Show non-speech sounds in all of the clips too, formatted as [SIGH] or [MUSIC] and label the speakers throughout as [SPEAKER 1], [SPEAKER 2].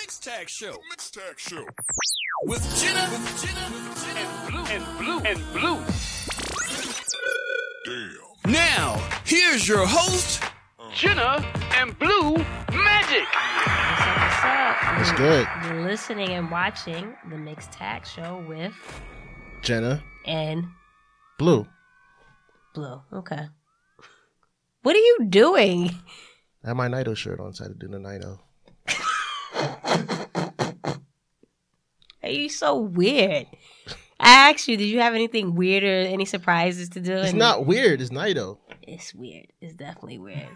[SPEAKER 1] Mixtag Show
[SPEAKER 2] Mixtag Show.
[SPEAKER 1] with Jenna, with Jenna, with Jenna.
[SPEAKER 3] blue and blue and blue.
[SPEAKER 2] Damn.
[SPEAKER 1] Now, here's your host,
[SPEAKER 3] Jenna and blue magic.
[SPEAKER 4] What's
[SPEAKER 5] That's
[SPEAKER 4] good.
[SPEAKER 5] You're listening and watching the Mixed Tag Show with
[SPEAKER 4] Jenna,
[SPEAKER 5] and
[SPEAKER 4] Blue.
[SPEAKER 5] Blue. Okay. What are you doing?
[SPEAKER 4] I had my Nido shirt on, so I had to do the Nido.
[SPEAKER 5] Are you so weird? I asked you, did you have anything weird or any surprises to do?
[SPEAKER 4] It's
[SPEAKER 5] And
[SPEAKER 4] not weird. It's Nido.
[SPEAKER 5] It's weird. It's definitely weird.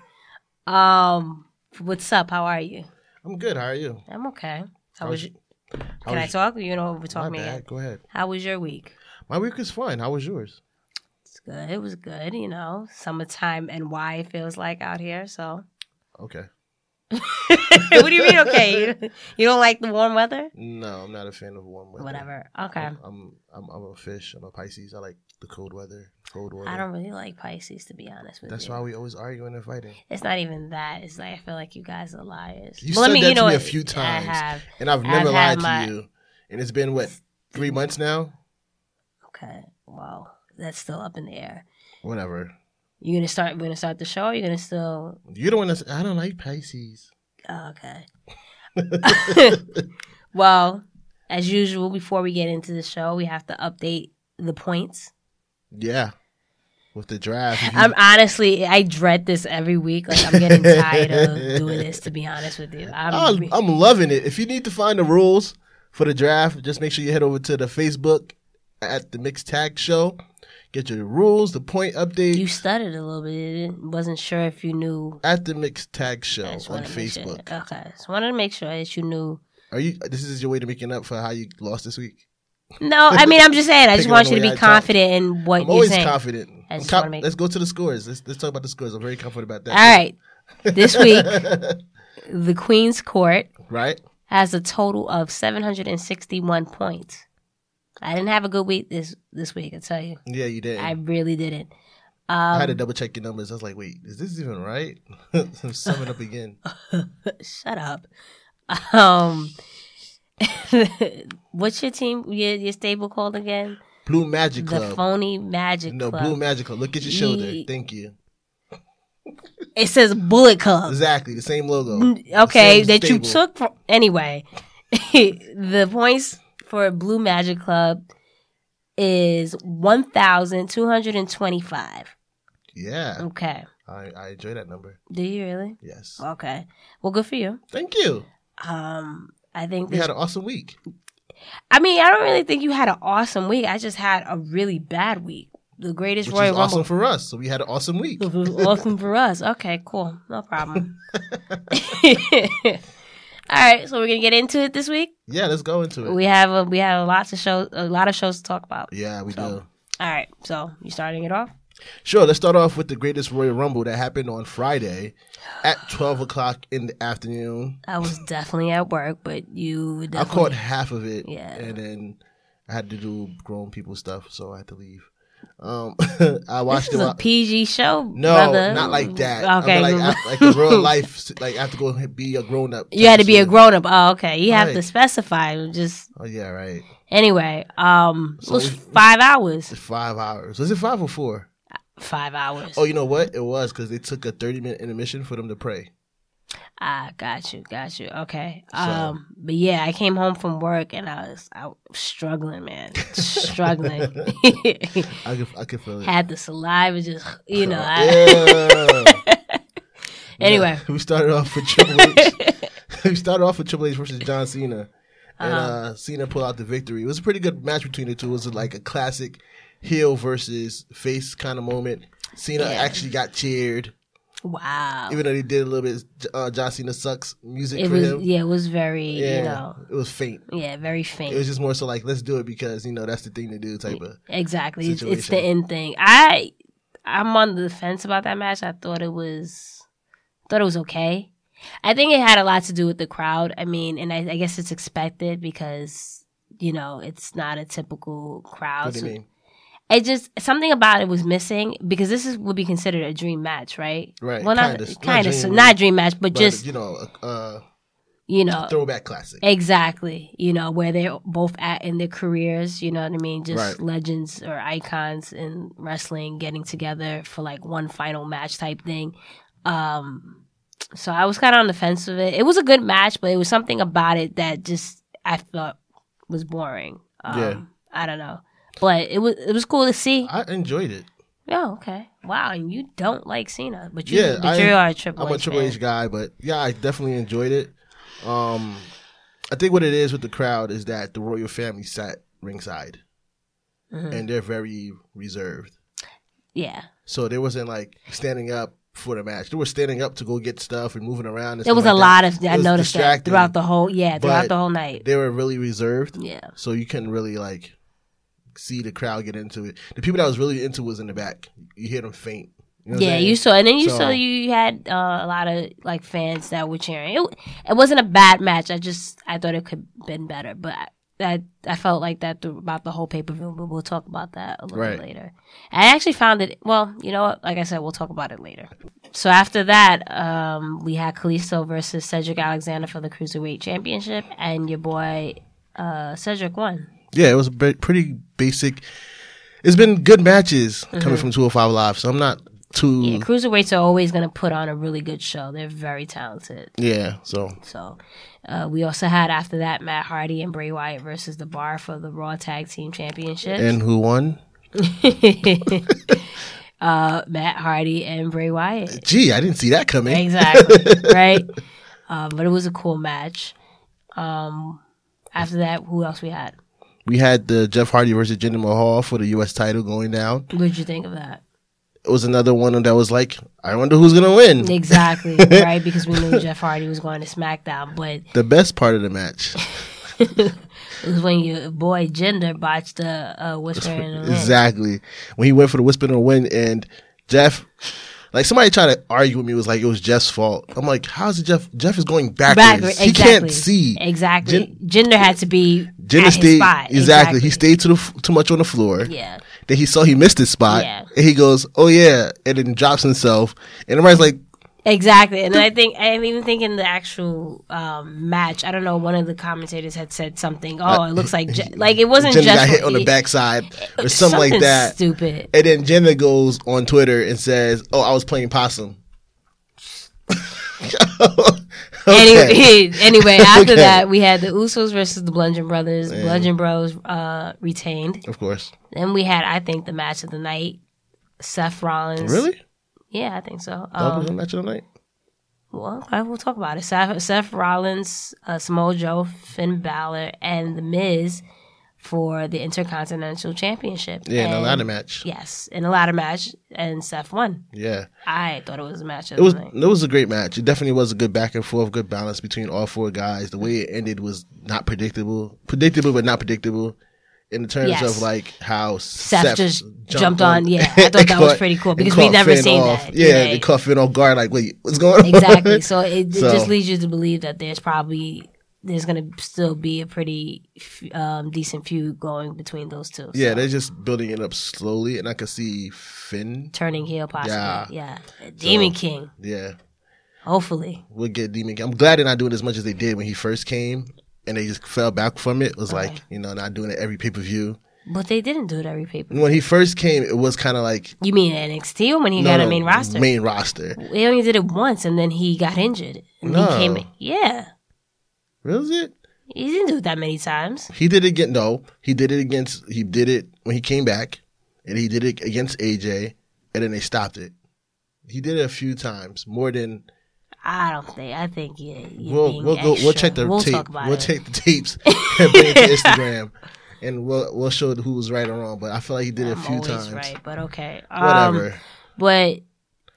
[SPEAKER 5] Um, what's up? How are you?
[SPEAKER 4] I'm good. How are you?
[SPEAKER 5] I'm okay. How
[SPEAKER 4] How's-
[SPEAKER 5] was? your
[SPEAKER 4] how
[SPEAKER 5] Can I
[SPEAKER 4] was-
[SPEAKER 5] talk? You don't over
[SPEAKER 4] My
[SPEAKER 5] talk me.
[SPEAKER 4] bad.
[SPEAKER 5] Yet.
[SPEAKER 4] Go ahead.
[SPEAKER 5] How was your week?
[SPEAKER 4] My week was fine. How was yours?
[SPEAKER 5] It's good. It was good. You know, summertime and why it feels like out here. So
[SPEAKER 4] Okay.
[SPEAKER 5] [LAUGHS] what do you mean? Okay, you,
[SPEAKER 4] [LAUGHS]
[SPEAKER 5] you don't like the warm weather?
[SPEAKER 4] No, I'm not a fan of warm weather.
[SPEAKER 5] Whatever. Okay.
[SPEAKER 4] I'm, I'm I'm I'm a fish. I'm a Pisces. I like the cold weather. Cold weather.
[SPEAKER 5] I don't really like Pisces to be honest with
[SPEAKER 4] That's
[SPEAKER 5] you.
[SPEAKER 4] why we always arguing and fighting.
[SPEAKER 5] It's not even that. It's like I feel like you guys are liars.
[SPEAKER 4] You
[SPEAKER 5] Well, I
[SPEAKER 4] said
[SPEAKER 5] mean,
[SPEAKER 4] that
[SPEAKER 5] you
[SPEAKER 4] to
[SPEAKER 5] know
[SPEAKER 4] me a
[SPEAKER 5] what?
[SPEAKER 4] few times.
[SPEAKER 5] I have.
[SPEAKER 4] And I've
[SPEAKER 5] I've
[SPEAKER 4] never
[SPEAKER 5] had
[SPEAKER 4] lied to
[SPEAKER 5] my-
[SPEAKER 4] you. And it's been what three months now.
[SPEAKER 5] Okay. Well, that's still up in the air.
[SPEAKER 4] Whatever.
[SPEAKER 5] You're gonna start. We're gonna start the show. Or you're gonna still.
[SPEAKER 4] You're the one that's. I don't like Pisces.
[SPEAKER 5] oh,
[SPEAKER 4] [LAUGHS]
[SPEAKER 5] okay. [LAUGHS] well, as usual, before we get into the show, we have to update the points.
[SPEAKER 4] Yeah. With the draft. if you-
[SPEAKER 5] I'm honestly, I dread this every week. Like I'm getting tired of
[SPEAKER 4] [LAUGHS]
[SPEAKER 5] doing this. To be honest with you, I'm,
[SPEAKER 4] I'm, I'm loving it. If you need to find the rules for the draft, just make sure you head over to the Facebook at the Mixed Tag Show. Get your rules, the point update
[SPEAKER 5] You stuttered a little bit. You didn't- wasn't sure if you knew.
[SPEAKER 4] at the Mixed Tag Show
[SPEAKER 5] I
[SPEAKER 4] Oh,
[SPEAKER 5] Uh,
[SPEAKER 4] on
[SPEAKER 5] just wanted to make sure-
[SPEAKER 4] Facebook.
[SPEAKER 5] Okay, just wanted to make sure that you knew.
[SPEAKER 4] Are you? This is your way to making up for how you lost this week.
[SPEAKER 5] No, I mean I'm just saying. I just
[SPEAKER 4] Picking
[SPEAKER 5] want
[SPEAKER 4] on
[SPEAKER 5] you to
[SPEAKER 4] the
[SPEAKER 5] be
[SPEAKER 4] way I talk.
[SPEAKER 5] confident in what
[SPEAKER 4] I'm
[SPEAKER 5] you're
[SPEAKER 4] always
[SPEAKER 5] saying.
[SPEAKER 4] confident.
[SPEAKER 5] I
[SPEAKER 4] I'm
[SPEAKER 5] just
[SPEAKER 4] co-
[SPEAKER 5] wanna make-
[SPEAKER 4] Let's go to the scores. Let's let's talk about the scores. I'm very confident about that.
[SPEAKER 5] All right, this
[SPEAKER 4] [LAUGHS]
[SPEAKER 5] week the Queen's Court
[SPEAKER 4] right?
[SPEAKER 5] has a total of 761 points. I didn't have a good week this this week. I tell you,
[SPEAKER 4] Yeah, you did.
[SPEAKER 5] I
[SPEAKER 4] I,
[SPEAKER 5] really didn't.
[SPEAKER 4] had to
[SPEAKER 5] Um,
[SPEAKER 4] double check your numbers. I was like, wait, is this even right? [LAUGHS] Sum it up again.
[SPEAKER 5] shut up. [LAUGHS] Um, [LAUGHS] what's your team? Your, your stable called again?
[SPEAKER 4] Blue Magic
[SPEAKER 5] The
[SPEAKER 4] Club.
[SPEAKER 5] phony magic
[SPEAKER 4] No,
[SPEAKER 5] club.
[SPEAKER 4] Blue Magic Club. Look at your shoulder.
[SPEAKER 5] Ye-
[SPEAKER 4] Thank you.
[SPEAKER 5] It says Bullet Club. Mm,
[SPEAKER 4] Exactly, the same logo.
[SPEAKER 5] Okay,
[SPEAKER 4] Same
[SPEAKER 5] that you
[SPEAKER 4] stable.
[SPEAKER 5] took from anyway. [LAUGHS] the points for Blue Magic Club is one thousand two hundred and twenty-five.
[SPEAKER 4] Yeah,
[SPEAKER 5] Okay,
[SPEAKER 4] I, I enjoy that number.
[SPEAKER 5] do you really?
[SPEAKER 4] Yes.
[SPEAKER 5] Okay, Oh. well, good for you.
[SPEAKER 4] Thank you.
[SPEAKER 5] Um, I think
[SPEAKER 4] We
[SPEAKER 5] this,
[SPEAKER 4] had an awesome week.
[SPEAKER 5] I mean I don't really think you had an awesome week. I just had a really bad week. The
[SPEAKER 4] Which
[SPEAKER 5] greatest
[SPEAKER 4] is
[SPEAKER 5] Royal Rumble Mm-hmm.
[SPEAKER 4] awesome for us. So we had an awesome week.
[SPEAKER 5] It was [LAUGHS] Welcome for us. Okay, cool. No problem. [LAUGHS] All right, so we're gonna get into it this week.
[SPEAKER 4] Yeah, let's go into it.
[SPEAKER 5] We have a we have a lot to show a lot of shows to talk about.
[SPEAKER 4] yeah, we
[SPEAKER 5] So-
[SPEAKER 4] do.
[SPEAKER 5] All right, so you starting it off?
[SPEAKER 4] Sure, let's start off with the greatest Royal Rumble that happened on Friday
[SPEAKER 5] [SIGHS]
[SPEAKER 4] at 12 o'clock in the afternoon.
[SPEAKER 5] I was definitely at work, but you were
[SPEAKER 4] I
[SPEAKER 5] definitely
[SPEAKER 4] caught half of it.
[SPEAKER 5] Yeah.
[SPEAKER 4] And then I had to do grown people stuff, so I had to leave. Um, [LAUGHS] I
[SPEAKER 5] This
[SPEAKER 4] [LAUGHS] watched
[SPEAKER 5] is
[SPEAKER 4] it.
[SPEAKER 5] a
[SPEAKER 4] while-
[SPEAKER 5] PG show,
[SPEAKER 4] No,
[SPEAKER 5] brother.
[SPEAKER 4] not like that.
[SPEAKER 5] Okay,
[SPEAKER 4] I mean, like, I, like in
[SPEAKER 5] [LAUGHS]
[SPEAKER 4] real life, like I have to go be a grown up.
[SPEAKER 5] you had to be a grown up. Oh, okay. You have to
[SPEAKER 4] Right.
[SPEAKER 5] specify. Just
[SPEAKER 4] Oh yeah, right.
[SPEAKER 5] anyway. Um,
[SPEAKER 4] So
[SPEAKER 5] it was
[SPEAKER 4] we-
[SPEAKER 5] five hours.
[SPEAKER 4] It's five hours. Was it five or four?
[SPEAKER 5] Five hours.
[SPEAKER 4] Oh, you know what? It was because they took a thirty-minute intermission for them to pray.
[SPEAKER 5] Ah, got you, got you. Okay.
[SPEAKER 4] So-
[SPEAKER 5] Um, but yeah, I came home from work and I was out struggling, man,
[SPEAKER 4] [LAUGHS]
[SPEAKER 5] struggling. [LAUGHS]
[SPEAKER 4] I could, I could feel it.
[SPEAKER 5] Had the saliva, just you know. I,
[SPEAKER 4] Yeah.
[SPEAKER 5] [LAUGHS] Anyway.
[SPEAKER 4] [LAUGHS] we started off with Triple H. [LAUGHS] we started off with Triple H versus John Cena, and
[SPEAKER 5] Uh-huh.
[SPEAKER 4] uh, Cena pulled out the victory. It was a pretty good match between the two. It was like a classic heel versus face kind of moment. Cena
[SPEAKER 5] Yeah.
[SPEAKER 4] actually got cheered.
[SPEAKER 5] wow.
[SPEAKER 4] even though they did a little bit of uh, John Cena sucks music
[SPEAKER 5] It
[SPEAKER 4] for
[SPEAKER 5] was
[SPEAKER 4] him.
[SPEAKER 5] yeah, it was very
[SPEAKER 4] Yeah,
[SPEAKER 5] you know
[SPEAKER 4] it was faint.
[SPEAKER 5] yeah, very
[SPEAKER 4] It
[SPEAKER 5] faint.
[SPEAKER 4] was just more so like let's do it because you know that's the thing to do type of.
[SPEAKER 5] exactly. It's, it's the
[SPEAKER 4] situation.
[SPEAKER 5] end thing. I I'm on the fence about that match. I thought it was thought it was okay. I think it had a lot to do with the crowd. I mean, and I, I guess it's expected because you know it's not a typical crowd.
[SPEAKER 4] What do you
[SPEAKER 5] so-
[SPEAKER 4] mean?
[SPEAKER 5] It just something about it was missing because this is would be considered a dream match, right?
[SPEAKER 4] Right,
[SPEAKER 5] Well, not
[SPEAKER 4] kinda.
[SPEAKER 5] kind
[SPEAKER 4] Not
[SPEAKER 5] of, not,
[SPEAKER 4] dream-
[SPEAKER 5] dream match, but,
[SPEAKER 4] But
[SPEAKER 5] just
[SPEAKER 4] you know, uh,
[SPEAKER 5] you know,
[SPEAKER 4] Throwback classic.
[SPEAKER 5] Exactly. You know, where they're both at in their careers, you know what I mean? Just
[SPEAKER 4] Right.
[SPEAKER 5] legends or icons in wrestling getting together for like one final match type thing. Um so I was kind of on the fence with it. It was a good match, but it was something about it that just I thought was boring. Um,
[SPEAKER 4] Yeah.
[SPEAKER 5] I don't know. But it was it was cool to see.
[SPEAKER 4] I enjoyed it.
[SPEAKER 5] Oh, okay. Wow, and you don't like Cena, but you
[SPEAKER 4] Yeah,
[SPEAKER 5] but
[SPEAKER 4] I-
[SPEAKER 5] you are a Triple
[SPEAKER 4] I'm a
[SPEAKER 5] H
[SPEAKER 4] Triple
[SPEAKER 5] fan.
[SPEAKER 4] H guy, but yeah, I definitely enjoyed it. Um, I think what it is with the crowd is that the royal family sat ringside,
[SPEAKER 5] Mm-hmm.
[SPEAKER 4] and they're very reserved.
[SPEAKER 5] Yeah.
[SPEAKER 4] So they wasn't like standing up for the match. They were standing up to go get stuff and moving around. And
[SPEAKER 5] There
[SPEAKER 4] stuff
[SPEAKER 5] was
[SPEAKER 4] like
[SPEAKER 5] a
[SPEAKER 4] that.
[SPEAKER 5] lot of I
[SPEAKER 4] It was
[SPEAKER 5] noticed that
[SPEAKER 4] distracting,
[SPEAKER 5] throughout the whole yeah,
[SPEAKER 4] but
[SPEAKER 5] throughout the whole night.
[SPEAKER 4] They were really reserved,
[SPEAKER 5] Yeah.
[SPEAKER 4] so you couldn't really like see the crowd get into it. The people that was really into was in the back. You hear them faint. You know what I'm
[SPEAKER 5] Yeah,
[SPEAKER 4] saying?
[SPEAKER 5] you saw, and then you
[SPEAKER 4] So-
[SPEAKER 5] saw you had uh, a lot of like fans that were cheering. It, it wasn't a bad match. I just I thought it could been better, but I, I, I felt like that th- about the whole pay per view. But we'll talk about that a little
[SPEAKER 4] Right.
[SPEAKER 5] bit later. I actually found it. Well, you know what? Like I said, we'll talk about it later. So after that, um, we had Kalisto versus Cedric Alexander for the cruiserweight championship, and your boy uh, Cedric won.
[SPEAKER 4] Yeah, it was a bit- pretty basic. It's been good matches coming from 205 Live, so I'm not too.
[SPEAKER 5] Uh-huh. Yeah,
[SPEAKER 4] Yeah,
[SPEAKER 5] cruiserweights are always going to put on a really good show. They're very talented.
[SPEAKER 4] so
[SPEAKER 5] So uh, we also had after that Matt Hardy and Bray Wyatt versus the Bar for the Raw Tag Team Championship.
[SPEAKER 4] and who won?
[SPEAKER 5] uh, Matt Hardy and Bray
[SPEAKER 4] [LAUGHS]
[SPEAKER 5] Wyatt.
[SPEAKER 4] Gee, I didn't see that coming.
[SPEAKER 5] Exactly. right. Uh, but it was a cool match. Um, after that, who else we had?
[SPEAKER 4] We had the Jeff Hardy versus Jinder Mahal for the U.S. title going down.
[SPEAKER 5] What did you think of that?
[SPEAKER 4] It was another one that was like, I wonder who's gonna win. [LAUGHS]
[SPEAKER 5] Exactly. right. Because we knew Jeff Hardy was going to SmackDown, but
[SPEAKER 4] The best part of the match,
[SPEAKER 5] it was when your boy Jinder botched the uh, Whisper in the Wind.
[SPEAKER 4] exactly, when he went for the whisper and the win, and Jeff. Like somebody tried to argue with me was like it was Jeff's fault. I'm like, how's it Jeff? Jeff is going backwards.
[SPEAKER 5] Backwards,
[SPEAKER 4] He can't see.
[SPEAKER 5] Exactly.
[SPEAKER 4] Jin-
[SPEAKER 5] Gender had to be at
[SPEAKER 4] Jinder
[SPEAKER 5] his
[SPEAKER 4] stayed
[SPEAKER 5] spot.
[SPEAKER 4] exactly. He stayed too the, f- too much on the floor.
[SPEAKER 5] Yeah.
[SPEAKER 4] Then he saw he missed his spot,
[SPEAKER 5] Yeah.
[SPEAKER 4] and he goes, "Oh yeah," and then drops himself. And everybody's like,
[SPEAKER 5] Exactly. And I think I'm even thinking the actual um, match. I don't know. One of the commentators had said something. Oh, it looks like Je- like it wasn't
[SPEAKER 4] "Jenna
[SPEAKER 5] just
[SPEAKER 4] got hit on the
[SPEAKER 5] it-
[SPEAKER 4] backside or something like that."
[SPEAKER 5] Stupid.
[SPEAKER 4] And then Jenna goes on Twitter and says, "Oh, I was playing possum." [LAUGHS] [LAUGHS] okay.
[SPEAKER 5] Anyway, [LAUGHS]
[SPEAKER 4] [LAUGHS]
[SPEAKER 5] anyway, after
[SPEAKER 4] Okay.
[SPEAKER 5] that we had the Usos versus the Bludgeon Brothers. Bludgeon Bros uh, retained.
[SPEAKER 4] Of course.
[SPEAKER 5] Then we had, I think, the match of the night. Seth Rollins.
[SPEAKER 4] Really?
[SPEAKER 5] Yeah, I think so.
[SPEAKER 4] That
[SPEAKER 5] Um,
[SPEAKER 4] was a match of the night.
[SPEAKER 5] Well, okay, we'll talk about it. Seth, Seth Rollins, uh, Samoa Joe, Finn Balor, and The Miz for the Intercontinental Championship.
[SPEAKER 4] Yeah, in a
[SPEAKER 5] And-
[SPEAKER 4] ladder match.
[SPEAKER 5] Yes, in a ladder match, and Seth won.
[SPEAKER 4] Yeah,
[SPEAKER 5] I thought it was a match of
[SPEAKER 4] it was.
[SPEAKER 5] the night.
[SPEAKER 4] It was a great match. It definitely was a good back and forth, good balance between all four guys. The way it ended was not predictable, predictable but not predictable, in terms
[SPEAKER 5] Yes.
[SPEAKER 4] of like how
[SPEAKER 5] Seth just jumped on- yeah, I thought
[SPEAKER 4] [LAUGHS] and
[SPEAKER 5] that was pretty cool
[SPEAKER 4] and
[SPEAKER 5] because we
[SPEAKER 4] caught
[SPEAKER 5] never
[SPEAKER 4] Finn
[SPEAKER 5] seen
[SPEAKER 4] off.
[SPEAKER 5] that,
[SPEAKER 4] Yeah,
[SPEAKER 5] right.
[SPEAKER 4] they caught Finn off guard. Like, wait, what's going on? [LAUGHS]
[SPEAKER 5] Exactly. So it, it
[SPEAKER 4] So-
[SPEAKER 5] just leads you to believe that there's probably there's gonna still be a pretty f- um, decent feud going between those two.
[SPEAKER 4] yeah,
[SPEAKER 5] So,
[SPEAKER 4] they're just building it up slowly, and I could see Finn.
[SPEAKER 5] turning heel possibly.
[SPEAKER 4] Yeah.
[SPEAKER 5] Yeah, Demon King.
[SPEAKER 4] Yeah,
[SPEAKER 5] Hopefully.
[SPEAKER 4] we'll get Demon. King. I'm glad they're not doing as much as they did when he first came, and they just fell back from it. It was like you know not doing it every pay per view.
[SPEAKER 5] But they didn't do it every paper.
[SPEAKER 4] When he first came, it was kind of like
[SPEAKER 5] You mean NXT or when he
[SPEAKER 4] no,
[SPEAKER 5] got a
[SPEAKER 4] no,
[SPEAKER 5] main roster?
[SPEAKER 4] Main roster.
[SPEAKER 5] They only did it once, and then he got injured. And
[SPEAKER 4] No.
[SPEAKER 5] he came. Yeah,
[SPEAKER 4] Was it?
[SPEAKER 5] he didn't do it that many times.
[SPEAKER 4] He did it again. No, he did it against. He did it when he came back, and he did it against AJ, and then they stopped it. He did it a few times, more than
[SPEAKER 5] I don't think. I think yeah. you're
[SPEAKER 4] we'll
[SPEAKER 5] being
[SPEAKER 4] we'll go,
[SPEAKER 5] extra.
[SPEAKER 4] we'll check the
[SPEAKER 5] We'll
[SPEAKER 4] tape.
[SPEAKER 5] talk about
[SPEAKER 4] we'll
[SPEAKER 5] it.
[SPEAKER 4] take the
[SPEAKER 5] [LAUGHS]
[SPEAKER 4] tapes and bring it to Instagram, and we'll we'll show who was right or wrong. But I feel like he did it a
[SPEAKER 5] I'm
[SPEAKER 4] few
[SPEAKER 5] always
[SPEAKER 4] times.
[SPEAKER 5] right, but okay. Um,
[SPEAKER 4] Whatever.
[SPEAKER 5] But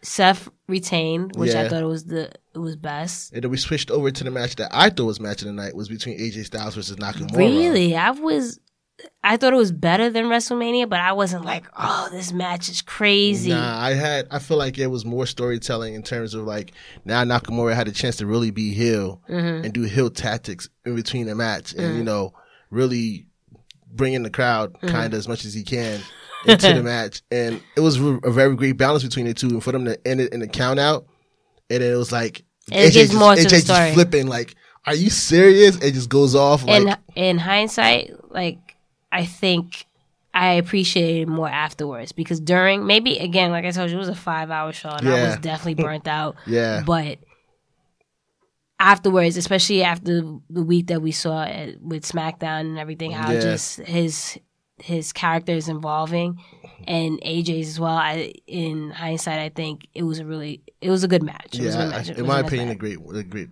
[SPEAKER 5] Seth retained, which I
[SPEAKER 4] Yeah.
[SPEAKER 5] thought it was the it was best.
[SPEAKER 4] and then we switched over to the match that I thought was match of the night was between AJ Styles versus Nakamura.
[SPEAKER 5] Really, I was. I thought it was better than WrestleMania, but I wasn't like, oh, this match is crazy.
[SPEAKER 4] Nah, I had. I feel like it was more storytelling in terms of like now Nakamura had a chance to really be heel
[SPEAKER 5] Mm-hmm.
[SPEAKER 4] and do heel tactics in between the match,
[SPEAKER 5] Mm.
[SPEAKER 4] and you know, really bring in the crowd
[SPEAKER 5] Mm-hmm.
[SPEAKER 4] kind of as much as he can into
[SPEAKER 5] [LAUGHS]
[SPEAKER 4] the match. And it was re- a very great balance between the two, and for them to end it in a count out, and it was like
[SPEAKER 5] It gives
[SPEAKER 4] just-
[SPEAKER 5] more to the
[SPEAKER 4] AJ just
[SPEAKER 5] story.
[SPEAKER 4] flipping like. Are you serious? It just goes off like
[SPEAKER 5] in in hindsight, like I think I appreciated it more afterwards because during maybe again, like I told you, it was a five hour show and I
[SPEAKER 4] Yeah.
[SPEAKER 5] was definitely burnt out.
[SPEAKER 4] [LAUGHS] Yeah.
[SPEAKER 5] But afterwards, especially after the week that we saw at, with SmackDown and everything, how
[SPEAKER 4] Yeah.
[SPEAKER 5] just his his character is evolving and AJ's as well. I in hindsight, I think it was a really it was a good match. It was a
[SPEAKER 4] yeah.
[SPEAKER 5] good match.
[SPEAKER 4] I-
[SPEAKER 5] It
[SPEAKER 4] in
[SPEAKER 5] wasn't
[SPEAKER 4] my
[SPEAKER 5] as
[SPEAKER 4] opinion, a
[SPEAKER 5] bad.
[SPEAKER 4] great, a great.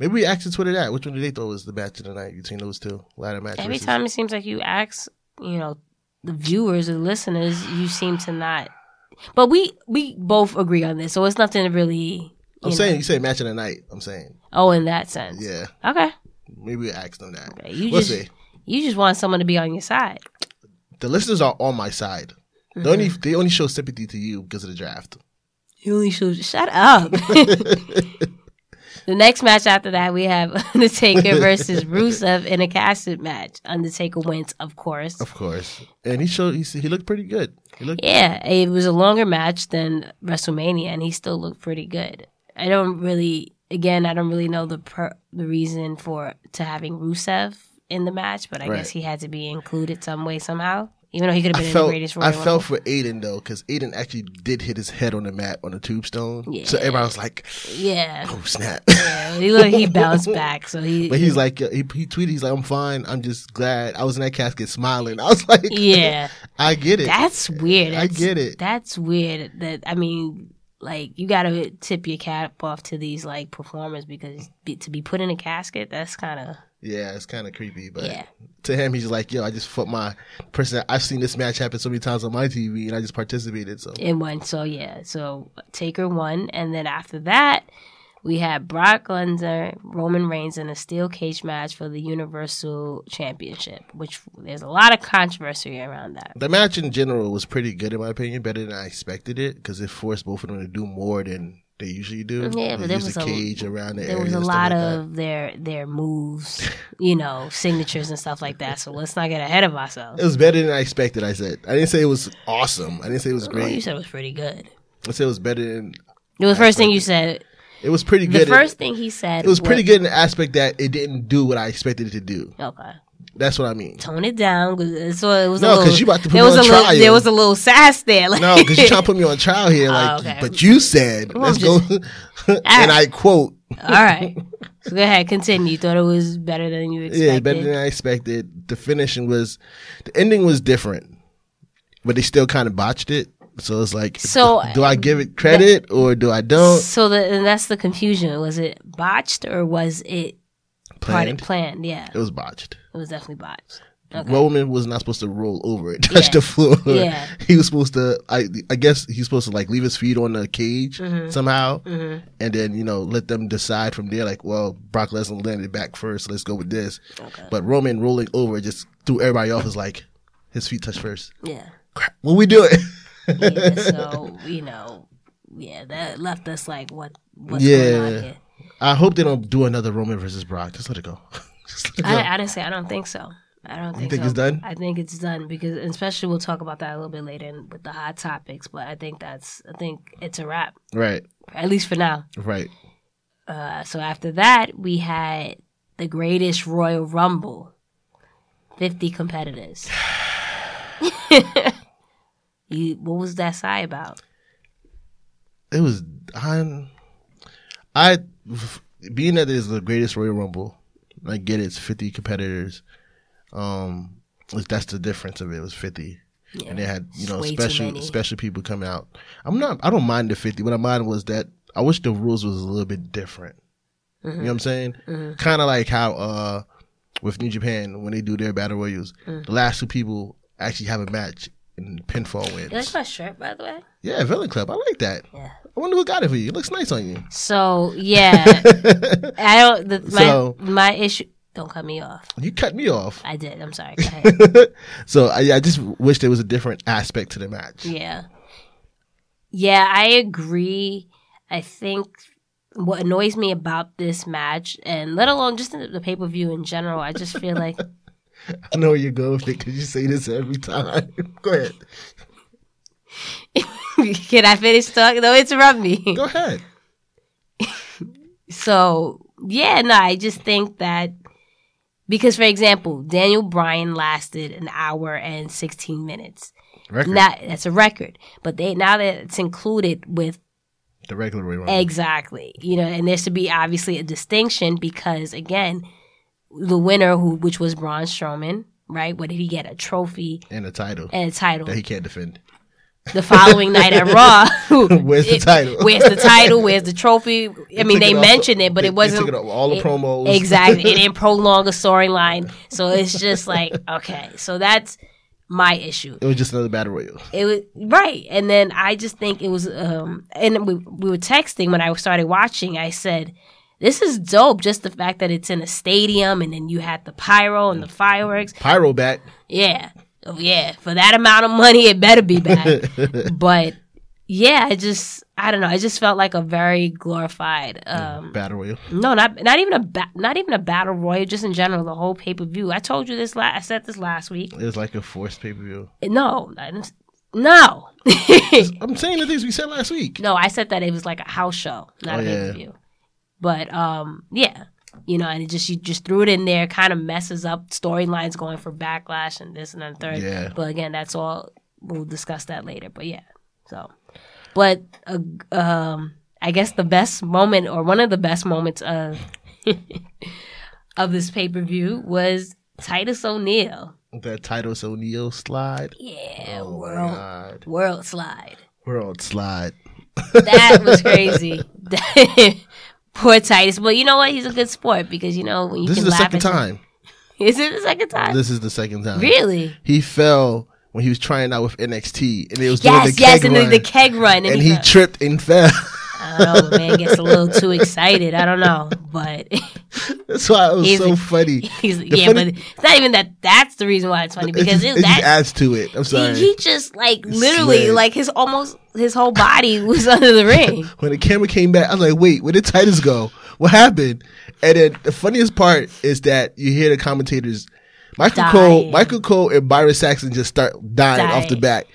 [SPEAKER 4] Maybe we asked Twitter that. Which one did they thought was the match of the night between those two ladder match?
[SPEAKER 5] Every
[SPEAKER 4] versus-
[SPEAKER 5] time it seems like you ask, you know, the viewers or listeners, you seem to not. But we we both agree on this, so it's nothing to really.
[SPEAKER 4] I'm
[SPEAKER 5] you
[SPEAKER 4] saying
[SPEAKER 5] know-
[SPEAKER 4] you say match of the night. I'm saying
[SPEAKER 5] Oh, in that sense.
[SPEAKER 4] yeah.
[SPEAKER 5] Okay.
[SPEAKER 4] Maybe we asked them that.
[SPEAKER 5] Okay, You
[SPEAKER 4] we'll
[SPEAKER 5] just
[SPEAKER 4] see.
[SPEAKER 5] you just want someone to be on your side.
[SPEAKER 4] The listeners are on my side. They only
[SPEAKER 5] Mm-hmm.
[SPEAKER 4] they only show sympathy to you because of the draft.
[SPEAKER 5] You only should shut up. [LAUGHS] the next match after that, we have [LAUGHS] Undertaker [LAUGHS] versus Rusev in a casted match. Undertaker wins, of course.
[SPEAKER 4] Of course. And he showed he, he looked pretty good. He looked
[SPEAKER 5] Yeah, it was a longer match than WrestleMania, and he still looked pretty good. I don't really, again, I don't really know the per, the reason for to having Rusev in the match, but I
[SPEAKER 4] Right.
[SPEAKER 5] guess he had to be included some way somehow, even though he could have
[SPEAKER 4] I
[SPEAKER 5] been in
[SPEAKER 4] felt
[SPEAKER 5] the greatest. Royal
[SPEAKER 4] I felt
[SPEAKER 5] Rumble.
[SPEAKER 4] for Aiden though, because Aiden actually did hit his head on the mat on the tombstone.
[SPEAKER 5] Yeah.
[SPEAKER 4] So everybody was like,
[SPEAKER 5] yeah,
[SPEAKER 4] "Oh snap!"
[SPEAKER 5] yeah. He looked,
[SPEAKER 4] [LAUGHS]
[SPEAKER 5] he bounced back, so he.
[SPEAKER 4] but he's like, he, he tweeted, he's like, "I'm fine. I'm just glad I was in that casket smiling." [LAUGHS] I was
[SPEAKER 5] [LAUGHS]
[SPEAKER 4] like, [LAUGHS]
[SPEAKER 5] yeah,
[SPEAKER 4] I get it.
[SPEAKER 5] that's weird.
[SPEAKER 4] I
[SPEAKER 5] That's-
[SPEAKER 4] get it.
[SPEAKER 5] That's weird. That I mean, like you got to tip your cap off to these like performers because be, to be put in a casket, that's kind of
[SPEAKER 4] yeah, it's kind of creepy, but
[SPEAKER 5] Yeah.
[SPEAKER 4] to him, he's like, "Yo, I just fucked my person. I've seen this match happen so many times on my TV, and I just participated." So
[SPEAKER 5] and won. So yeah, so Taker won, and then after that, we had Brock Lesnar, Roman Reigns in a steel cage match for the Universal Championship, which there's a lot of controversy around that.
[SPEAKER 4] The match in general was pretty good in my opinion, better than I expected it because it forced both of them to do more than they usually do.
[SPEAKER 5] Yeah, but
[SPEAKER 4] They
[SPEAKER 5] there
[SPEAKER 4] used
[SPEAKER 5] was
[SPEAKER 4] a
[SPEAKER 5] a-
[SPEAKER 4] cage around the
[SPEAKER 5] There
[SPEAKER 4] area
[SPEAKER 5] was a
[SPEAKER 4] and stuff
[SPEAKER 5] lot
[SPEAKER 4] like that.
[SPEAKER 5] of their their moves, you know, signatures and stuff like that. So let's not get ahead of
[SPEAKER 4] It [LAUGHS]
[SPEAKER 5] ourselves.
[SPEAKER 4] was better than I expected. I said I didn't say it was awesome. I didn't say it was
[SPEAKER 5] Well, Oh, you
[SPEAKER 4] great.
[SPEAKER 5] said it was pretty good.
[SPEAKER 4] I said it was better than.
[SPEAKER 5] It was the first thing you said.
[SPEAKER 4] It was pretty
[SPEAKER 5] The
[SPEAKER 4] good. in-
[SPEAKER 5] first thing he said
[SPEAKER 4] it was pretty good in the aspect that it didn't do what I expected it to do.
[SPEAKER 5] Okay.
[SPEAKER 4] That's what
[SPEAKER 5] [LAUGHS]
[SPEAKER 4] I mean.
[SPEAKER 5] Tone it down. 'cause- So it was
[SPEAKER 4] No,
[SPEAKER 5] a
[SPEAKER 4] 'cause
[SPEAKER 5] little,
[SPEAKER 4] you about to put
[SPEAKER 5] there
[SPEAKER 4] me
[SPEAKER 5] was
[SPEAKER 4] on
[SPEAKER 5] a little,
[SPEAKER 4] trial.
[SPEAKER 5] There was a little sass there. [LAUGHS] Like,
[SPEAKER 4] No, because you're trying to put me on trial here. Like,
[SPEAKER 5] Oh, okay.
[SPEAKER 4] but you said
[SPEAKER 5] Well,
[SPEAKER 4] let's
[SPEAKER 5] I'm
[SPEAKER 4] go, [LAUGHS] and I quote.
[SPEAKER 5] All right. So go ahead, continue. You thought it was better than you expected.
[SPEAKER 4] Yeah, better than I expected. The finishing was, the ending was different, but they still kind of botched it. So it's like,
[SPEAKER 5] So-
[SPEAKER 4] do I give it credit or do I don't?
[SPEAKER 5] so the, and that's the confusion. Was it botched or was it
[SPEAKER 4] Planned.
[SPEAKER 5] Part, planned? Yeah,
[SPEAKER 4] It was botched.
[SPEAKER 5] it was definitely botched.
[SPEAKER 4] Roman was not supposed to roll over and touch
[SPEAKER 5] Yeah.
[SPEAKER 4] the floor.
[SPEAKER 5] Yeah.
[SPEAKER 4] [LAUGHS] He was supposed to, I, I guess he's supposed to like leave his feet on the cage
[SPEAKER 5] Mm-hmm.
[SPEAKER 4] somehow and then, you know, let them decide from there, like, well, Brock Lesnar landed back first. Let's go with this. But Roman rolling over just threw everybody off. Is like, his feet touched first. [LAUGHS]
[SPEAKER 5] Yeah.
[SPEAKER 4] Crap. What we doing?
[SPEAKER 5] yeah. So you know, yeah, that left us like, what? What's going
[SPEAKER 4] Yeah.
[SPEAKER 5] on here?
[SPEAKER 4] I hope they don't do another Roman versus Brock. Just let it go. [LAUGHS] Just let it go.
[SPEAKER 5] I, I didn't say. I don't think so. I don't think,
[SPEAKER 4] think
[SPEAKER 5] so.
[SPEAKER 4] it's done?
[SPEAKER 5] I think it's done because, and especially, we'll talk about that a little bit later in, with the hot topics. But I think that's. I think it's a wrap,
[SPEAKER 4] right,
[SPEAKER 5] at least for now.
[SPEAKER 4] right.
[SPEAKER 5] Uh, so after that, we had the greatest Royal Rumble 50 [SIGHS] competitors. you, what was that sigh about?
[SPEAKER 4] It was I'm, I f- being that it is the greatest Royal Rumble. I get it's fifty competitors. Um, was- that's the difference of it. it was fifty, and they had you
[SPEAKER 5] it's
[SPEAKER 4] know
[SPEAKER 5] way too
[SPEAKER 4] special
[SPEAKER 5] many.
[SPEAKER 4] special people coming out. I'm not. I don't mind the fifty. What I mind was that I wish the rules was a little bit different.
[SPEAKER 5] Mm-hmm.
[SPEAKER 4] You know what I'm saying? Kind of like how uh with New Japan when they do their battle royals,
[SPEAKER 5] Mm.
[SPEAKER 4] the last two people actually have a match and pinfall wins.
[SPEAKER 5] You like my shirt, by the way?
[SPEAKER 4] Yeah, Villain Club. I like that. I wonder who got it for you. It looks nice on you.
[SPEAKER 5] So, [LAUGHS] yeah. I don't, the, my,
[SPEAKER 4] So-
[SPEAKER 5] my issue, don't cut me off.
[SPEAKER 4] You cut me off.
[SPEAKER 5] I did. I'm sorry. Go ahead.
[SPEAKER 4] So I, I just wish there was a different aspect to the match.
[SPEAKER 5] yeah. Yeah, I agree. I think what annoys me about this match, and let alone just the, the pay per view in general, I just feel like
[SPEAKER 4] I know where you go with it because you say this every time. [LAUGHS] go ahead.
[SPEAKER 5] [LAUGHS] Can I finish talking? Don't interrupt me.
[SPEAKER 4] Go ahead.
[SPEAKER 5] So Yeah, no, I just think that because, for example, Daniel Bryan lasted an hour and 16 minutes.
[SPEAKER 4] Record.
[SPEAKER 5] Not, that's a record, but they now that it's included with
[SPEAKER 4] the regular Royal Rumble.
[SPEAKER 5] exactly, you know, and there should be obviously a distinction because again, the winner who which was Braun Strowman, right? What did he get? A trophy
[SPEAKER 4] and a title
[SPEAKER 5] and a title.
[SPEAKER 4] that he can't defend.
[SPEAKER 5] the following night at
[SPEAKER 4] [LAUGHS]
[SPEAKER 5] Raw.
[SPEAKER 4] Where's the title?
[SPEAKER 5] Where's the
[SPEAKER 4] [LAUGHS]
[SPEAKER 5] title? Where's the trophy? I mean,
[SPEAKER 4] took
[SPEAKER 5] they
[SPEAKER 4] it off-
[SPEAKER 5] mentioned it, but
[SPEAKER 4] they-
[SPEAKER 5] it wasn't
[SPEAKER 4] they took it off all the
[SPEAKER 5] it-
[SPEAKER 4] promos.
[SPEAKER 5] Exactly,
[SPEAKER 4] [LAUGHS]
[SPEAKER 5] it didn't prolong a storyline, so it's just like okay. So that's my issue.
[SPEAKER 4] It was just another battle royal.
[SPEAKER 5] It was right, and then I just think it was. um And we we were texting when I started watching. I said. This is dope. Just the fact that it's in a stadium, and then you had the pyro and the fireworks.
[SPEAKER 4] Pyro back.
[SPEAKER 5] Yeah. Oh, yeah. For that amount of money, it better be back. but yeah, I just, I don't know. I just felt like a very glorified, um,
[SPEAKER 4] battle royal.
[SPEAKER 5] no, not, not even a, ba- not even a battle royal, just in general, the whole pay per view. I told you this last, I said this last week.
[SPEAKER 4] It was like a forced pay per view.
[SPEAKER 5] No, I didn't- no. [LAUGHS]
[SPEAKER 4] I'm saying the things we said last week.
[SPEAKER 5] no, I said that it was like a house show, not a
[SPEAKER 4] Oh, yeah.
[SPEAKER 5] pay per view. But, um, yeah. You know, and it just you just threw it in there, kind of messes up storylines going for backlash and this and then third.
[SPEAKER 4] Yeah.
[SPEAKER 5] But again, that's all. We'll discuss that later. But yeah, so. But uh, um, I guess the best moment, or one of the best moments of [LAUGHS] of this pay per view was Titus O'Neil.
[SPEAKER 4] That Titus O'Neil slide.
[SPEAKER 5] Yeah,
[SPEAKER 4] Oh my
[SPEAKER 5] world
[SPEAKER 4] God.
[SPEAKER 5] world slide.
[SPEAKER 4] World slide.
[SPEAKER 5] That was crazy. [LAUGHS] Poor Titus, but you know what? He's a good sport because you know when you
[SPEAKER 4] This is
[SPEAKER 5] can
[SPEAKER 4] the
[SPEAKER 5] laugh
[SPEAKER 4] second
[SPEAKER 5] at him-
[SPEAKER 4] time.
[SPEAKER 5] [LAUGHS] Is it the second time?
[SPEAKER 4] This is the second time.
[SPEAKER 5] really?
[SPEAKER 4] He fell when he was trying out with NXT, and it was doing
[SPEAKER 5] Yes,
[SPEAKER 4] the
[SPEAKER 5] yes,
[SPEAKER 4] keg
[SPEAKER 5] and
[SPEAKER 4] run,
[SPEAKER 5] then the keg run, and,
[SPEAKER 4] and
[SPEAKER 5] he,
[SPEAKER 4] he
[SPEAKER 5] fell.
[SPEAKER 4] tripped and fell. [LAUGHS]
[SPEAKER 5] I don't know, the man gets a little too excited. I don't
[SPEAKER 4] [LAUGHS]
[SPEAKER 5] know, but [LAUGHS]
[SPEAKER 4] That's why it was
[SPEAKER 5] He's-
[SPEAKER 4] so funny.
[SPEAKER 5] [LAUGHS] he's
[SPEAKER 4] The
[SPEAKER 5] yeah,
[SPEAKER 4] funny-
[SPEAKER 5] but it's not even that. That's the reason why it's funny
[SPEAKER 4] it
[SPEAKER 5] because
[SPEAKER 4] just,
[SPEAKER 5] it,
[SPEAKER 4] it just
[SPEAKER 5] that
[SPEAKER 4] adds to it. I'm
[SPEAKER 5] he,
[SPEAKER 4] sorry.
[SPEAKER 5] he just like literally
[SPEAKER 4] slid.
[SPEAKER 5] like his almost his whole body [LAUGHS] was under the ring.
[SPEAKER 4] when the camera came back, I was like, "Wait, where did Titus go? What happened?" And then the funniest part is that you hear the commentators, Michael Cole,
[SPEAKER 5] Dying.
[SPEAKER 4] Michael Cole, and Byron Saxon just start dying, off the
[SPEAKER 5] Dying.
[SPEAKER 4] bat.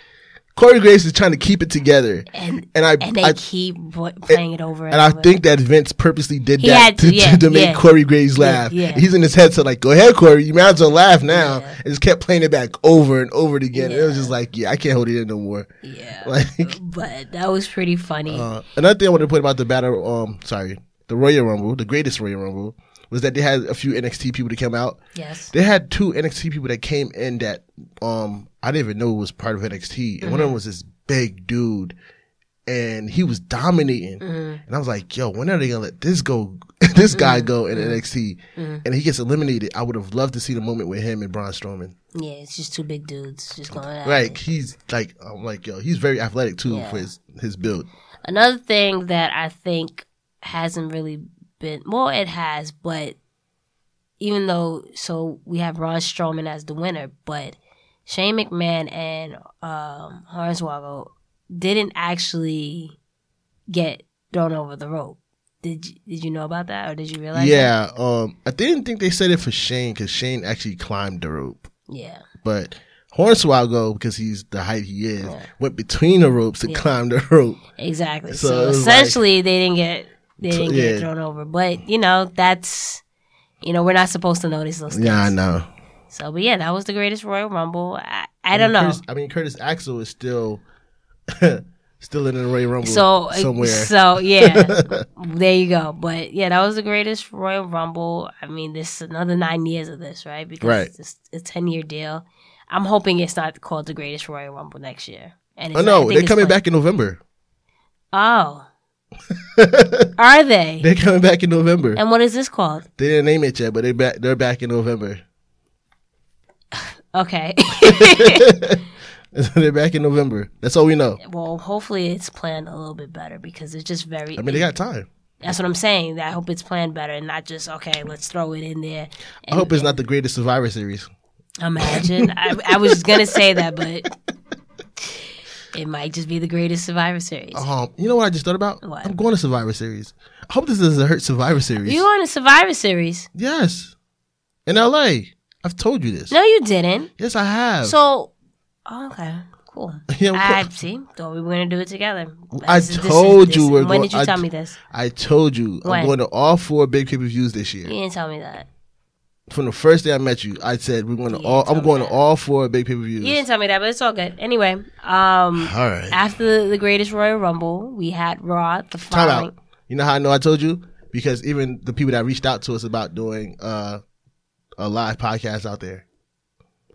[SPEAKER 4] Corey Graves is trying to keep it together,
[SPEAKER 5] And-
[SPEAKER 4] and I
[SPEAKER 5] And they
[SPEAKER 4] I,
[SPEAKER 5] keep bo- playing it over and,
[SPEAKER 4] and I
[SPEAKER 5] over.
[SPEAKER 4] think that Vince purposely did
[SPEAKER 5] He
[SPEAKER 4] that
[SPEAKER 5] had
[SPEAKER 4] to,
[SPEAKER 5] to,
[SPEAKER 4] to,
[SPEAKER 5] yeah,
[SPEAKER 4] to make
[SPEAKER 5] yeah.
[SPEAKER 4] Corey Graves laugh.
[SPEAKER 5] yeah.
[SPEAKER 4] He's in his head, so like, "Go ahead, Corey, you might as well laugh now." And just kept playing it back over and over again. And it was just like, "Yeah, I can't hold it in no more."
[SPEAKER 5] yeah,
[SPEAKER 4] Like,
[SPEAKER 5] but that was pretty funny.
[SPEAKER 4] Uh, another thing I wanted to point about the battle, um, sorry, the Royal Rumble, the greatest Royal Rumble, was that they had a few NXT people that came out.
[SPEAKER 5] yes,
[SPEAKER 4] They had two NXT people that came in that um I didn't even know was part of NXT, and
[SPEAKER 5] Mm-hmm.
[SPEAKER 4] one of them was this big dude, and he was dominating,
[SPEAKER 5] Mm-hmm.
[SPEAKER 4] and I was like, yo, when are they gonna let this go? [LAUGHS] this guy go in
[SPEAKER 5] Mm-hmm.
[SPEAKER 4] NXT, and he gets eliminated. I would have loved to see the moment with him and Braun Strowman.
[SPEAKER 5] yeah, it's just two big dudes just going at it.
[SPEAKER 4] Like he's like, I'm like, yo, he's very athletic too
[SPEAKER 5] Yeah.
[SPEAKER 4] for his his build.
[SPEAKER 5] Another thing that I think hasn't really been well, it has, but even though so we have Ron Strowman as the winner, but Shane McMahon and um, Hornswoggle didn't actually get thrown over the rope. Did you, did you know about that, or did you realize? that?
[SPEAKER 4] yeah, um, I didn't think they said it for Shane because Shane actually climbed the rope,
[SPEAKER 5] yeah.
[SPEAKER 4] but Hornswoggle because he's the height he is went between the ropes and climbed the rope.
[SPEAKER 5] Exactly.
[SPEAKER 4] So
[SPEAKER 5] So,
[SPEAKER 4] it was
[SPEAKER 5] essentially, they didn't get they didn't
[SPEAKER 4] yeah.
[SPEAKER 5] get thrown over. But you know, that's you know, we're not supposed to notice those things.
[SPEAKER 4] Yeah, I know.
[SPEAKER 5] So, but yeah, that was the greatest Royal Rumble. I, I don't know.
[SPEAKER 4] Curtis, I mean, Curtis Axel is still [LAUGHS] still in the Royal Rumble
[SPEAKER 5] So uh,
[SPEAKER 4] somewhere.
[SPEAKER 5] So
[SPEAKER 4] [LAUGHS]
[SPEAKER 5] yeah, there you go. But yeah, that was the greatest Royal Rumble. I mean, this is another nine years of this, right? Because
[SPEAKER 4] Right.
[SPEAKER 5] it's a ten year deal. I'm hoping it's not called the greatest Royal Rumble next year. And
[SPEAKER 4] oh
[SPEAKER 5] it's- I
[SPEAKER 4] no,
[SPEAKER 5] think
[SPEAKER 4] they're
[SPEAKER 5] it's
[SPEAKER 4] coming
[SPEAKER 5] like-
[SPEAKER 4] back in November. [LAUGHS]
[SPEAKER 5] Oh, are they?
[SPEAKER 4] They're coming back in November.
[SPEAKER 5] And what is this called?
[SPEAKER 4] They didn't name it yet, but they're back. They're back in November. [LAUGHS]
[SPEAKER 5] Okay. [LAUGHS]
[SPEAKER 4] they're back in November. That's all we know.
[SPEAKER 5] well, hopefully it's planned a little bit better because it's just very.
[SPEAKER 4] I mean, they got time.
[SPEAKER 5] that's what I'm saying. I hope it's planned better and not just okay. Let's throw it in there.
[SPEAKER 4] I hope it's not the greatest Survivor Series. [LAUGHS]
[SPEAKER 5] Imagine. I, I was gonna say that, but it might just be the greatest Survivor Series.
[SPEAKER 4] Um, you know what I just thought about?
[SPEAKER 5] What?
[SPEAKER 4] I'm going to Survivor Series. I hope this is a hurt Survivor Series.
[SPEAKER 5] You on a Survivor Series?
[SPEAKER 4] yes, in LA. I've told you this.
[SPEAKER 5] No, you didn't.
[SPEAKER 4] Yes, I have.
[SPEAKER 5] So, oh, okay, Cool.
[SPEAKER 4] [LAUGHS] Yeah, well,
[SPEAKER 5] I see. Thought we were gonna do it together.
[SPEAKER 4] I
[SPEAKER 5] This is- this is-
[SPEAKER 4] told
[SPEAKER 5] this-
[SPEAKER 4] you we're
[SPEAKER 5] When
[SPEAKER 4] going-
[SPEAKER 5] did you
[SPEAKER 4] I-
[SPEAKER 5] tell me this?
[SPEAKER 4] I told you
[SPEAKER 5] When?
[SPEAKER 4] I'm going to all four big pay per views this year.
[SPEAKER 5] You didn't tell me that.
[SPEAKER 4] From the first day I met you, I said we're going to
[SPEAKER 5] You
[SPEAKER 4] all.
[SPEAKER 5] didn't
[SPEAKER 4] I'm
[SPEAKER 5] tell
[SPEAKER 4] going
[SPEAKER 5] me
[SPEAKER 4] to
[SPEAKER 5] that.
[SPEAKER 4] all four big pay per views.
[SPEAKER 5] You didn't tell me that, but it's all good. Anyway, um,
[SPEAKER 4] All right.
[SPEAKER 5] after the, the Greatest Royal Rumble, we had Raw the
[SPEAKER 4] Time
[SPEAKER 5] following.
[SPEAKER 4] out. You know how I know I told you? Because even the people that reached out to us about doing uh, a live podcast out there.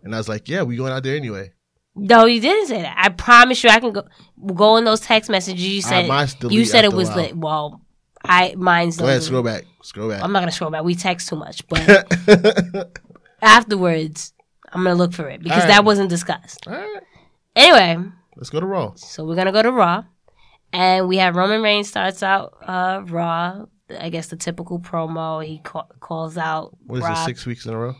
[SPEAKER 4] And I was like, yeah, we going out there anyway.
[SPEAKER 5] No, you didn't say that. I promise you, I can go go in those text messages. You
[SPEAKER 4] Uh,
[SPEAKER 5] said
[SPEAKER 4] mine's delete
[SPEAKER 5] you said it
[SPEAKER 4] after a
[SPEAKER 5] was
[SPEAKER 4] while.
[SPEAKER 5] lit. Well, I mine's
[SPEAKER 4] Go ahead,
[SPEAKER 5] deleted.
[SPEAKER 4] scroll back. Scroll back.
[SPEAKER 5] I'm not gonna scroll back. We text too much, but
[SPEAKER 4] [LAUGHS]
[SPEAKER 5] afterwards, I'm gonna look for it because
[SPEAKER 4] All right.
[SPEAKER 5] that wasn't discussed.
[SPEAKER 4] All right.
[SPEAKER 5] Anyway,
[SPEAKER 4] Let's go to Raw.
[SPEAKER 5] so we're gonna go to Raw, and we have Roman Reigns starts out uh, Raw. I guess the typical promo. He ca- calls out
[SPEAKER 4] What is it,
[SPEAKER 5] Rob.
[SPEAKER 4] six weeks in a row?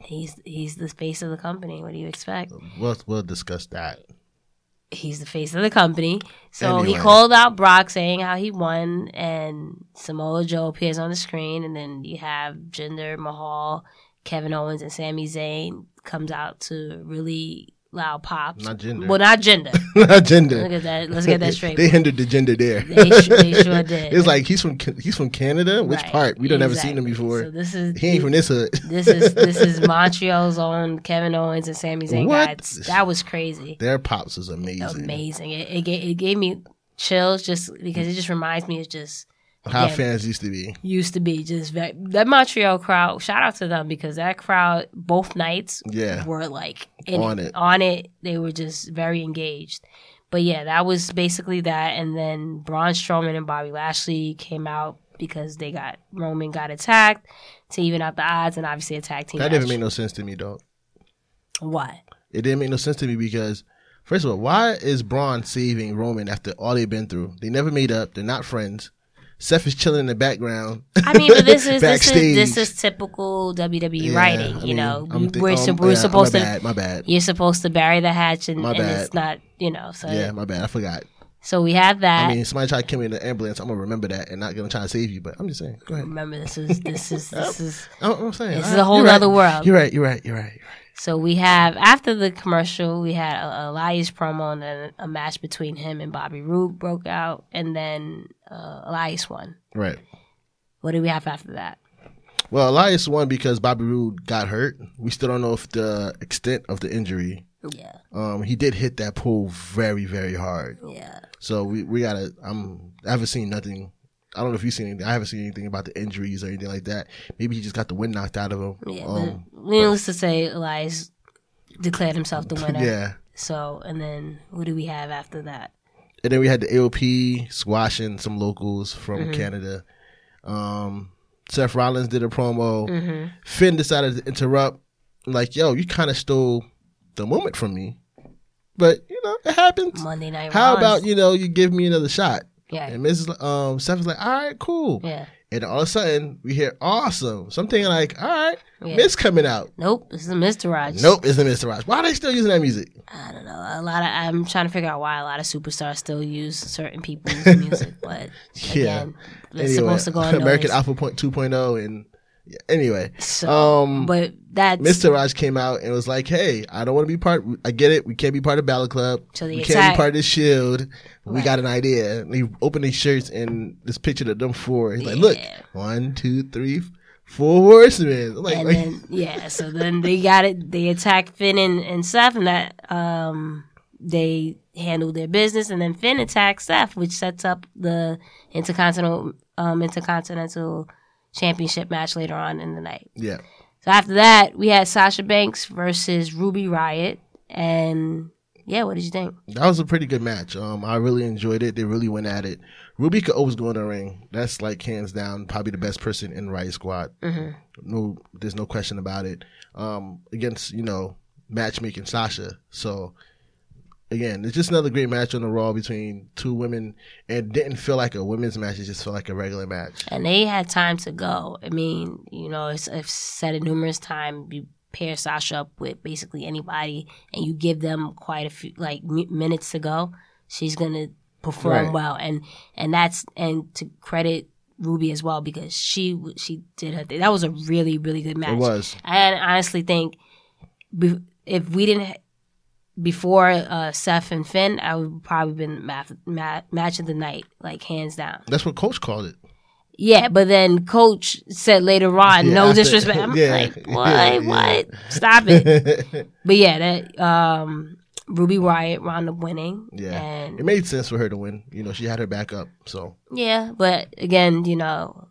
[SPEAKER 5] He's he's the face of the company. What do you expect?
[SPEAKER 4] We'll, we'll discuss that. [LAUGHS]
[SPEAKER 5] he's the face of the company. So
[SPEAKER 4] Anyway.
[SPEAKER 5] he called out Brock saying how he won, and Samoa Joe appears on the screen, and then you have Jinder Mahal, Kevin Owens, and Sami Zayn comes out to really loud pops.
[SPEAKER 4] Not Jinder.
[SPEAKER 5] Well, not
[SPEAKER 4] [LAUGHS]
[SPEAKER 5] Jinder. Look
[SPEAKER 4] gender.
[SPEAKER 5] at that. Let's
[SPEAKER 4] [LAUGHS]
[SPEAKER 5] get that straight.
[SPEAKER 4] they hindered the gender there.
[SPEAKER 5] They su- they
[SPEAKER 4] [LAUGHS]
[SPEAKER 5] sure did.
[SPEAKER 4] It's like he's from Ca- he's from Canada. Which
[SPEAKER 5] Right,
[SPEAKER 4] part? We don't ever seen him
[SPEAKER 5] exactly.
[SPEAKER 4] before.
[SPEAKER 5] So this is
[SPEAKER 4] he ain't from this hood.
[SPEAKER 5] this is this is Montreal's own Kevin Owens and Sami Zayn.
[SPEAKER 4] What?
[SPEAKER 5] That's- That was crazy.
[SPEAKER 4] [LAUGHS] Their pops is amazing.
[SPEAKER 5] amazing. It, it, gave, it gave me chills just because it just reminds me of just
[SPEAKER 4] How
[SPEAKER 5] Yeah.
[SPEAKER 4] fans used to be.
[SPEAKER 5] used to be just very, that Montreal crowd. Shout out to them because that crowd both nights
[SPEAKER 4] Yeah.
[SPEAKER 5] were like in,
[SPEAKER 4] On it.
[SPEAKER 5] On it, they were just very engaged. But yeah, that was basically that. And then Braun Strowman and Bobby Lashley came out because they got Roman got attacked to even out the odds, and obviously a tag team.
[SPEAKER 4] That didn't
[SPEAKER 5] match.
[SPEAKER 4] make no sense to me, dog.
[SPEAKER 5] what?
[SPEAKER 4] It didn't make no sense to me because, first of all, why is Braun saving Roman after all they've been through? They never made up. They're not friends. Seth is chilling in
[SPEAKER 5] [LAUGHS]
[SPEAKER 4] the background.
[SPEAKER 5] I mean, but this is this
[SPEAKER 4] Backstage.
[SPEAKER 5] is this is typical WWE
[SPEAKER 4] Yeah,
[SPEAKER 5] writing.
[SPEAKER 4] I
[SPEAKER 5] You
[SPEAKER 4] mean,
[SPEAKER 5] know,
[SPEAKER 4] I'm
[SPEAKER 5] We-
[SPEAKER 4] thi-
[SPEAKER 5] we're,
[SPEAKER 4] um,
[SPEAKER 5] sup- we're
[SPEAKER 4] yeah,
[SPEAKER 5] supposed
[SPEAKER 4] my
[SPEAKER 5] to
[SPEAKER 4] Bad, my bad.
[SPEAKER 5] you're supposed to bury the hatch, and,
[SPEAKER 4] My
[SPEAKER 5] and it's
[SPEAKER 4] bad.
[SPEAKER 5] not you know. So
[SPEAKER 4] Yeah, my bad. I forgot.
[SPEAKER 5] so we had that.
[SPEAKER 4] I mean, somebody tried to kill me in the ambulance. I'm gonna remember that and not gonna try to save you. But I'm just saying. Go ahead.
[SPEAKER 5] Remember, this is this is this is.
[SPEAKER 4] I'm, Oh, I'm saying
[SPEAKER 5] This
[SPEAKER 4] all
[SPEAKER 5] is a whole
[SPEAKER 4] you're right.
[SPEAKER 5] nother world.
[SPEAKER 4] You're right. You're right. You're right. You're
[SPEAKER 5] So we have after the commercial, we had a, Elias promo, and then a match between him and Bobby Roode broke out, and then uh, Elias won.
[SPEAKER 4] right. Right.
[SPEAKER 5] What do we have after that?
[SPEAKER 4] Well, Elias won because Bobby Roode got hurt. We still don't know if the extent of the injury.
[SPEAKER 5] Yeah,
[SPEAKER 4] Um, he did hit that pole very, very hard.
[SPEAKER 5] yeah.
[SPEAKER 4] So we, we gotta. I'm. I haven't seen nothing. I don't know if you've seen anything. I haven't seen anything about the injuries or anything like that. Maybe he just got the wind knocked out of him.
[SPEAKER 5] Yeah,
[SPEAKER 4] um,
[SPEAKER 5] but needless to say, Elias declared himself the winner.
[SPEAKER 4] yeah.
[SPEAKER 5] So, and then who do we have after that?
[SPEAKER 4] And then we had the AOP squashing some locals from
[SPEAKER 5] Mm-hmm.
[SPEAKER 4] Canada. Um, Seth Rollins did a
[SPEAKER 5] Mm-hmm.
[SPEAKER 4] promo. Finn decided to interrupt. Like, yo, you kind of stole the moment from me. But you know, it happens.
[SPEAKER 5] Monday Night Raw
[SPEAKER 4] How
[SPEAKER 5] is-
[SPEAKER 4] about you know you give me another shot?
[SPEAKER 5] Yeah.
[SPEAKER 4] And Mrs. Um, Seth was like, all right, cool.
[SPEAKER 5] Yeah.
[SPEAKER 4] And all of a sudden, we hear awesome. Something like, all right,
[SPEAKER 5] Yeah.
[SPEAKER 4] Miss coming out.
[SPEAKER 5] Nope, this is Mr. Rogers.
[SPEAKER 4] Nope, it's the Mr. Raj. Why are they still using that music?
[SPEAKER 5] I don't know. A lot of I'm trying to figure out why a lot of superstars still use certain people's [LAUGHS] music,
[SPEAKER 4] [LAUGHS]
[SPEAKER 5] but again, it's supposed to go
[SPEAKER 4] American
[SPEAKER 5] unnoticed.
[SPEAKER 4] Alpha Point 2.0. And yeah, anyway,
[SPEAKER 5] So,
[SPEAKER 4] um,
[SPEAKER 5] but that's
[SPEAKER 4] Mr. Raj came out and was like, hey, I don't want to be part. I get it. We can't be part of Battle Club.
[SPEAKER 5] So they
[SPEAKER 4] we can't
[SPEAKER 5] attacked.
[SPEAKER 4] be part of this shield. We
[SPEAKER 5] Right.
[SPEAKER 4] got an idea. And he opened his shirts and this picture of them four. He's like, look,
[SPEAKER 5] Yeah.
[SPEAKER 4] one, two, three, four horsemen. I'm like,
[SPEAKER 5] and
[SPEAKER 4] like-
[SPEAKER 5] then yeah. So then they got it. They attacked Finn and, and Seth, and that um they handled their business, and then Finn attacked Seth, which sets up the intercontinental um intercontinental championship match later on in the night.
[SPEAKER 4] yeah.
[SPEAKER 5] So after that, we had Sasha Banks versus Ruby Riot, and yeah, what did you think?
[SPEAKER 4] That was a pretty good match. Um, I really enjoyed it. They really went at it. Ruby could always go in the ring. That's like hands down probably the best person in Riot Squad. No, there's no question about it. Um, against you know matchmaking Sasha. So again, it's just another great match on the Raw between two women. It didn't feel like a women's match. It just felt like a regular match.
[SPEAKER 5] And they had time to go. I mean, you know, it's, I've said it numerous times. You pair Sasha up with basically anybody, and you give them quite a few like mi minutes to go. She's gonna perform
[SPEAKER 4] Right.
[SPEAKER 5] well, and and that's and to credit Ruby as well because she w- she did her thing. That was a really really good match.
[SPEAKER 4] It was
[SPEAKER 5] I honestly think be- if we didn't ha- before uh, Seth and Finn, I would probably been math, ma match of the night, like hands down.
[SPEAKER 4] That's what Coach called it.
[SPEAKER 5] Yeah, but then Coach said later on,
[SPEAKER 4] Yeah,
[SPEAKER 5] no
[SPEAKER 4] after-
[SPEAKER 5] disrespect. I'm
[SPEAKER 4] yeah,
[SPEAKER 5] like,
[SPEAKER 4] [LAUGHS] yeah,
[SPEAKER 5] what?
[SPEAKER 4] yeah.
[SPEAKER 5] What? Stop it. [LAUGHS] But yeah, that um, Ruby Riot wound up winning.
[SPEAKER 4] [LAUGHS] yeah,
[SPEAKER 5] And
[SPEAKER 4] it made sense for her to win. You know, she had her back up. So
[SPEAKER 5] yeah, but again, you know,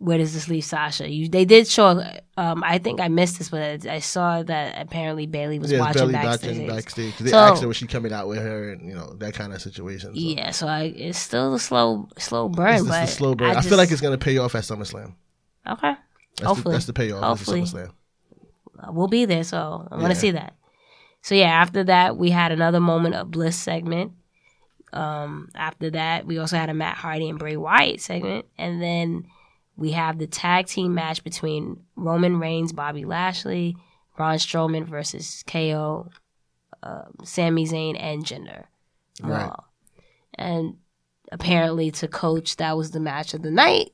[SPEAKER 5] where does this leave Sasha? You, they did show. Um, I think I missed this, but I, I saw that apparently Bailey was
[SPEAKER 4] yeah, it's
[SPEAKER 5] watching
[SPEAKER 4] Bailey
[SPEAKER 5] backstage.
[SPEAKER 4] backstage. backstage. 'Cause They
[SPEAKER 5] So-
[SPEAKER 4] asked her was she coming out with her, and you know that kind of situation. So.
[SPEAKER 5] Yeah, so I, it's still a slow, slow burn.
[SPEAKER 4] It's
[SPEAKER 5] but
[SPEAKER 4] just a slow burn. I,
[SPEAKER 5] just-
[SPEAKER 4] feel like it's gonna pay off at SummerSlam.
[SPEAKER 5] okay.
[SPEAKER 4] That's
[SPEAKER 5] Hopefully.
[SPEAKER 4] the, that's the payoff
[SPEAKER 5] Hopefully.
[SPEAKER 4] Hopefully. SummerSlam.
[SPEAKER 5] Uh, we'll be there, so I want to
[SPEAKER 4] Yeah.
[SPEAKER 5] see that. So yeah, after that we had another moment of bliss segment. Um, after that we also had a Matt Hardy and Bray Wyatt segment, and then we have the tag team match between Roman Reigns, Bobby Lashley, Braun Strowman versus KO, um, Sami Zayn, and Jinder. Mahal.
[SPEAKER 4] Right.
[SPEAKER 5] And apparently, to coach, that was the match of the night.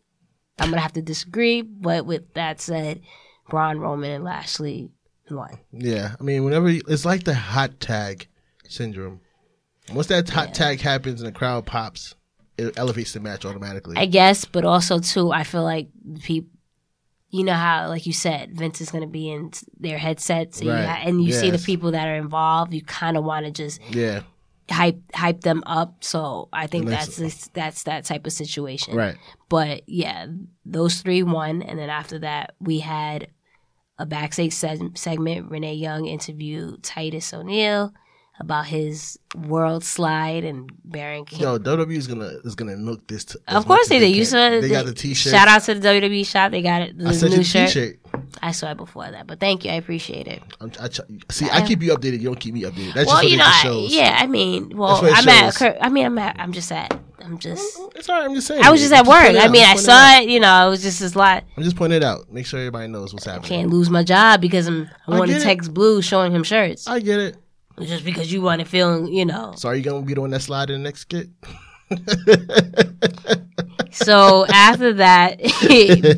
[SPEAKER 5] I'm gonna have to disagree, but with that said, Braun, Roman, and Lashley won.
[SPEAKER 4] Yeah, I mean, whenever you, it's like the hot tag syndrome. Once that hot tag happens and the crowd pops, it elevates the match automatically.
[SPEAKER 5] I guess, but also too, I feel like people, you know how, like you said, Vince is gonna be in their headsets, and you,
[SPEAKER 4] Right.
[SPEAKER 5] ha- and you see the
[SPEAKER 4] Yes.
[SPEAKER 5] people that are involved. You kind of want to just
[SPEAKER 4] yeah,
[SPEAKER 5] hype hype them up. So I think
[SPEAKER 4] And
[SPEAKER 5] that's
[SPEAKER 4] that's-
[SPEAKER 5] that's, that's that type of situation.
[SPEAKER 4] right.
[SPEAKER 5] But yeah, those three won, and then after that, we had a backstage seg- segment. Renee Young interviewed Titus O'Neil about his world slide and Baron King.
[SPEAKER 4] Yo, WWE is gonna is gonna milk this. T- as
[SPEAKER 5] of course
[SPEAKER 4] much
[SPEAKER 5] they
[SPEAKER 4] as
[SPEAKER 5] did. You saw
[SPEAKER 4] can. They got the T-shirt.
[SPEAKER 5] Shout out to the WWE shop. They got it. The
[SPEAKER 4] I sent
[SPEAKER 5] new
[SPEAKER 4] you the
[SPEAKER 5] shirt.
[SPEAKER 4] T-shirt.
[SPEAKER 5] I saw it before that, but thank you. I appreciate it.
[SPEAKER 4] I'm, I ch- see, I keep you updated. You don't keep me updated. That's
[SPEAKER 5] well,
[SPEAKER 4] just what
[SPEAKER 5] you
[SPEAKER 4] it
[SPEAKER 5] know,
[SPEAKER 4] just
[SPEAKER 5] I,
[SPEAKER 4] shows.
[SPEAKER 5] yeah. I mean, well,
[SPEAKER 4] what it
[SPEAKER 5] I'm at.
[SPEAKER 4] shows.
[SPEAKER 5] Cur- I mean, I'm at. I'm just at. I'm just.
[SPEAKER 4] It's all right. I'm just saying.
[SPEAKER 5] I was just at work.
[SPEAKER 4] pointing
[SPEAKER 5] I
[SPEAKER 4] out,
[SPEAKER 5] mean, I
[SPEAKER 4] just pointing
[SPEAKER 5] saw it. You know, it was just this lot.
[SPEAKER 4] out. I'm just pointing it out. Make sure everybody knows what's happening.
[SPEAKER 5] can't lose my job because I'm I
[SPEAKER 4] I
[SPEAKER 5] want to
[SPEAKER 4] get it.
[SPEAKER 5] text Blue showing him shirts
[SPEAKER 4] I get it.
[SPEAKER 5] just because you want to feel you know.
[SPEAKER 4] So are you gonna be the one that slide in the next skit?
[SPEAKER 5] So [LAUGHS] after that,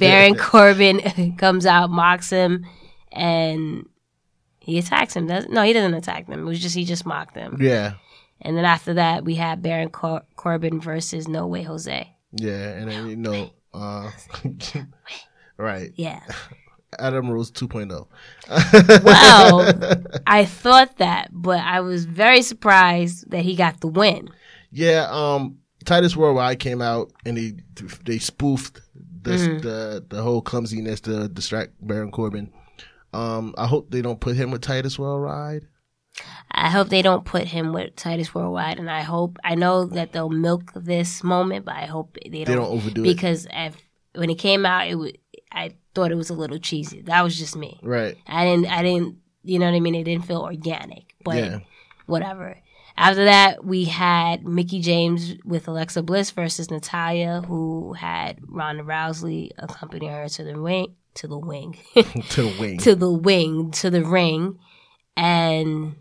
[SPEAKER 5] Baron
[SPEAKER 4] [LAUGHS]
[SPEAKER 5] Corbin [LAUGHS] comes out, mocks him, and he attacks him. Does no, he doesn't attack them. It was just he just mocked them.
[SPEAKER 4] Yeah,
[SPEAKER 5] And then after that, we had Baron Cor- Corbin versus No Way Jose.
[SPEAKER 4] yeah. And then you know, uh, [LAUGHS] right? [LAUGHS]
[SPEAKER 5] Yeah.
[SPEAKER 4] Adam Rose oh. 2.0.
[SPEAKER 5] Well, I thought that, but I was very surprised that he got the win.
[SPEAKER 4] [LAUGHS] Yeah, um, Titus Worldwide came out and they they spoofed the
[SPEAKER 5] Mm-hmm.
[SPEAKER 4] the, the whole clumsiness to distract Baron Corbin. Um, I hope they don't put him with Titus Worldwide.
[SPEAKER 5] I hope they don't put him with Titus Worldwide, and I hope I know that they'll milk this moment, but I hope they don't,
[SPEAKER 4] They don't overdo it.
[SPEAKER 5] because if, when it came out, it wa I thought it was a little cheesy. That was just me.
[SPEAKER 4] Right.
[SPEAKER 5] I didn't. I didn't. You know what I mean? It didn't feel organic, but
[SPEAKER 4] Yeah. [LAUGHS]
[SPEAKER 5] whatever. After that, we had Mickey James with Alexa Bliss versus Natalia, who had Ronda Rousey accompany her to the ring. To the wing. [LAUGHS]
[SPEAKER 4] To the wing.
[SPEAKER 5] to the wing, to the ring, and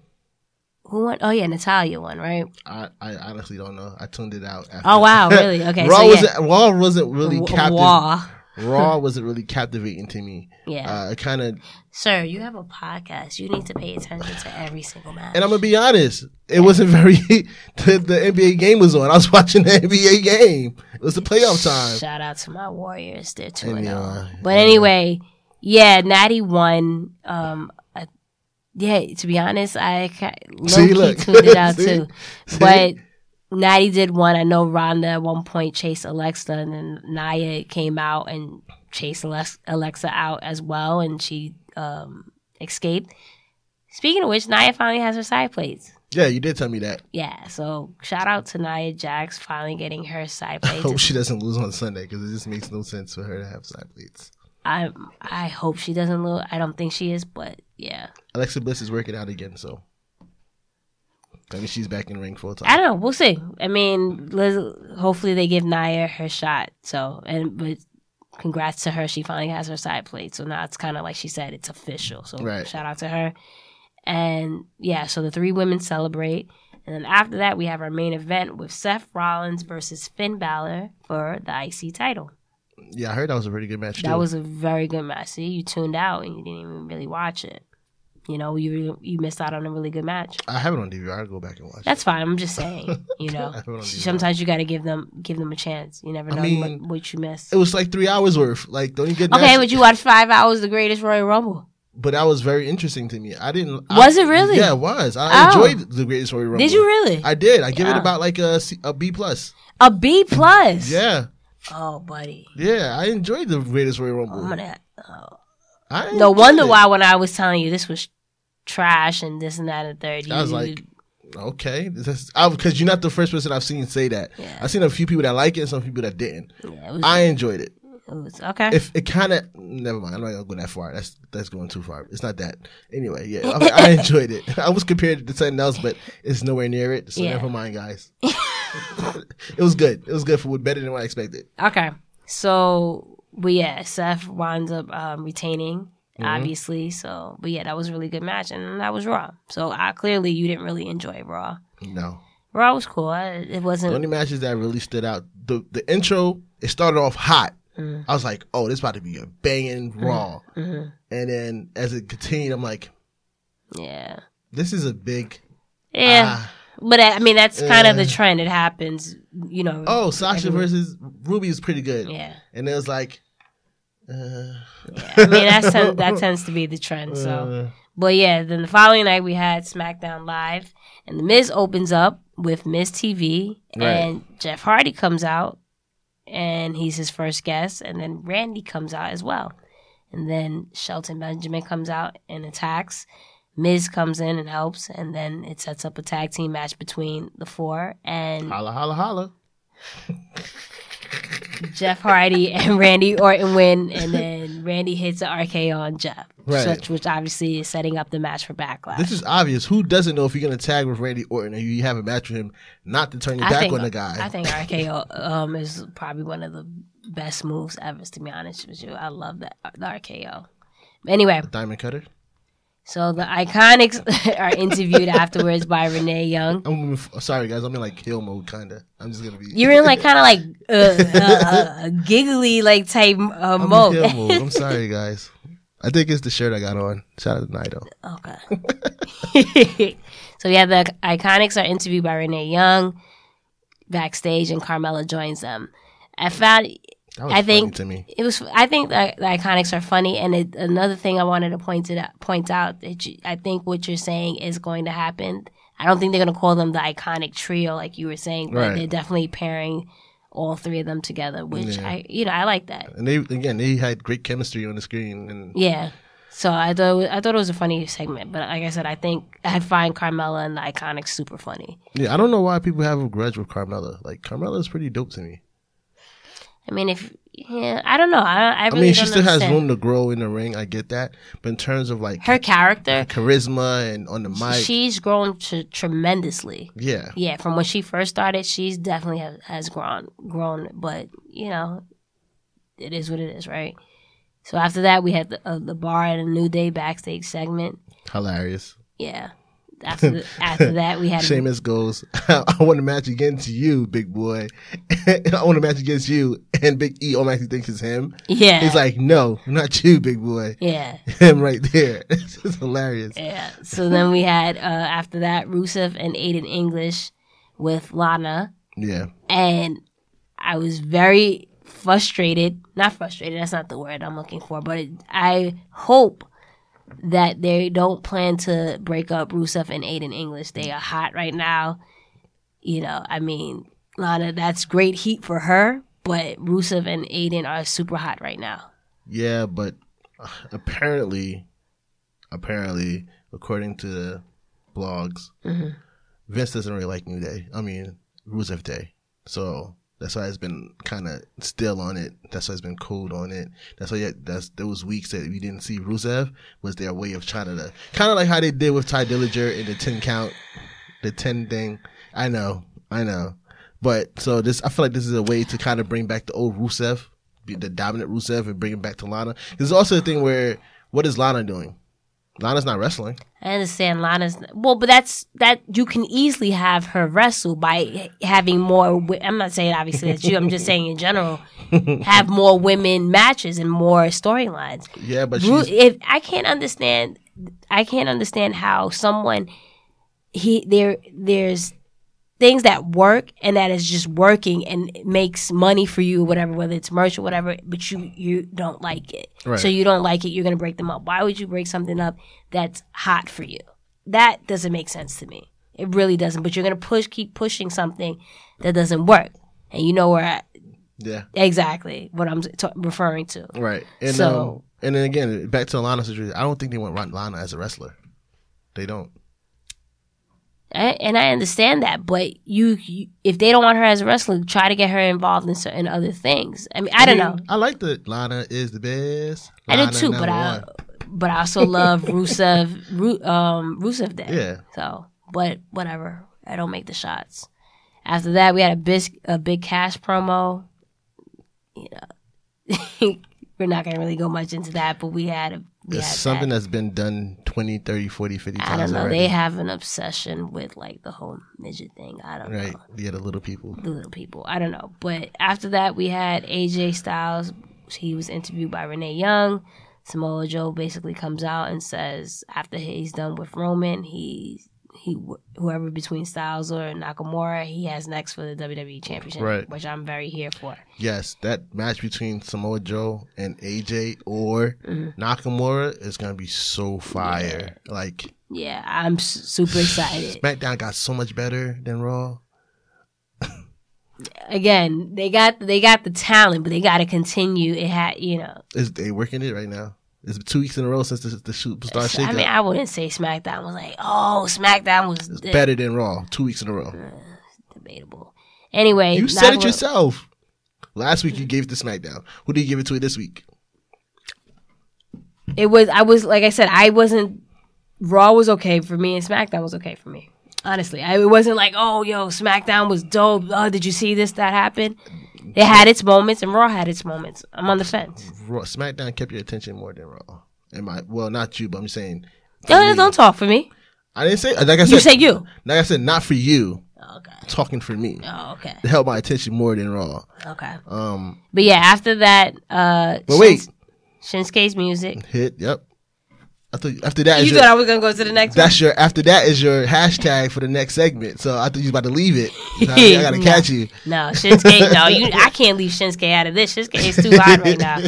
[SPEAKER 5] who won? Oh yeah, Natalia won, right?
[SPEAKER 4] I, I honestly don't know. I tuned it out. After.
[SPEAKER 5] Oh
[SPEAKER 4] [LAUGHS]
[SPEAKER 5] wow, really? Okay,
[SPEAKER 4] Raw
[SPEAKER 5] so yeah,
[SPEAKER 4] wasn't Raw wasn't really
[SPEAKER 5] W-
[SPEAKER 4] captiv-
[SPEAKER 5] Wah. [LAUGHS]
[SPEAKER 4] Raw wasn't really captivating to me.
[SPEAKER 5] Yeah,
[SPEAKER 4] Uh, it kind of
[SPEAKER 5] sir, you have a podcast. You need to pay attention to every single match.
[SPEAKER 4] And I'm gonna be honest, it wasn't [LAUGHS] very. The, the NBA game was on. I was [LAUGHS] watching the NBA game. It was the playoff time.
[SPEAKER 5] Shout out to my Warriors, they're two
[SPEAKER 4] And,
[SPEAKER 5] and
[SPEAKER 4] uh,
[SPEAKER 5] zero. But anyway, yeah, Natty won. Um, I, yeah, to be honest, I low
[SPEAKER 4] See,
[SPEAKER 5] key
[SPEAKER 4] look.
[SPEAKER 5] tuned it out
[SPEAKER 4] [LAUGHS] See?
[SPEAKER 5] too,
[SPEAKER 4] See?
[SPEAKER 5] but. Natty did one. I know Rhonda at one point chased Alexa, and then Naya came out and chased Alex- Alexa out as well, and she um, escaped. Speaking of which, Naya finally has her side plates.
[SPEAKER 4] Yeah, you did tell me that.
[SPEAKER 5] Yeah, so shout out to Nia Jax finally getting her
[SPEAKER 4] [LAUGHS]
[SPEAKER 5] side
[SPEAKER 4] I
[SPEAKER 5] plates.
[SPEAKER 4] hope she doesn't lose on Sunday because it just makes no sense for her to have side plates.
[SPEAKER 5] I I hope she doesn't lose. I don't think she is, but yeah,
[SPEAKER 4] Alexa Bliss is working out again, so I mean she's back in the ring full
[SPEAKER 5] I
[SPEAKER 4] time.
[SPEAKER 5] don't know. We'll see. I mean, Liz, hopefully they give Nia her shot. So and but congrats to her. She finally has her side plate. So now it's kind of like she said, it's official. So
[SPEAKER 4] Right.
[SPEAKER 5] shout out to her. And yeah, so the three women celebrate. And then after that, we have our main event with Seth Rollins versus Finn Balor for the IC title.
[SPEAKER 4] Yeah, I heard that was a pretty good match.
[SPEAKER 5] That
[SPEAKER 4] too.
[SPEAKER 5] was a very good match. See, you tuned out and you didn't even really watch it. you know, you you missed out on a really good match.
[SPEAKER 4] I have it on DVR. I'll go back and watch.
[SPEAKER 5] That's fine. I'm just
[SPEAKER 4] [LAUGHS]
[SPEAKER 5] saying, you
[SPEAKER 4] I
[SPEAKER 5] know,
[SPEAKER 4] don't do
[SPEAKER 5] sometimes you got to give them give them a chance. You never
[SPEAKER 4] I
[SPEAKER 5] know
[SPEAKER 4] mean,
[SPEAKER 5] what, what you miss.
[SPEAKER 4] it. It was like three hours worth. Like, don't you get
[SPEAKER 5] Okay,
[SPEAKER 4] nasty-
[SPEAKER 5] would you watch five hours the greatest Royal Rumble?
[SPEAKER 4] But that was very interesting to me. I didn't. I-
[SPEAKER 5] Was it really?
[SPEAKER 4] Yeah, it was. I
[SPEAKER 5] Oh.
[SPEAKER 4] enjoyed the Greatest Royal Rumble.
[SPEAKER 5] Did you really?
[SPEAKER 4] I did. I give it
[SPEAKER 5] Yeah.
[SPEAKER 4] about like a, C, a B plus.
[SPEAKER 5] A B plus.
[SPEAKER 4] Yeah,
[SPEAKER 5] Oh, buddy.
[SPEAKER 4] yeah. I enjoyed the Greatest Royal Rumble.
[SPEAKER 5] I'm gonna.
[SPEAKER 4] I
[SPEAKER 5] No
[SPEAKER 4] enjoyed
[SPEAKER 5] wonder
[SPEAKER 4] it.
[SPEAKER 5] why when I was telling you this was trash and this and that and third.
[SPEAKER 4] I was
[SPEAKER 5] you-
[SPEAKER 4] like, okay, because you're not the first person I've seen say that.
[SPEAKER 5] Yeah. Mm-hmm.
[SPEAKER 4] I've seen a few people that like it, and some people that didn't.
[SPEAKER 5] Yeah, it was,
[SPEAKER 4] I enjoyed it.
[SPEAKER 5] it was- [LAUGHS] okay.
[SPEAKER 4] If it kind of, never mind. I'm not gonna go that far. That's that's going too far. It's not that. Anyway, yeah,
[SPEAKER 5] [LAUGHS]
[SPEAKER 4] I, I enjoyed it. I was compared to something else, but it's nowhere near it. So
[SPEAKER 5] Yeah.
[SPEAKER 4] never mind,
[SPEAKER 5] [LAUGHS]
[SPEAKER 4] guys. it was good. It was good for better than what I expected.
[SPEAKER 5] Okay. So, but yeah, Seth winds up um, retaining,
[SPEAKER 4] Mm-hmm.
[SPEAKER 5] obviously. So, but yeah, that was a really good match, and that was Raw. So, I clearly you didn't really enjoy Raw.
[SPEAKER 4] No.
[SPEAKER 5] Raw was cool. I, it
[SPEAKER 4] The
[SPEAKER 5] wasn't.
[SPEAKER 4] only matches that really stood out, the the intro, it started off hot.
[SPEAKER 5] Mm-hmm.
[SPEAKER 4] I was like, oh, this about to be a banging raw. And then as it continued, I'm like,
[SPEAKER 5] Yeah.
[SPEAKER 4] this is a big.
[SPEAKER 5] Yeah.
[SPEAKER 4] e- ah.
[SPEAKER 5] but I, I mean, that's kind of the
[SPEAKER 4] Yeah.
[SPEAKER 5] trend. It happens. You know.
[SPEAKER 4] Oh, Sasha
[SPEAKER 5] every-
[SPEAKER 4] versus Ruby is pretty good.
[SPEAKER 5] Yeah.
[SPEAKER 4] And it was like, uh,
[SPEAKER 5] yeah. I mean,
[SPEAKER 4] [LAUGHS]
[SPEAKER 5] that's ten, that tends to be the trend. So. But yeah, then the following night we had SmackDown Live, and The Miz opens up with Miz TV,
[SPEAKER 4] Right.
[SPEAKER 5] and Jeff Hardy comes out, and he's his first guest, and then Randy comes out as well, and then Shelton Benjamin comes out and attacks. Miz comes in and helps, and then it sets up a tag team match between the four and
[SPEAKER 4] holla, holla, holla.
[SPEAKER 5] Jeff
[SPEAKER 4] [LAUGHS]
[SPEAKER 5] Hardy and Randy Orton win, and then Randy hits an RK on Jeff,
[SPEAKER 4] Right.
[SPEAKER 5] which, which obviously is setting up the match for Backlash.
[SPEAKER 4] This is obvious. Who doesn't know if you're going to tag with Randy Orton and you have a match with him, not to turn your back on the guy?
[SPEAKER 5] I think RKO um, is probably one of the best moves ever. To be honest with you, I love that the RKO. Anyway,
[SPEAKER 4] Diamond Cutter.
[SPEAKER 5] so the Iconics [LAUGHS] are interviewed afterwards by Renee Young.
[SPEAKER 4] I'm f- sorry, guys. I'm in like kill mode, kind of. I'm just going to be.
[SPEAKER 5] You're in like kind of like uh, uh, uh, giggly like type uh,
[SPEAKER 4] I'm
[SPEAKER 5] mode. [LAUGHS]
[SPEAKER 4] in kill mode. I'm sorry, guys. I think it's the shirt I got on. Shout out to Nido.
[SPEAKER 5] Okay. [LAUGHS] so yeah, the Iconics are interviewed by Renee Young backstage, and Carmella joins them. I found
[SPEAKER 4] That was
[SPEAKER 5] I
[SPEAKER 4] funny
[SPEAKER 5] think-
[SPEAKER 4] to me.
[SPEAKER 5] it was. I think the, the iconics are funny, and it, another thing I wanted to point it out, point out that you, I think what you're saying is going to happen. I don't think they're going to call them the iconic trio like you were saying, but
[SPEAKER 4] Right.
[SPEAKER 5] they're definitely pairing all three of them together, which
[SPEAKER 4] Yeah.
[SPEAKER 5] I, you know, I like that.
[SPEAKER 4] And they again, they had great chemistry on the screen. And
[SPEAKER 5] Yeah. So I thought it was, I thought it was a funny segment, but like I said, I think I find Carmella and the iconics super funny.
[SPEAKER 4] yeah, I don't know why people have a grudge with Carmella. Like Carmella is pretty dope to me.
[SPEAKER 5] I mean, if yeah, I don't know. I, I
[SPEAKER 4] I
[SPEAKER 5] really
[SPEAKER 4] mean, she
[SPEAKER 5] don't
[SPEAKER 4] still has
[SPEAKER 5] understand.
[SPEAKER 4] room to grow in the ring. I get that, but in terms of like
[SPEAKER 5] Her character,
[SPEAKER 4] charisma and on the mic,
[SPEAKER 5] she's grown tr tremendously.
[SPEAKER 4] yeah,
[SPEAKER 5] yeah, from when she first started, she's definitely has, has grown, grown. But you know, it is what it is, right? So after that, we had the, uh, the bar and a new day backstage segment.
[SPEAKER 4] hilarious.
[SPEAKER 5] Yeah. After
[SPEAKER 4] [LAUGHS]
[SPEAKER 5] the, after that, we had
[SPEAKER 4] Sheamus goes, [LAUGHS] I want to match against you, big boy. [LAUGHS] I want to match against you. And Big E automatically thinks it's him.
[SPEAKER 5] yeah,
[SPEAKER 4] He's like, no, not you, big boy.
[SPEAKER 5] yeah,
[SPEAKER 4] [LAUGHS] Him right there. It's just hilarious.
[SPEAKER 5] yeah. So then we had uh, after that, Rusev and Aiden English with Lana,
[SPEAKER 4] Yeah.
[SPEAKER 5] and I was very frustrated. Not frustrated. That's not the word I'm looking for. But it, I hope that they don't plan to break up Rusev and Aiden English. They are hot right now. You know, I mean, Lana, that's great heat for her. But Rusev and Aiden are super hot right now.
[SPEAKER 4] Yeah, but uh, apparently, apparently, according to the blogs, Vince doesn't really like New Day. I mean, Rusev Day. So that's why it's been kind of still on it. That's why it's been cold on it. That's why yeah, that's those weeks that we didn't see Rusev was their way of trying to kind of like how they did with Ty Dillinger in the ten count, the ten thing. I know, I know. But so this, I feel like this is a way to kind of bring back the old Rusev, be the dominant Rusev, and bring it back to Lana. There's also a thing where what is Lana doing? Lana's not wrestling.
[SPEAKER 5] I understand Lana's well, but that's that you can easily have her wrestle by having more. wi- I'm not saying obviously that's you. I'm just saying in general, have more women matches and more storylines.
[SPEAKER 4] Yeah, but
[SPEAKER 5] Ru-
[SPEAKER 4] she's
[SPEAKER 5] if I can't understand I can't understand how someone he there there's things that work and that is just working and it makes money for you or whatever whether it's merch or whatever but you you don't like it
[SPEAKER 4] Right.
[SPEAKER 5] so you don't like it you're gonna break them up why would you break something up that's hot for you that doesn't make sense to me it really doesn't but you're gonna push keep pushing something that doesn't work and you know where I,
[SPEAKER 4] Yeah.
[SPEAKER 5] exactly what i'm ta- referring to
[SPEAKER 4] Right. And
[SPEAKER 5] So-
[SPEAKER 4] um, and then again, back to Lana's situation. I don't think they want Ron- Lana as a wrestler. They don't.
[SPEAKER 5] I, Eh, and I understand that, but you, you, if they don't want her as a wrestler, try to get her involved in certain other things. I mean, I don't know.
[SPEAKER 4] I like that Lana is the best.
[SPEAKER 5] I
[SPEAKER 4] Lana
[SPEAKER 5] do too, but
[SPEAKER 4] number
[SPEAKER 5] I,
[SPEAKER 4] one.
[SPEAKER 5] but I
[SPEAKER 4] [LAUGHS]
[SPEAKER 5] also love Rusev, Ru, um, Rusev Day.
[SPEAKER 4] Yeah.
[SPEAKER 5] So, but whatever. I don't make the shots. After that, we had a bis a big cash promo. You know, [LAUGHS] we're not gonna really go much into that, but we had a we
[SPEAKER 4] It's
[SPEAKER 5] had
[SPEAKER 4] something
[SPEAKER 5] that.
[SPEAKER 4] that's been done 20, 30, 40, 50
[SPEAKER 5] I
[SPEAKER 4] times
[SPEAKER 5] don't know.
[SPEAKER 4] already.
[SPEAKER 5] They have an obsession with like the whole midget thing. I don't know.
[SPEAKER 4] right. Yeah, the little people.
[SPEAKER 5] the little people. I don't know. But after that, we had AJ Styles. He was interviewed by Renee Young. Samoa Joe basically comes out and says after he's done with Roman, he he whoever between Styles or Nakamura, he has next for the WWE Championship,
[SPEAKER 4] Right.
[SPEAKER 5] which I'm very here for.
[SPEAKER 4] Yes, that match between Samoa Joe and AJ or Nakamura is gonna be so fire. Like
[SPEAKER 5] Mm-hmm. Yeah, I'm s- super excited.
[SPEAKER 4] SmackDown got so much better than Raw.
[SPEAKER 5] Again, they got they got the talent, but they got to continue. It had you know.
[SPEAKER 4] Is they working it right now? It's two weeks in a row since the, the superstar
[SPEAKER 5] so-
[SPEAKER 4] shake.
[SPEAKER 5] I mean, I wouldn't say SmackDown was like, oh, SmackDown was
[SPEAKER 4] It's better than Raw. Two weeks in a row.
[SPEAKER 5] debatable. Anyway,
[SPEAKER 4] You said it
[SPEAKER 5] Nakamura-
[SPEAKER 4] yourself. Last week you gave it to SmackDown. Who do you give it to this week?
[SPEAKER 5] it was I was like I said I wasn't Raw was okay for me and SmackDown was okay for me. Honestly, I, it wasn't like oh yo SmackDown was dope. Oh, did you see this that happened? It had its moments and Raw had its moments. I'm on the fence.
[SPEAKER 4] Raw, SmackDown kept your attention more than Raw. Am I? Well, not you, but I'm saying.
[SPEAKER 5] Don't, don't talk for me.
[SPEAKER 4] I didn't say like I said.
[SPEAKER 5] You say you.
[SPEAKER 4] Like I said, not for you.
[SPEAKER 5] Okay.
[SPEAKER 4] Talking for me.
[SPEAKER 5] Oh, okay.
[SPEAKER 4] It held my attention more than Raw.
[SPEAKER 5] Okay.
[SPEAKER 4] Um,
[SPEAKER 5] But yeah, after that, uh,
[SPEAKER 4] but wait,
[SPEAKER 5] Shins- Shinsuke's music.
[SPEAKER 4] hit. Yep. I thought after that is
[SPEAKER 5] You
[SPEAKER 4] your,
[SPEAKER 5] thought I was gonna go to the next one.
[SPEAKER 4] that's your after that is your hashtag for the next segment. So I thought you was about to leave
[SPEAKER 5] [LAUGHS]
[SPEAKER 4] it. You know what I, mean? I gotta
[SPEAKER 5] No.
[SPEAKER 4] catch you. [LAUGHS]
[SPEAKER 5] No, Shinsuke. no, you. I can't leave Shinsuke out of this. Shinsuke is too hot right now.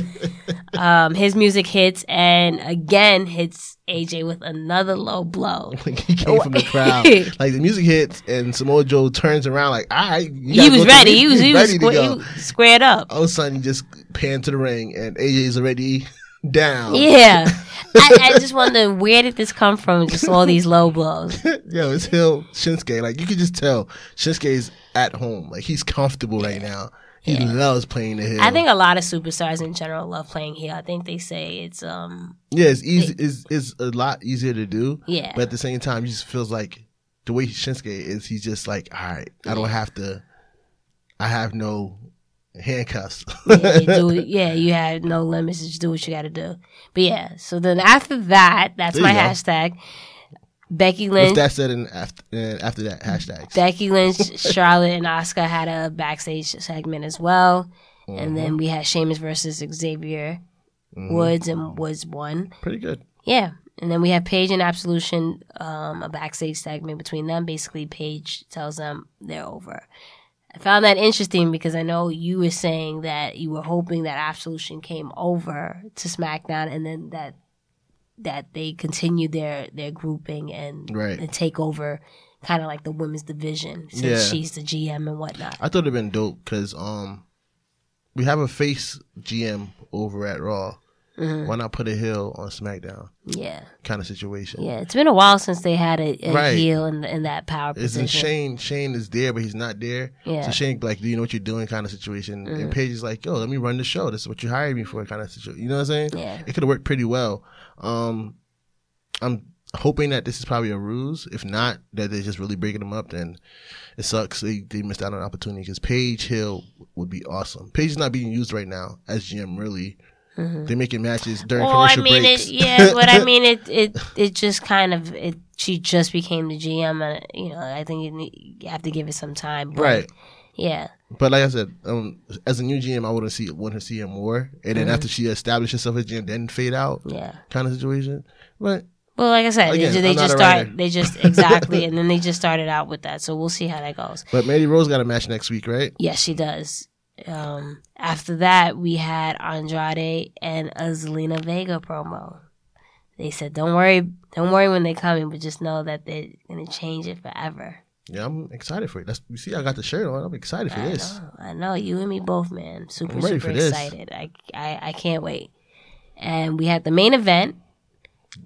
[SPEAKER 5] Um, his music hits and again hits AJ with another low blow.
[SPEAKER 4] Like he came from
[SPEAKER 5] [LAUGHS]
[SPEAKER 4] the crowd. Like the music hits and Samoa Joe turns around like, all right. you
[SPEAKER 5] He
[SPEAKER 4] gotta
[SPEAKER 5] was
[SPEAKER 4] go to
[SPEAKER 5] ready.
[SPEAKER 4] the-
[SPEAKER 5] He was he was,
[SPEAKER 4] ready to
[SPEAKER 5] squ- he
[SPEAKER 4] go.
[SPEAKER 5] was squared up.
[SPEAKER 4] All of a sudden he just panned to the ring and AJ's already [LAUGHS] down. [LAUGHS]
[SPEAKER 5] Yeah, I, I just wonder where did this come from? Just all these low blows.
[SPEAKER 4] Yo, it's Hill Shinsuke. Like you can just tell Shinsuke's at home. Like he's comfortable right now. He loves playing the hill.
[SPEAKER 5] I think a lot of superstars in general love playing heel. I think they say it's um
[SPEAKER 4] Yeah, it's easy. It's, it's a lot easier to do.
[SPEAKER 5] Yeah.
[SPEAKER 4] But at the same time, he just feels like the way Shinsuke is, he's just like, all right, I don't have to. I have no handcuffs. [LAUGHS]
[SPEAKER 5] yeah, you do yeah, you have no limits. Just do what you got to do. But yeah, so then after that, that's
[SPEAKER 4] There
[SPEAKER 5] my
[SPEAKER 4] you go.
[SPEAKER 5] hashtag. Becky
[SPEAKER 4] With
[SPEAKER 5] Lynch,
[SPEAKER 4] that said, and after, and after that, hashtags.
[SPEAKER 5] Becky Lynch, Charlotte, and Oscar had a backstage segment as well. And then we had Sheamus versus Xavier Woods, and Woods won.
[SPEAKER 4] Pretty good.
[SPEAKER 5] Yeah. And then we have Paige and Absolution, um, a backstage segment between them. Basically, Paige tells them they're over. I found that interesting because I know you were saying that you were hoping that Absolution came over to SmackDown and then that that they continue their their grouping and,
[SPEAKER 4] Right.
[SPEAKER 5] and take over kind of like the women's division since
[SPEAKER 4] Yeah.
[SPEAKER 5] she's the GM and whatnot.
[SPEAKER 4] I thought it'd been dope because um, we have a face GM over at Raw.
[SPEAKER 5] Mm-hmm.
[SPEAKER 4] Why not put a hill on SmackDown
[SPEAKER 5] Yeah.
[SPEAKER 4] kind of situation?
[SPEAKER 5] Yeah. It's been a while since they had a, a
[SPEAKER 4] Right.
[SPEAKER 5] heel in, in that power position.
[SPEAKER 4] Isn't Shane? Shane is there, but he's not there.
[SPEAKER 5] Mm-hmm. Yeah. Mm-hmm.
[SPEAKER 4] So Shane, like, do you know what you're doing? Kind of situation. And Paige is like, yo, let me run the show. This is what you hired me for. Kind of situation. You know what I'm saying?
[SPEAKER 5] Yeah.
[SPEAKER 4] It could have worked pretty well. Um, I'm hoping that this is probably a ruse. If not, that they're just really breaking them up, then it sucks. They, they missed out on an opportunity because Paige Hill would be awesome. Paige is not being used right now as GM. Really,
[SPEAKER 5] Mm-hmm.
[SPEAKER 4] they're making matches during
[SPEAKER 5] Well, I
[SPEAKER 4] commercial
[SPEAKER 5] mean,
[SPEAKER 4] breaks.
[SPEAKER 5] it, yeah, but
[SPEAKER 4] [LAUGHS]
[SPEAKER 5] I mean, it, it, it just kind of, it, she just became the GM, and you know, I think you, need, you have to give it some time. But
[SPEAKER 4] Right.
[SPEAKER 5] Yeah.
[SPEAKER 4] But like I said, um, as a new GM, I want to see want to see her more, and then after she established herself as GM, then fade out.
[SPEAKER 5] Mm-hmm. Yeah.
[SPEAKER 4] kind of situation. But
[SPEAKER 5] Well, like I said,
[SPEAKER 4] Again,
[SPEAKER 5] they, they
[SPEAKER 4] I'm not
[SPEAKER 5] just
[SPEAKER 4] a
[SPEAKER 5] start.
[SPEAKER 4] writer.
[SPEAKER 5] They just
[SPEAKER 4] [LAUGHS]
[SPEAKER 5] exactly, and then they just started out with that. So we'll see how that goes.
[SPEAKER 4] But Mandy Rose got a match next week, right?
[SPEAKER 5] Yes, she does. Um, after that, we had Andrade and a Zelina Vega promo. They said, "Don't worry, don't worry when they come in, but just know that they're gonna change it forever."
[SPEAKER 4] Yeah, I'm excited for it. That's, you see, I got the shirt on. I'm excited for
[SPEAKER 5] I
[SPEAKER 4] this.
[SPEAKER 5] know, I know. You and me both, man. Super,
[SPEAKER 4] I'm ready
[SPEAKER 5] super
[SPEAKER 4] for this.
[SPEAKER 5] excited. I, I, I can't wait. And we had the main event.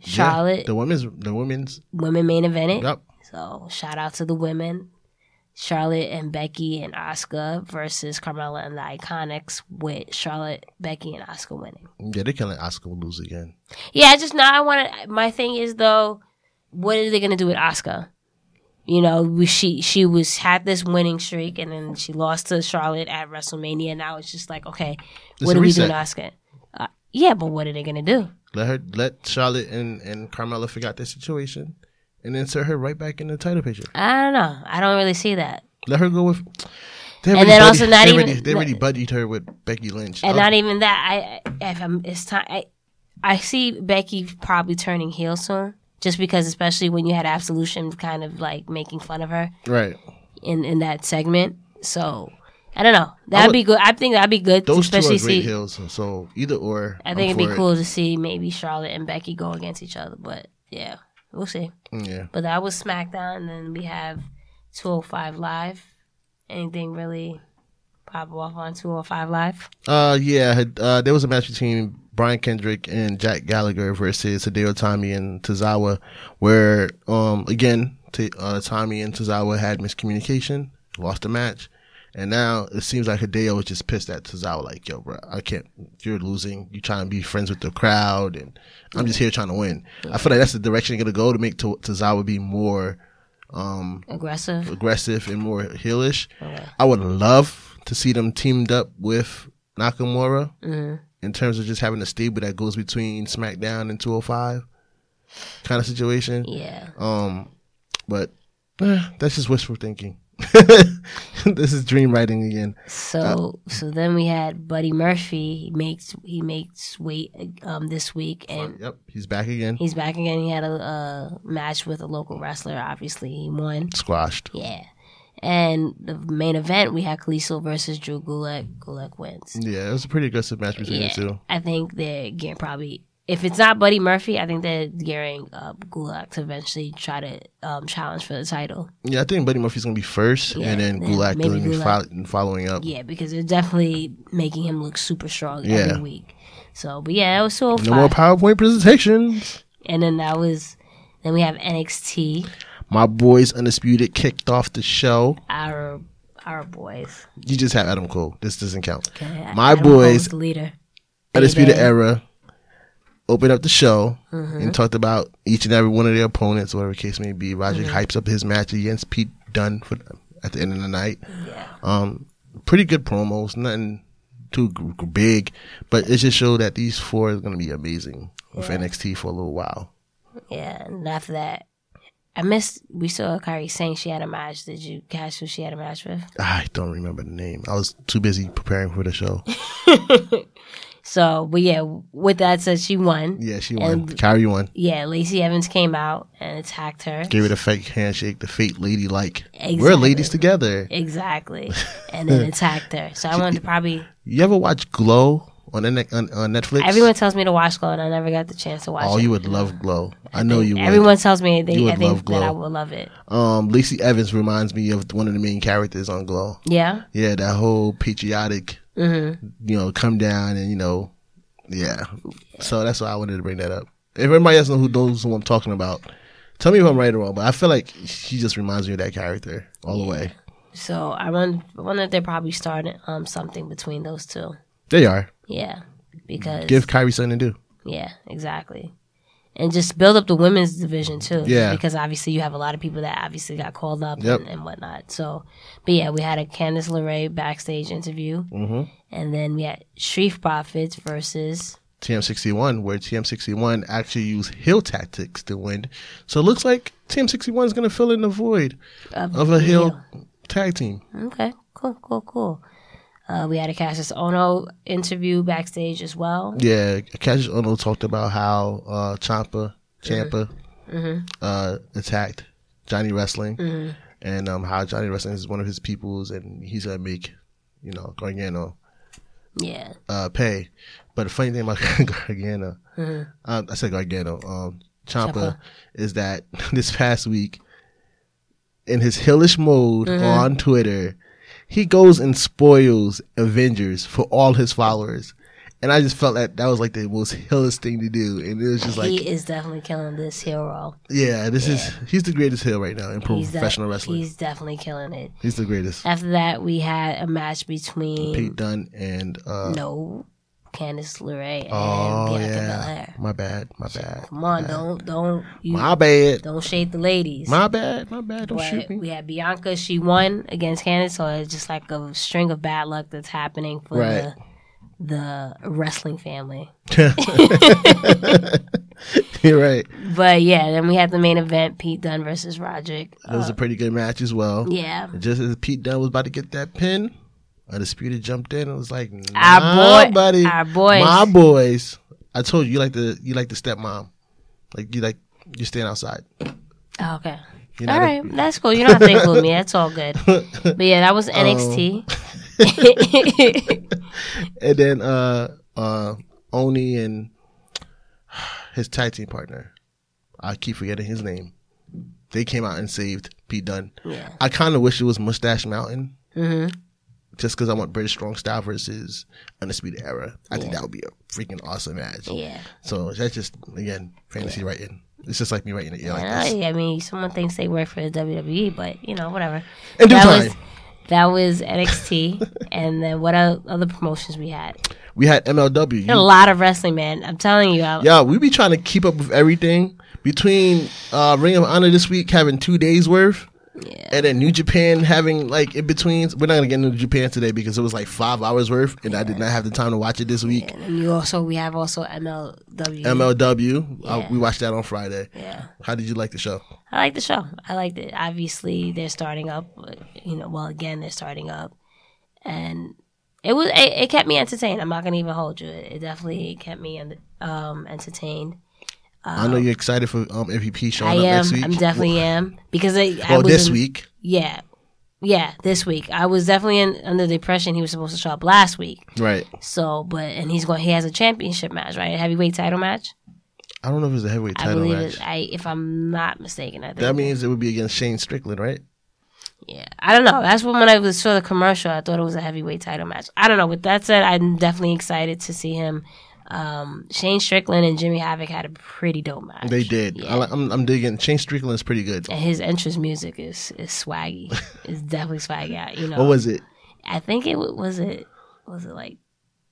[SPEAKER 4] Yeah,
[SPEAKER 5] Charlotte,
[SPEAKER 4] the women's, the women's.
[SPEAKER 5] women main evented.
[SPEAKER 4] Yep.
[SPEAKER 5] So shout out to the women, Charlotte and Becky and Oscar versus Carmella and the Iconics with Charlotte, Becky, and Oscar winning.
[SPEAKER 4] Yeah, they're killing Oscar will lose again.
[SPEAKER 5] Yeah, I just now I want to. My thing is though, what are they gonna do with Oscar? You know, we- she she was had this winning streak and then she lost to Charlotte at WrestleMania. Now it's just like, okay,
[SPEAKER 4] It's
[SPEAKER 5] what
[SPEAKER 4] a
[SPEAKER 5] are we
[SPEAKER 4] reset.
[SPEAKER 5] doing, to Oscar? Uh, yeah, but what are they gonna do?
[SPEAKER 4] Let her, let Charlotte and and Carmella forget their situation, and insert her right back in the title picture.
[SPEAKER 5] I don't know. I don't really see that.
[SPEAKER 4] Let her go with. They
[SPEAKER 5] And
[SPEAKER 4] already
[SPEAKER 5] then
[SPEAKER 4] buddied-
[SPEAKER 5] also not
[SPEAKER 4] they
[SPEAKER 5] even-
[SPEAKER 4] already, they already buddied her with Becky Lynch.
[SPEAKER 5] And
[SPEAKER 4] Uh,
[SPEAKER 5] not e even that. I, I if I'm, it's time. I, I see Becky probably turning heel soon, just because, especially when you had Absolution kind of like making fun of her
[SPEAKER 4] right.
[SPEAKER 5] in in that segment. So I don't know. That'd
[SPEAKER 4] would-
[SPEAKER 5] be good. I think that'd be good,
[SPEAKER 4] Those two are
[SPEAKER 5] especially see.
[SPEAKER 4] great heels. So either or.
[SPEAKER 5] I
[SPEAKER 4] I'm
[SPEAKER 5] think it'd
[SPEAKER 4] for
[SPEAKER 5] be
[SPEAKER 4] it.
[SPEAKER 5] cool to see maybe Charlotte and Becky go against each other. But yeah, we'll see.
[SPEAKER 4] Mm, Yeah.
[SPEAKER 5] But that was SmackDown, and then we have 205 Live. Anything really pop off on 205 Live?
[SPEAKER 4] Uh, yeah. Uh, there was a match between Brian Kendrick and Jack Gallagher versus Hideo Tommy and Tozawa, where um again t- uh, Tommy and Tozawa had miscommunication, lost the match, and now it seems like Hideo was just pissed at Tozawa, like, "Yo, bro, I can't. You're losing. You trying to be friends with the crowd, and I'm just here trying to win." I feel like that's the direction you're gonna go to make to- Tozawa be more
[SPEAKER 5] Aggressive.
[SPEAKER 4] aggressive and more heelish.
[SPEAKER 5] Oh,
[SPEAKER 4] I would love to see them teamed up with Nakamura
[SPEAKER 5] Mm-hmm.
[SPEAKER 4] in terms of just having a stable that goes between SmackDown and 205 kind of situation.
[SPEAKER 5] Yeah.
[SPEAKER 4] Um, but eh, that's just wishful thinking. [LAUGHS] this is dream writing again.
[SPEAKER 5] So so then we had Buddy Murphy. He makes he makes weight um this week and
[SPEAKER 4] Yep, he's back again.
[SPEAKER 5] he's back again. He had a, a match with a local wrestler. Obviously, he won.
[SPEAKER 4] Squashed.
[SPEAKER 5] Yeah. And the main event we had Kalisto versus Drew Gulak. Gulak wins.
[SPEAKER 4] Yeah, it was a pretty aggressive match between the two.
[SPEAKER 5] I think they're gearing probably. If it's not Buddy Murphy, I think they're gearing up Gulak to eventually try to um, challenge for the title.
[SPEAKER 4] Yeah, I think Buddy Murphy's gonna be first,
[SPEAKER 5] Yeah,
[SPEAKER 4] and then
[SPEAKER 5] then
[SPEAKER 4] Gulak
[SPEAKER 5] maybe
[SPEAKER 4] will be
[SPEAKER 5] Gulak.
[SPEAKER 4] fol- following up.
[SPEAKER 5] Yeah, because they're definitely making him look super strong
[SPEAKER 4] Yeah.
[SPEAKER 5] every week. So, but yeah, it was 205.
[SPEAKER 4] No more PowerPoint presentations.
[SPEAKER 5] And then that was then we have NXT,
[SPEAKER 4] My boys Undisputed kicked off the show.
[SPEAKER 5] our our boys.
[SPEAKER 4] You just have Adam Cole. This doesn't count.
[SPEAKER 5] Okay,
[SPEAKER 4] My
[SPEAKER 5] Adam Cole was
[SPEAKER 4] boys
[SPEAKER 5] the leader.
[SPEAKER 4] Undisputed
[SPEAKER 5] Baby.
[SPEAKER 4] Era opened up the show
[SPEAKER 5] Mm-hmm.
[SPEAKER 4] and talked about each and every one of their opponents, whatever the case may be. Roger
[SPEAKER 5] Mm-hmm.
[SPEAKER 4] hypes up his match against Pete Dunne for, at the end of the night.
[SPEAKER 5] Yeah.
[SPEAKER 4] Um, pretty good promos, nothing too g- g- big, but it just showed that these four are going to be amazing with NXT for a little while.
[SPEAKER 5] Yeah. And after that, I missed. We saw Kyrie saying she had a match. Did you catch who she had a match with?
[SPEAKER 4] I don't remember the name. I was too busy preparing for
[SPEAKER 5] [LAUGHS]
[SPEAKER 4] the show.
[SPEAKER 5] So, but yeah, with that said, she won.
[SPEAKER 4] Yeah, she won. Kyrie won.
[SPEAKER 5] Yeah, Lacey Evans came out and attacked her.
[SPEAKER 4] Gave it a fake handshake, the fake lady like. We're
[SPEAKER 5] Exactly.
[SPEAKER 4] ladies together. [LAUGHS]
[SPEAKER 5] Exactly, and then attacked her. So I wanted to probably.
[SPEAKER 4] You ever watch Glow on N- on, on Netflix?
[SPEAKER 5] Everyone tells me to watch Glow, and I never got the chance to watch
[SPEAKER 4] oh,
[SPEAKER 5] it.
[SPEAKER 4] you would love Glow. I know you would.
[SPEAKER 5] Everyone tells me
[SPEAKER 4] You
[SPEAKER 5] they.
[SPEAKER 4] would
[SPEAKER 5] I think
[SPEAKER 4] love Glow.
[SPEAKER 5] that I would love it.
[SPEAKER 4] Um, Lacey Evans reminds me of one of the main characters on Glow.
[SPEAKER 5] Yeah.
[SPEAKER 4] Yeah, that whole patriotic,
[SPEAKER 5] Mm-hmm.
[SPEAKER 4] you know, come down and you know, yeah. So that's why I wanted to bring that up. If everybody else knows who knows who I'm talking about, tell me if I'm right or wrong. But I feel like she just reminds me of that character all the way.
[SPEAKER 5] So I wonder, I wonder if they're probably starting um something between those two.
[SPEAKER 4] They are.
[SPEAKER 5] Yeah, because
[SPEAKER 4] Give Kyrie something to do.
[SPEAKER 5] yeah, exactly, and just build up the women's division too.
[SPEAKER 4] Yeah.
[SPEAKER 5] because obviously you have a lot of people that obviously got called up
[SPEAKER 4] Yep.
[SPEAKER 5] and, and whatnot. So, but yeah, we had a Candice LeRae backstage interview, mm-hmm. and then we had Shreve Profits versus
[SPEAKER 4] TM61, where TM61 actually used heel tactics to win. So it looks like TM61 is going to fill in the void of a heel tag team.
[SPEAKER 5] okay, cool, cool, cool. Uh, we had a Cassius Ono interview backstage as well.
[SPEAKER 4] Yeah, Cassius Ono talked about how uh, Champa Champa uh, attacked Johnny Wrestling, and um, how Johnny Wrestling is one of his peoples, and he's gonna make you know Gargano
[SPEAKER 5] Yeah.
[SPEAKER 4] uh, pay. But the funny thing about [LAUGHS] Gargano, um, I said Gargano, um,
[SPEAKER 5] Mm-hmm.
[SPEAKER 4] Champa,
[SPEAKER 5] Ciampa.
[SPEAKER 4] is that [LAUGHS] this past week, in his hillish mode
[SPEAKER 5] Mm-hmm.
[SPEAKER 4] on Twitter, he goes and spoils Avengers for all his followers. And I just felt that that was like the most hillish thing to do. And it was just like,
[SPEAKER 5] he is definitely killing this hero.
[SPEAKER 4] yeah, this is, he's the greatest heel right now in
[SPEAKER 5] He's de-
[SPEAKER 4] professional wrestling. He's,
[SPEAKER 5] He's definitely killing it.
[SPEAKER 4] the greatest.
[SPEAKER 5] After that, we had a match between
[SPEAKER 4] Pete Dunne and, uh,
[SPEAKER 5] no Candice LeRae and
[SPEAKER 4] oh,
[SPEAKER 5] Bianca
[SPEAKER 4] yeah.
[SPEAKER 5] Belair.
[SPEAKER 4] My bad, my bad.
[SPEAKER 5] Come on, don't don't you
[SPEAKER 4] My bad.
[SPEAKER 5] don't shade the ladies.
[SPEAKER 4] My bad, my bad. Don't
[SPEAKER 5] But
[SPEAKER 4] shoot me.
[SPEAKER 5] we had Bianca. She won against Candice, so it's just like a string of bad luck that's happening for
[SPEAKER 4] Right.
[SPEAKER 5] the the wrestling family.
[SPEAKER 4] [LAUGHS] You're right.
[SPEAKER 5] But yeah, then we had the main event: Pete Dunne versus Roderick. Um,
[SPEAKER 4] It was a pretty good match as well.
[SPEAKER 5] Yeah,
[SPEAKER 4] And just as Pete Dunne was about to get that pin, Undisputed jumped in and was like, nah,
[SPEAKER 5] Our boy-
[SPEAKER 4] buddy.
[SPEAKER 5] our boys."
[SPEAKER 4] My boys. I told you, you like the you like the stepmom. Like you like you staying outside.
[SPEAKER 5] Oh, okay.
[SPEAKER 4] You're
[SPEAKER 5] All
[SPEAKER 4] not a-
[SPEAKER 5] right, that's cool. You don't have to include me. That's all
[SPEAKER 4] [LAUGHS]
[SPEAKER 5] good. But yeah, that
[SPEAKER 4] Um,
[SPEAKER 5] was [LAUGHS] NXT.
[SPEAKER 4] And then uh uh Oni and his tag team partner. I keep forgetting his name. They came out and saved Pete Dunne.
[SPEAKER 5] yeah. Mm-hmm.
[SPEAKER 4] I kind of wish it was Mustache Mountain. Just because I want British Strong Style versus Undisputed Era. I think that would be a freaking awesome match.
[SPEAKER 5] Yeah.
[SPEAKER 4] So that's just, again, fantasy writing. It's just like me writing it yeah, like
[SPEAKER 5] I,
[SPEAKER 4] this.
[SPEAKER 5] know, I mean, someone thinks they work for the WWE, but you know, whatever.
[SPEAKER 4] In due
[SPEAKER 5] that
[SPEAKER 4] time.
[SPEAKER 5] was that was
[SPEAKER 4] [LAUGHS]
[SPEAKER 5] NXT, and then what o- other promotions we had?
[SPEAKER 4] We had MLW.
[SPEAKER 5] A lot of wrestling, man. I'm telling you, I,
[SPEAKER 4] yeah, we be trying to keep up with everything. Between uh, Ring of Honor this week having two days worth. And then New Japan having like in betweens. We're not gonna get into Japan today because it was like five hours worth, and I did not have the time to watch it this week.
[SPEAKER 5] and you also we have also MLW.
[SPEAKER 4] MLW, uh,
[SPEAKER 5] Yeah.
[SPEAKER 4] we watched that on Friday.
[SPEAKER 5] E. Yeah.
[SPEAKER 4] How did you like the show?
[SPEAKER 5] I like the show. I liked it. Obviously, they're starting up. but, You know, well, again, they're starting up, and it was it, it kept me entertained. I'm not gonna even hold you. It, it definitely kept me en- um, entertained.
[SPEAKER 4] I know you're excited for um, MVP
[SPEAKER 5] I
[SPEAKER 4] showing up
[SPEAKER 5] am.
[SPEAKER 4] next week.
[SPEAKER 5] I'm definitely am because I, I
[SPEAKER 4] Well,
[SPEAKER 5] was
[SPEAKER 4] this
[SPEAKER 5] in-
[SPEAKER 4] week.
[SPEAKER 5] Yeah, yeah, this week. I was definitely in, under the impression he was supposed to show up last week.
[SPEAKER 4] Right.
[SPEAKER 5] So, but and he's going. He has a championship match, right? A heavyweight title match.
[SPEAKER 4] I don't know if it's a heavyweight
[SPEAKER 5] I
[SPEAKER 4] title
[SPEAKER 5] believe
[SPEAKER 4] match.
[SPEAKER 5] it. I, if I'm not mistaken, I think
[SPEAKER 4] that means it would be against Shane Strickland, right?
[SPEAKER 5] Yeah, I don't know. That's when when I was saw the commercial, I thought it was a heavyweight title match. I don't know. With that said, I'm definitely excited to see him. Um, Shane Strickland and Jimmy Havoc had a pretty dope match.
[SPEAKER 4] They did. I, li- I'm, I'm digging. Shane Strickland is pretty good.
[SPEAKER 5] And his entrance music is is
[SPEAKER 4] [LAUGHS]
[SPEAKER 5] swaggy. it's definitely swaggy. out, You know,
[SPEAKER 4] What was it?
[SPEAKER 5] I think it wa- was it was it like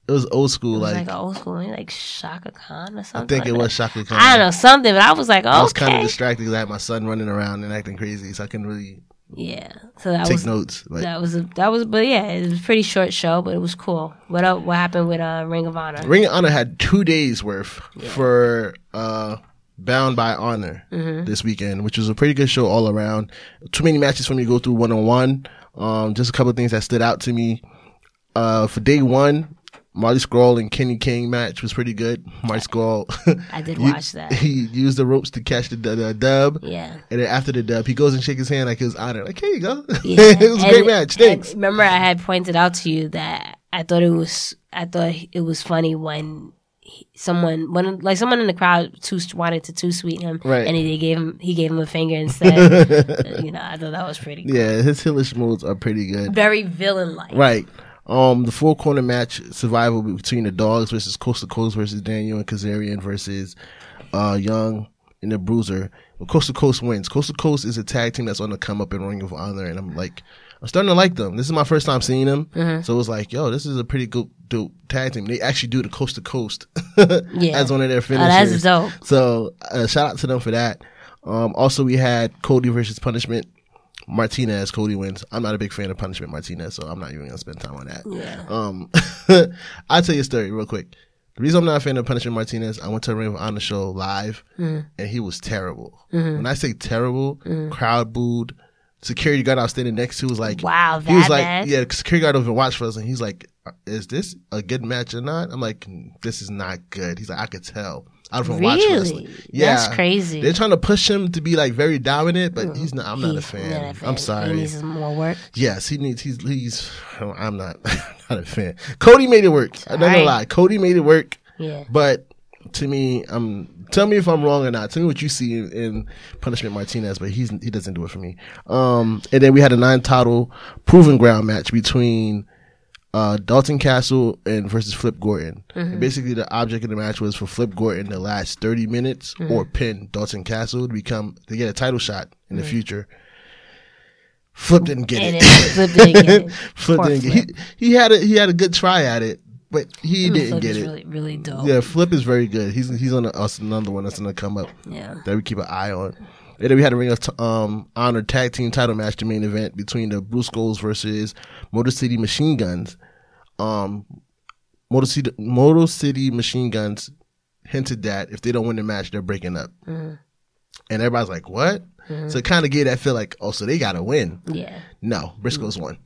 [SPEAKER 4] It was old school.
[SPEAKER 5] it was
[SPEAKER 4] like,
[SPEAKER 5] like oh, an old school maybe like Shaka Khan or
[SPEAKER 4] I
[SPEAKER 5] something.
[SPEAKER 4] think it
[SPEAKER 5] like
[SPEAKER 4] was
[SPEAKER 5] that.
[SPEAKER 4] Shaka Khan.
[SPEAKER 5] I don't know something, but I was like, okay,
[SPEAKER 4] I was kind of distracted because I had my son running around and acting crazy, so I couldn't really
[SPEAKER 5] yeah. So that
[SPEAKER 4] take
[SPEAKER 5] was
[SPEAKER 4] notes. But
[SPEAKER 5] that was a, that was, but yeah, it was a pretty short show, but it was cool. What up? What happened with uh, Ring of Honor?
[SPEAKER 4] Ring of Honor had two days worth for uh, Bound by Honor
[SPEAKER 5] Mm-hmm.
[SPEAKER 4] this weekend, which was a pretty good show all around. Too many matches for me to go through one on one. Just a couple of things that stood out to me. Uh, for day one, Marty Scroll and Kenny King match was pretty good. Marty Scroll,
[SPEAKER 5] I
[SPEAKER 4] [LAUGHS]
[SPEAKER 5] did
[SPEAKER 4] u-
[SPEAKER 5] watch that.
[SPEAKER 4] He used the ropes to catch the, the, the dub. [LAUGHS]
[SPEAKER 5] Yeah.
[SPEAKER 4] And then after the dub, he goes and shakes his hand like his honor. Like, here you go. [LAUGHS]
[SPEAKER 5] Yeah.
[SPEAKER 4] it was a
[SPEAKER 5] And-
[SPEAKER 4] great match.
[SPEAKER 5] and
[SPEAKER 4] Thanks.
[SPEAKER 5] Remember, I had pointed out to you that I thought it was I thought it was funny when he- someone when like someone in the crowd too wanted to too sweet him,
[SPEAKER 4] Right.
[SPEAKER 5] And he they gave him he gave him a finger
[SPEAKER 4] [LAUGHS]
[SPEAKER 5] instead. you know, I thought that was pretty cool.
[SPEAKER 4] yeah, his hillish moves are pretty good.
[SPEAKER 5] very villain like.
[SPEAKER 4] Right. Um, the four corner match survival between the dogs versus Coast to Coast versus Daniel and Kazarian versus uh, Young and the Bruiser. Well, Coast to Coast wins. Coast to Coast is a tag team that's on the come up in Ring of Honor, and I'm like, I'm starting to like them. This is my first time seeing them,
[SPEAKER 5] Mm-hmm.
[SPEAKER 4] so it was like, yo, this is a pretty good dope tag team. They actually do the Coast to Coast [LAUGHS] as one of their finishers.
[SPEAKER 5] Oh, that's dope.
[SPEAKER 4] So uh, shout out to them for that. Um, also, we had Cody versus Punishment. Martinez, Cody wins. I'm not a big fan of Punishment Martinez, so I'm not even gonna spend time on that. Um, [LAUGHS] I'll tell you a story real quick. The reason I'm not a fan of Punishment Martinez, I went to a Ring of Honor show live,
[SPEAKER 5] Mm-hmm.
[SPEAKER 4] and he was terrible. When I say terrible, crowd booed. Security guard I was standing next to was like,
[SPEAKER 5] Wow,
[SPEAKER 4] he was
[SPEAKER 5] that
[SPEAKER 4] like,
[SPEAKER 5] bad?
[SPEAKER 4] yeah, security guard over watch for us, and he's like, "Is this a good match or not?" I'm like, "This is not good." He's like, "I could tell." I don't watch wrestling.
[SPEAKER 5] Really?
[SPEAKER 4] Yeah,
[SPEAKER 5] That's crazy. Mm.
[SPEAKER 4] They're trying to push him to be like very dominant, but he's not. I'm not a
[SPEAKER 5] He's
[SPEAKER 4] fan.
[SPEAKER 5] not a fan.
[SPEAKER 4] I'm
[SPEAKER 5] He
[SPEAKER 4] sorry.
[SPEAKER 5] needs some more work.
[SPEAKER 4] Yes, he needs. He's. he's I'm not. [LAUGHS] Not a fan. Cody made it work. I'm not gonna
[SPEAKER 5] Alright.
[SPEAKER 4] lie. Cody made it work.
[SPEAKER 5] Yeah.
[SPEAKER 4] But to me, um, tell me if I'm wrong or not. Tell me what you see in, in Punishment Martinez, but he's he doesn't do it for me. Um, and then we had a nine-title proven ground match between uh, Dalton Castle and versus Flip Gordon.
[SPEAKER 5] Mm-hmm.
[SPEAKER 4] And basically, the object of the match was for Flip Gordon to last 30 minutes
[SPEAKER 5] Mm-hmm.
[SPEAKER 4] or pin Dalton Castle to become to get a title shot in the future. Flip didn't get
[SPEAKER 5] Mm-hmm. And
[SPEAKER 4] it.
[SPEAKER 5] it Flip
[SPEAKER 4] [LAUGHS]
[SPEAKER 5] didn't get it.
[SPEAKER 4] Flip
[SPEAKER 5] Poor
[SPEAKER 4] didn't
[SPEAKER 5] Flip.
[SPEAKER 4] get He, he had a he had a good try at it, but he didn't
[SPEAKER 5] Flip
[SPEAKER 4] get
[SPEAKER 5] is
[SPEAKER 4] it.
[SPEAKER 5] Really, really dope.
[SPEAKER 4] Yeah, Flip is very good. He's he's on a, us another one that's gonna come up
[SPEAKER 5] Yeah.
[SPEAKER 4] that we keep an eye on. And then we had a ring of t- um honor tag team title match, the main event between the Blue Skulls versus Motor City Machine Guns. Um, Motor City Motor City Machine Guns hinted that if they don't win the match, they're breaking up.
[SPEAKER 5] Mm-hmm.
[SPEAKER 4] And everybody's like, "What?" So it kind of gave that feel like, "Oh, so they gotta win."
[SPEAKER 5] Yeah.
[SPEAKER 4] No, Briscoe's
[SPEAKER 5] Mm.
[SPEAKER 4] won.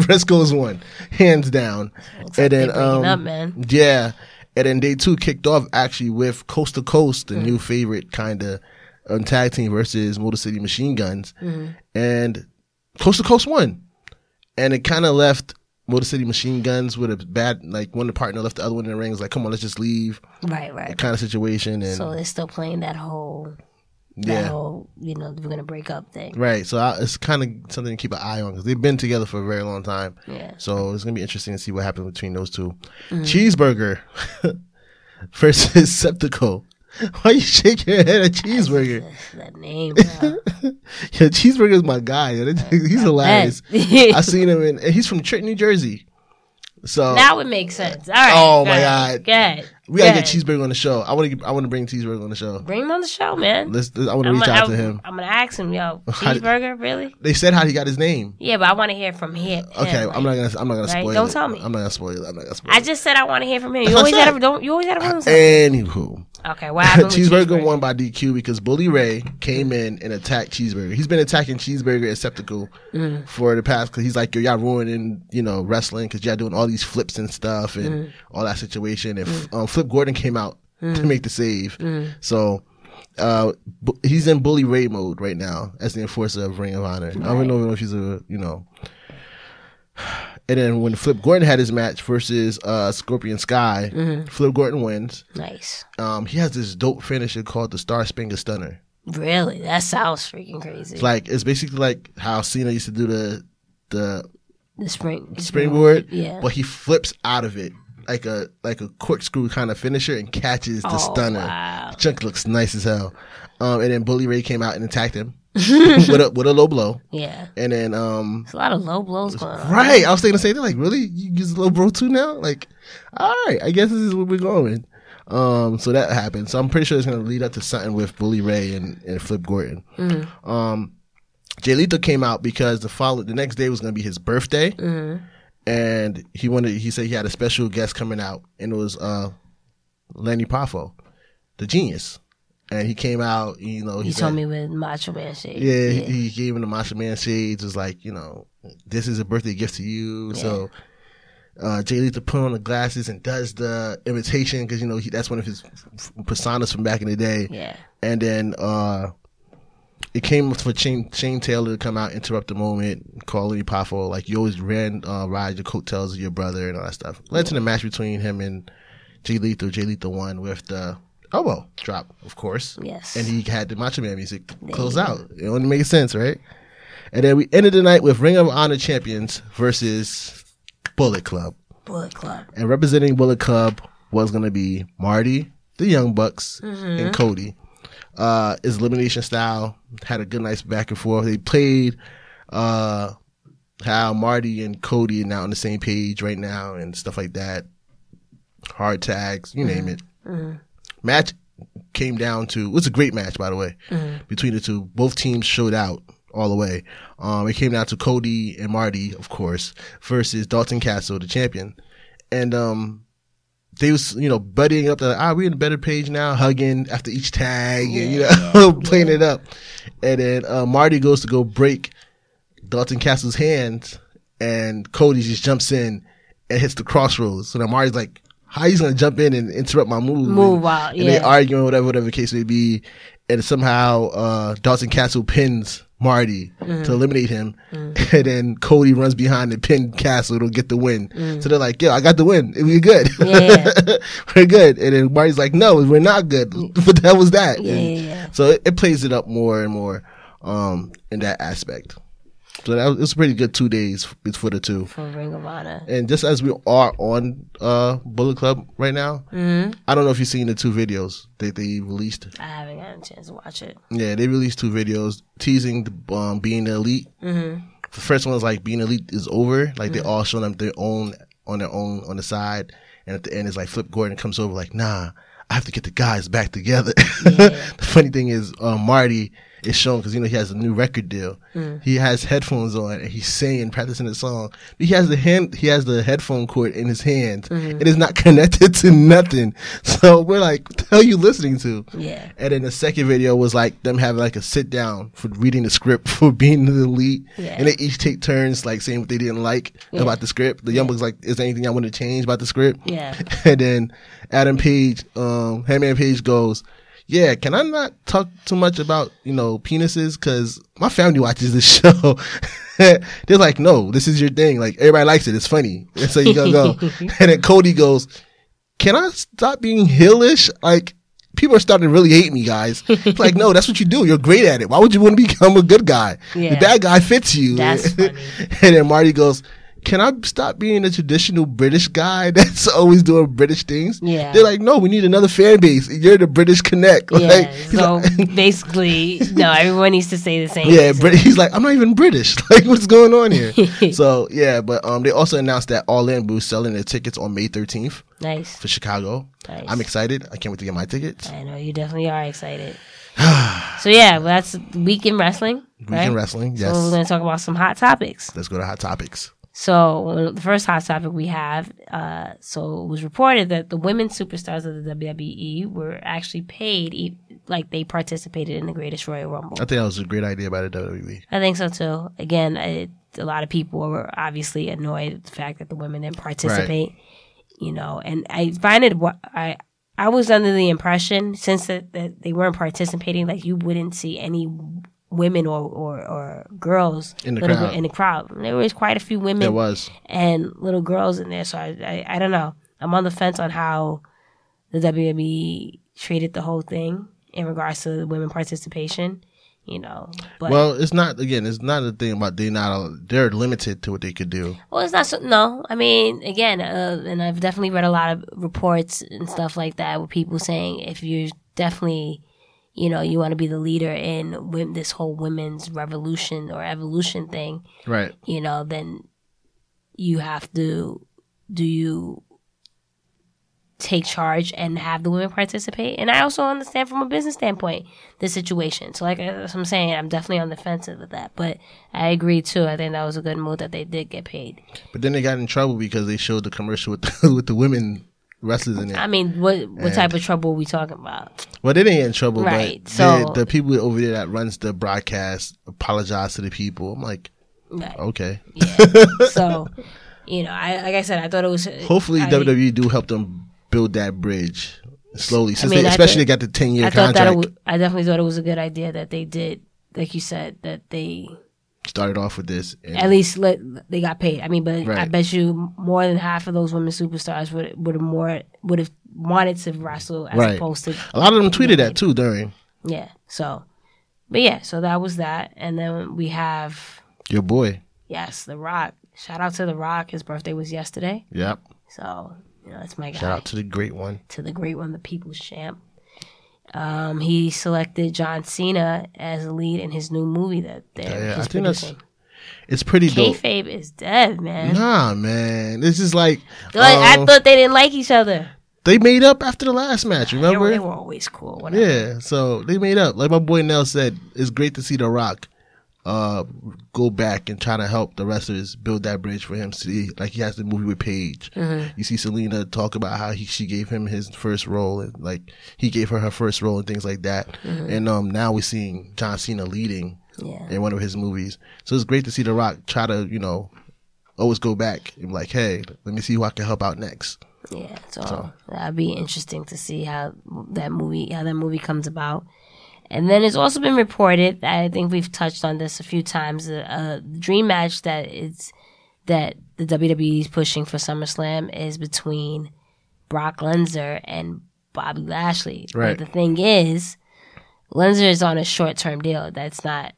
[SPEAKER 4] [LAUGHS] Briscoe's won, hands down. and
[SPEAKER 5] They
[SPEAKER 4] then
[SPEAKER 5] breaking
[SPEAKER 4] um,
[SPEAKER 5] up, man.
[SPEAKER 4] yeah, and then day two kicked off actually with Coast to
[SPEAKER 5] Mm.
[SPEAKER 4] Coast, the new favorite kind of um, tag team versus Motor City Machine Guns,
[SPEAKER 5] Mm-hmm.
[SPEAKER 4] and Coast to Coast won, and it kind of left Motor City Machine Guns with a bad like one partner left the other one in the ring. It was like, come on, let's just leave
[SPEAKER 5] Right, right.
[SPEAKER 4] kind of situation, and
[SPEAKER 5] So they're still playing that whole, that
[SPEAKER 4] yeah.
[SPEAKER 5] whole, you know, we're gonna break up thing.
[SPEAKER 4] Right, so I, it's kind of something to keep an eye on because they've been together for a very long time.
[SPEAKER 5] Yeah. Mm-hmm.
[SPEAKER 4] So it's gonna be interesting to see what happens between those 2 Cheeseburger [LAUGHS] versus Sceptical. [LAUGHS] Why you shake your head at Cheeseburger?
[SPEAKER 5] That
[SPEAKER 4] [LAUGHS]
[SPEAKER 5] name, bro.
[SPEAKER 4] Yeah, Cheeseburger's my guy. yo. That-
[SPEAKER 5] [LAUGHS]
[SPEAKER 4] He's hilarious. I seen him in. and He's from Trenton, New Jersey. So
[SPEAKER 5] that would make sense. All right.
[SPEAKER 4] Oh,
[SPEAKER 5] go
[SPEAKER 4] my
[SPEAKER 5] ahead.
[SPEAKER 4] God.
[SPEAKER 5] Go ahead.
[SPEAKER 4] we gotta
[SPEAKER 5] Go
[SPEAKER 4] get
[SPEAKER 5] ahead.
[SPEAKER 4] Cheeseburger on the show. I want to. I want to bring Cheeseburger on the show.
[SPEAKER 5] Bring him on the show, man.
[SPEAKER 4] Let's. I want to reach
[SPEAKER 5] gonna,
[SPEAKER 4] out to
[SPEAKER 5] I'm-
[SPEAKER 4] him.
[SPEAKER 5] I'm gonna ask him, yo,
[SPEAKER 4] [LAUGHS] How did-
[SPEAKER 5] cheeseburger, really?
[SPEAKER 4] They said how he got his name.
[SPEAKER 5] Yeah, but I want to hear from him.
[SPEAKER 4] Okay,
[SPEAKER 5] him,
[SPEAKER 4] I'm
[SPEAKER 5] like-
[SPEAKER 4] not gonna. I'm not gonna
[SPEAKER 5] Right,
[SPEAKER 4] spoil.
[SPEAKER 5] don't
[SPEAKER 4] it.
[SPEAKER 5] tell me.
[SPEAKER 4] I'm not gonna spoil it. I'm not gonna spoil.
[SPEAKER 5] I
[SPEAKER 4] it.
[SPEAKER 5] just said I want to hear from him. You
[SPEAKER 4] That's
[SPEAKER 5] always
[SPEAKER 4] right.
[SPEAKER 5] gotta don't. You always gotta
[SPEAKER 4] [LAUGHS]
[SPEAKER 5] ruin something.
[SPEAKER 4] Anywho,
[SPEAKER 5] Okay,
[SPEAKER 4] [LAUGHS]
[SPEAKER 5] what happened with
[SPEAKER 4] Cheeseburger won by DQ because Bully Ray came in and attacked Cheeseburger. He's been attacking Cheeseburger and Sceptical for the past because he's like, Yo, y'all ruining, you know, wrestling because y'all doing all these flips and stuff and all that situation. And f um, Flip Gordon came out to make the save. So uh, bu- he's in Bully Ray mode right now as the enforcer of Ring of Honor. I don't even know if he's a, you know, and then when Flip Gordon had his match versus uh, Scorpion Sky, Flip Gordon wins.
[SPEAKER 5] Nice.
[SPEAKER 4] Um, he has this dope finisher called the Star Spangled Stunner.
[SPEAKER 5] Really? That sounds freaking crazy.
[SPEAKER 4] It's like it's basically like how Cena used to do the the
[SPEAKER 5] the spring.
[SPEAKER 4] springboard,
[SPEAKER 5] Oh, Yeah.
[SPEAKER 4] but he flips out of it like a like a corkscrew kind of finisher and catches the
[SPEAKER 5] Oh,
[SPEAKER 4] stunner.
[SPEAKER 5] wow.
[SPEAKER 4] Chunk looks nice as hell. Um, and then Bully Ray came out and
[SPEAKER 5] [LAUGHS]
[SPEAKER 4] attacked him with a with a low blow,
[SPEAKER 5] Yeah.
[SPEAKER 4] and then um.
[SPEAKER 5] There's a lot of low blows going on.
[SPEAKER 4] Right, I was thinking the same thing. Like, really, you use low bro too now? Like, all right, I guess this is where we're going. Um, so that happened. So I'm pretty sure it's gonna lead up to something with Bully Ray and, and Flip Gordon.
[SPEAKER 5] Mm-hmm.
[SPEAKER 4] Um, Jay Lethal came out because the follow the next day was gonna be his birthday,
[SPEAKER 5] Mm-hmm.
[SPEAKER 4] and he wanted. He said he had a special guest coming out, and it was uh, Lenny Poffo, the genius, and he came out. You know, he
[SPEAKER 5] You
[SPEAKER 4] said-
[SPEAKER 5] told me with Macho Man shit.
[SPEAKER 4] yeah, he he gave him the Macho Man shades. Was like, you know, this is a birthday gift to you. So uh, Jay Lethal put on the glasses and does the imitation because you know he, that's one of his f- f- personas from back in the day.
[SPEAKER 5] Yeah.
[SPEAKER 4] And then uh, it came for Shane, Shane Taylor to come out, interrupt the moment, call Lenny Poffo like you always ran uh, ride your coattails of your brother and all that stuff. Led to the match between him and Jay Lethal. Jay Lethal won with the elbow drop, of course.
[SPEAKER 5] Yes.
[SPEAKER 4] And he had the Macho Man music close out. It only makes sense, right? And then we ended the night with Ring of Honor champions versus Bullet Club.
[SPEAKER 5] Bullet Club.
[SPEAKER 4] And representing Bullet Club was going to be Marty, the Young Bucks, and Cody. Uh, is elimination style had a good, nice back and forth. They played uh, how Marty and Cody are now on the same page right now and stuff like that. Hard tags, you name it. Match came down to it was a great match by the way between the two. Both teams showed out all the way. Um, it came down to Cody and Marty, of course, versus Dalton Castle, the champion, and um. They was, you know, buddying up. They're like, ah, we in a better page now, hugging after each tag, and, you know, [LAUGHS] playing it up. And then uh, Marty goes to go break Dalton Castle's hands, and Cody just jumps in and hits the crossroads. So then Marty's like, How he's gonna jump in and interrupt my move?
[SPEAKER 5] Move
[SPEAKER 4] and,
[SPEAKER 5] out,
[SPEAKER 4] And they
[SPEAKER 5] yeah.
[SPEAKER 4] arguing whatever whatever the case may be, and somehow uh, Dawson Castle pins Marty
[SPEAKER 5] Mm.
[SPEAKER 4] to eliminate him, [LAUGHS] and then Cody runs behind and pin Castle to get the win. So they're like, "Yo, I got the win. We're good.
[SPEAKER 5] Mm. Yeah.
[SPEAKER 4] [LAUGHS] we're good." And then Marty's like, "No, we're not good. [LAUGHS] What the hell was that?"
[SPEAKER 5] Yeah,
[SPEAKER 4] And
[SPEAKER 5] yeah, yeah.
[SPEAKER 4] So it, it plays it up more and more um, in that aspect. So that was, it was a pretty good two days f- for the two.
[SPEAKER 5] for Ring of Honor.
[SPEAKER 4] And just as we are on uh, Bullet Club right now, I don't know if you've seen the two videos that they released.
[SPEAKER 5] I haven't gotten a chance to watch it.
[SPEAKER 4] Yeah, they released two videos teasing the, um, being the elite. The first one was like being elite is over. Like they all showing them their own on their own on the side, and at the end it's like Flip Gordon comes over like, nah, I have to get the guys back together. [LAUGHS] the funny thing is, uh, Marty is shown because you know he has a new record deal. He has headphones on and he's singing, practicing the song. But he has the hand, he has the headphone cord in his hand. It is not [LAUGHS] connected to nothing. So we're like, what the hell are you listening to?
[SPEAKER 5] Yeah.
[SPEAKER 4] And then the second video was like them having like a sit down for reading the script [LAUGHS] for being the elite.
[SPEAKER 5] Yeah.
[SPEAKER 4] And they each take turns like saying what they didn't like about the script. The young book's like, is there anything I want to change about the script?
[SPEAKER 5] Yeah.
[SPEAKER 4] [LAUGHS] And then Adam Page, um, Handman Page goes, yeah, can I not talk too much about, you know, penises? Cause my family watches this [LAUGHS] show. They're like, no, this is your thing. Like everybody likes it. It's funny. And so you
[SPEAKER 5] [LAUGHS]
[SPEAKER 4] gotta go. and then Cody goes, can I stop being hillish? Like, people are starting to really hate
[SPEAKER 5] [LAUGHS]
[SPEAKER 4] me, guys. It's like, no, that's what you do. You're great at it. Why would you want to become a good guy?
[SPEAKER 5] Yeah.
[SPEAKER 4] The bad guy fits you. [LAUGHS]
[SPEAKER 5] That's funny.
[SPEAKER 4] and then Marty goes, can I stop being a traditional British guy [LAUGHS] that's always doing British things?
[SPEAKER 5] Yeah.
[SPEAKER 4] They're like, no, we need another fan base. You're the British Connect. [LAUGHS] [LAUGHS] Like,
[SPEAKER 5] Yeah.
[SPEAKER 4] he's
[SPEAKER 5] So
[SPEAKER 4] like- [LAUGHS]
[SPEAKER 5] basically, no, everyone needs to say the same.
[SPEAKER 4] yeah,
[SPEAKER 5] thing.
[SPEAKER 4] Brit- he's like, I'm not even British. [LAUGHS] Like, what's going
[SPEAKER 5] [LAUGHS]
[SPEAKER 4] on here? so, yeah, but um, they also announced that All In was selling their tickets on May 13th
[SPEAKER 5] nice.
[SPEAKER 4] for Chicago.
[SPEAKER 5] Nice.
[SPEAKER 4] I'm excited. I can't wait to get my tickets.
[SPEAKER 5] I know you definitely are
[SPEAKER 4] [SIGHS]
[SPEAKER 5] excited. so yeah, well, that's week in wrestling.
[SPEAKER 4] Weekend
[SPEAKER 5] right?
[SPEAKER 4] wrestling,
[SPEAKER 5] So
[SPEAKER 4] yes.
[SPEAKER 5] we're going to talk about some hot topics.
[SPEAKER 4] Let's go to hot topics.
[SPEAKER 5] So the first hot topic we have, uh, so it was reported that the women superstars of the WWE were actually paid e- like they participated in the Greatest Royal Rumble.
[SPEAKER 4] I think that was a great idea by the E. WWE.
[SPEAKER 5] I think so too. Again, it, a lot of people were obviously annoyed at the fact that the women didn't participate. You know, and I find it. wa- I I was under the impression since that, that they weren't participating, like you wouldn't see any women or or, or girls
[SPEAKER 4] In the
[SPEAKER 5] little
[SPEAKER 4] crowd.
[SPEAKER 5] gir- in the crowd. There was quite a few women
[SPEAKER 4] There was.
[SPEAKER 5] and little girls in there. So I, I, I don't know. I'm on the fence on how the WWE treated the whole thing in regards to women participation. You know, but
[SPEAKER 4] Well, it's not again. It's not a thing about they not. They're limited to what they could do.
[SPEAKER 5] Well, it's not so. No, I mean, again, uh, and I've definitely read a lot of reports and stuff like that with people saying if you're definitely, you know, you want to be the leader in wom- this whole women's revolution or evolution thing,
[SPEAKER 4] Right.
[SPEAKER 5] you know, then you have to do you take charge and have the women participate. And I also understand from a business standpoint the situation. So like uh, as I'm saying, I'm definitely on the fence with that. But I agree too. I think that was a good move that they did get paid.
[SPEAKER 4] But then they got in trouble because they showed the commercial with the, [LAUGHS] with the women wrestlers in it.
[SPEAKER 5] I mean, what what type of trouble are we talking about?
[SPEAKER 4] well, they didn't get in trouble,
[SPEAKER 5] Right,
[SPEAKER 4] but
[SPEAKER 5] so-
[SPEAKER 4] the, the people over there that runs the broadcast apologized to the people. I'm like,
[SPEAKER 5] Right.
[SPEAKER 4] okay.
[SPEAKER 5] So, you know, I like I said, I thought it was uh,
[SPEAKER 4] Hopefully,
[SPEAKER 5] I,
[SPEAKER 4] WWE do help them build that bridge slowly, since
[SPEAKER 5] mean,
[SPEAKER 4] they,
[SPEAKER 5] I
[SPEAKER 4] especially
[SPEAKER 5] thought-
[SPEAKER 4] they got the ten year
[SPEAKER 5] I thought
[SPEAKER 4] E contract
[SPEAKER 5] that it w- I definitely thought it was a good idea that they did, like you said, that they
[SPEAKER 4] started off with this. And
[SPEAKER 5] at least let they got paid. I mean, but I
[SPEAKER 4] Right.
[SPEAKER 5] bet you more than half of those women superstars would would have more would have wanted to wrestle as
[SPEAKER 4] Right.
[SPEAKER 5] opposed to
[SPEAKER 4] a lot of them tweeted that too during
[SPEAKER 5] yeah. So, but yeah, so that was that, and then we have
[SPEAKER 4] your boy.
[SPEAKER 5] yes, The Rock. Shout out to The Rock. His birthday was yesterday,
[SPEAKER 4] Yep.
[SPEAKER 5] so you know it's my guy.
[SPEAKER 4] Shout out to the great one.
[SPEAKER 5] to the great one, the People's Champ. Um, he selected John Cena as a lead in his new movie that they're
[SPEAKER 4] Yeah, yeah,
[SPEAKER 5] he's
[SPEAKER 4] I think that's
[SPEAKER 5] producing.
[SPEAKER 4] It's pretty dope.
[SPEAKER 5] Kayfabe is dead, man.
[SPEAKER 4] Nah, man. This is like,
[SPEAKER 5] They're like, I
[SPEAKER 4] um,
[SPEAKER 5] thought they didn't like each other.
[SPEAKER 4] they made up after the last match.
[SPEAKER 5] They were, they
[SPEAKER 4] Remember?
[SPEAKER 5] were always cool. Whatever.
[SPEAKER 4] Yeah. So they made up. Like my boy Nell said, it's great to see The Rock uh, go back and try to help the wrestlers build that bridge for him. See, like he has the movie with Paige. You see Selena talk about how he, she gave him his first role, and like he gave her her first role and things like that. And um, now we're seeing John Cena leading
[SPEAKER 5] Yeah.
[SPEAKER 4] in one of his movies. So it's great to see The Rock try to, you know, always go back and be like, hey, let me see who I can help out next.
[SPEAKER 5] Yeah, so,
[SPEAKER 4] So.
[SPEAKER 5] that'd be interesting to see how that movie how that movie comes about. And then it's also been reported. I think we've touched on this a few times. A, a dream match that it's that the WWE is pushing for SummerSlam is between Brock Lesnar and Bobby Lashley. But
[SPEAKER 4] Right.
[SPEAKER 5] the thing is, Lesnar is on a short term deal. That's not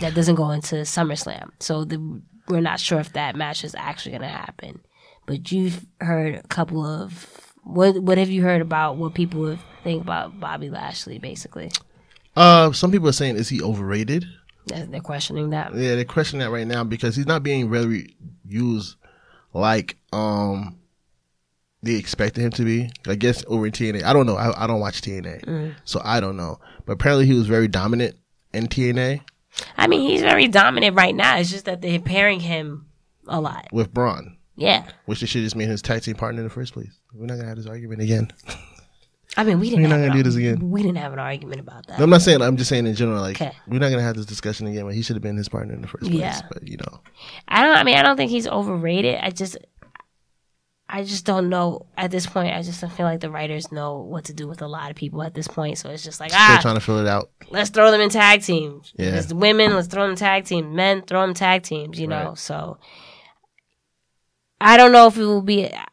[SPEAKER 5] that doesn't go into SummerSlam. So the, we're not sure if that match is actually going to happen. But you've heard a couple of what what have you heard about what people think about Bobby Lashley? Basically,
[SPEAKER 4] Uh, some people are saying is he overrated?
[SPEAKER 5] They're they're questioning that.
[SPEAKER 4] Yeah, they're questioning that right now because he's not being really used like um they expected him to be. I guess over in TNA. I don't know. I, I don't watch TNA,
[SPEAKER 5] Mm.
[SPEAKER 4] so I don't know. But apparently, he was very dominant in TNA
[SPEAKER 5] I mean, he's very dominant right now. It's just that they're pairing him a lot.
[SPEAKER 4] with Braun,
[SPEAKER 5] Yeah,
[SPEAKER 4] which they should just made his tag team partner in the first place. We're not gonna have this argument again.
[SPEAKER 5] I mean, we didn't.
[SPEAKER 4] We're not
[SPEAKER 5] have
[SPEAKER 4] gonna
[SPEAKER 5] an-
[SPEAKER 4] do this again.
[SPEAKER 5] We didn't have an argument about that.
[SPEAKER 4] No, I'm not saying. I'm just saying in general. Like
[SPEAKER 5] Okay.
[SPEAKER 4] we're not gonna have this discussion again. But he should have been his partner in the first place.
[SPEAKER 5] Yeah.
[SPEAKER 4] But you know,
[SPEAKER 5] I don't. I mean, I don't think he's overrated. I just, I just don't know at this point. I just don't feel like the writers know what to do with a lot of people at this point. So it's just like
[SPEAKER 4] they're
[SPEAKER 5] ah,
[SPEAKER 4] trying to fill it out.
[SPEAKER 5] let's throw them in tag teams.
[SPEAKER 4] Yeah.
[SPEAKER 5] It's women, let's throw them in tag teams. Men, throw them in tag teams. You know,
[SPEAKER 4] Right.
[SPEAKER 5] so I don't know if it will be. I-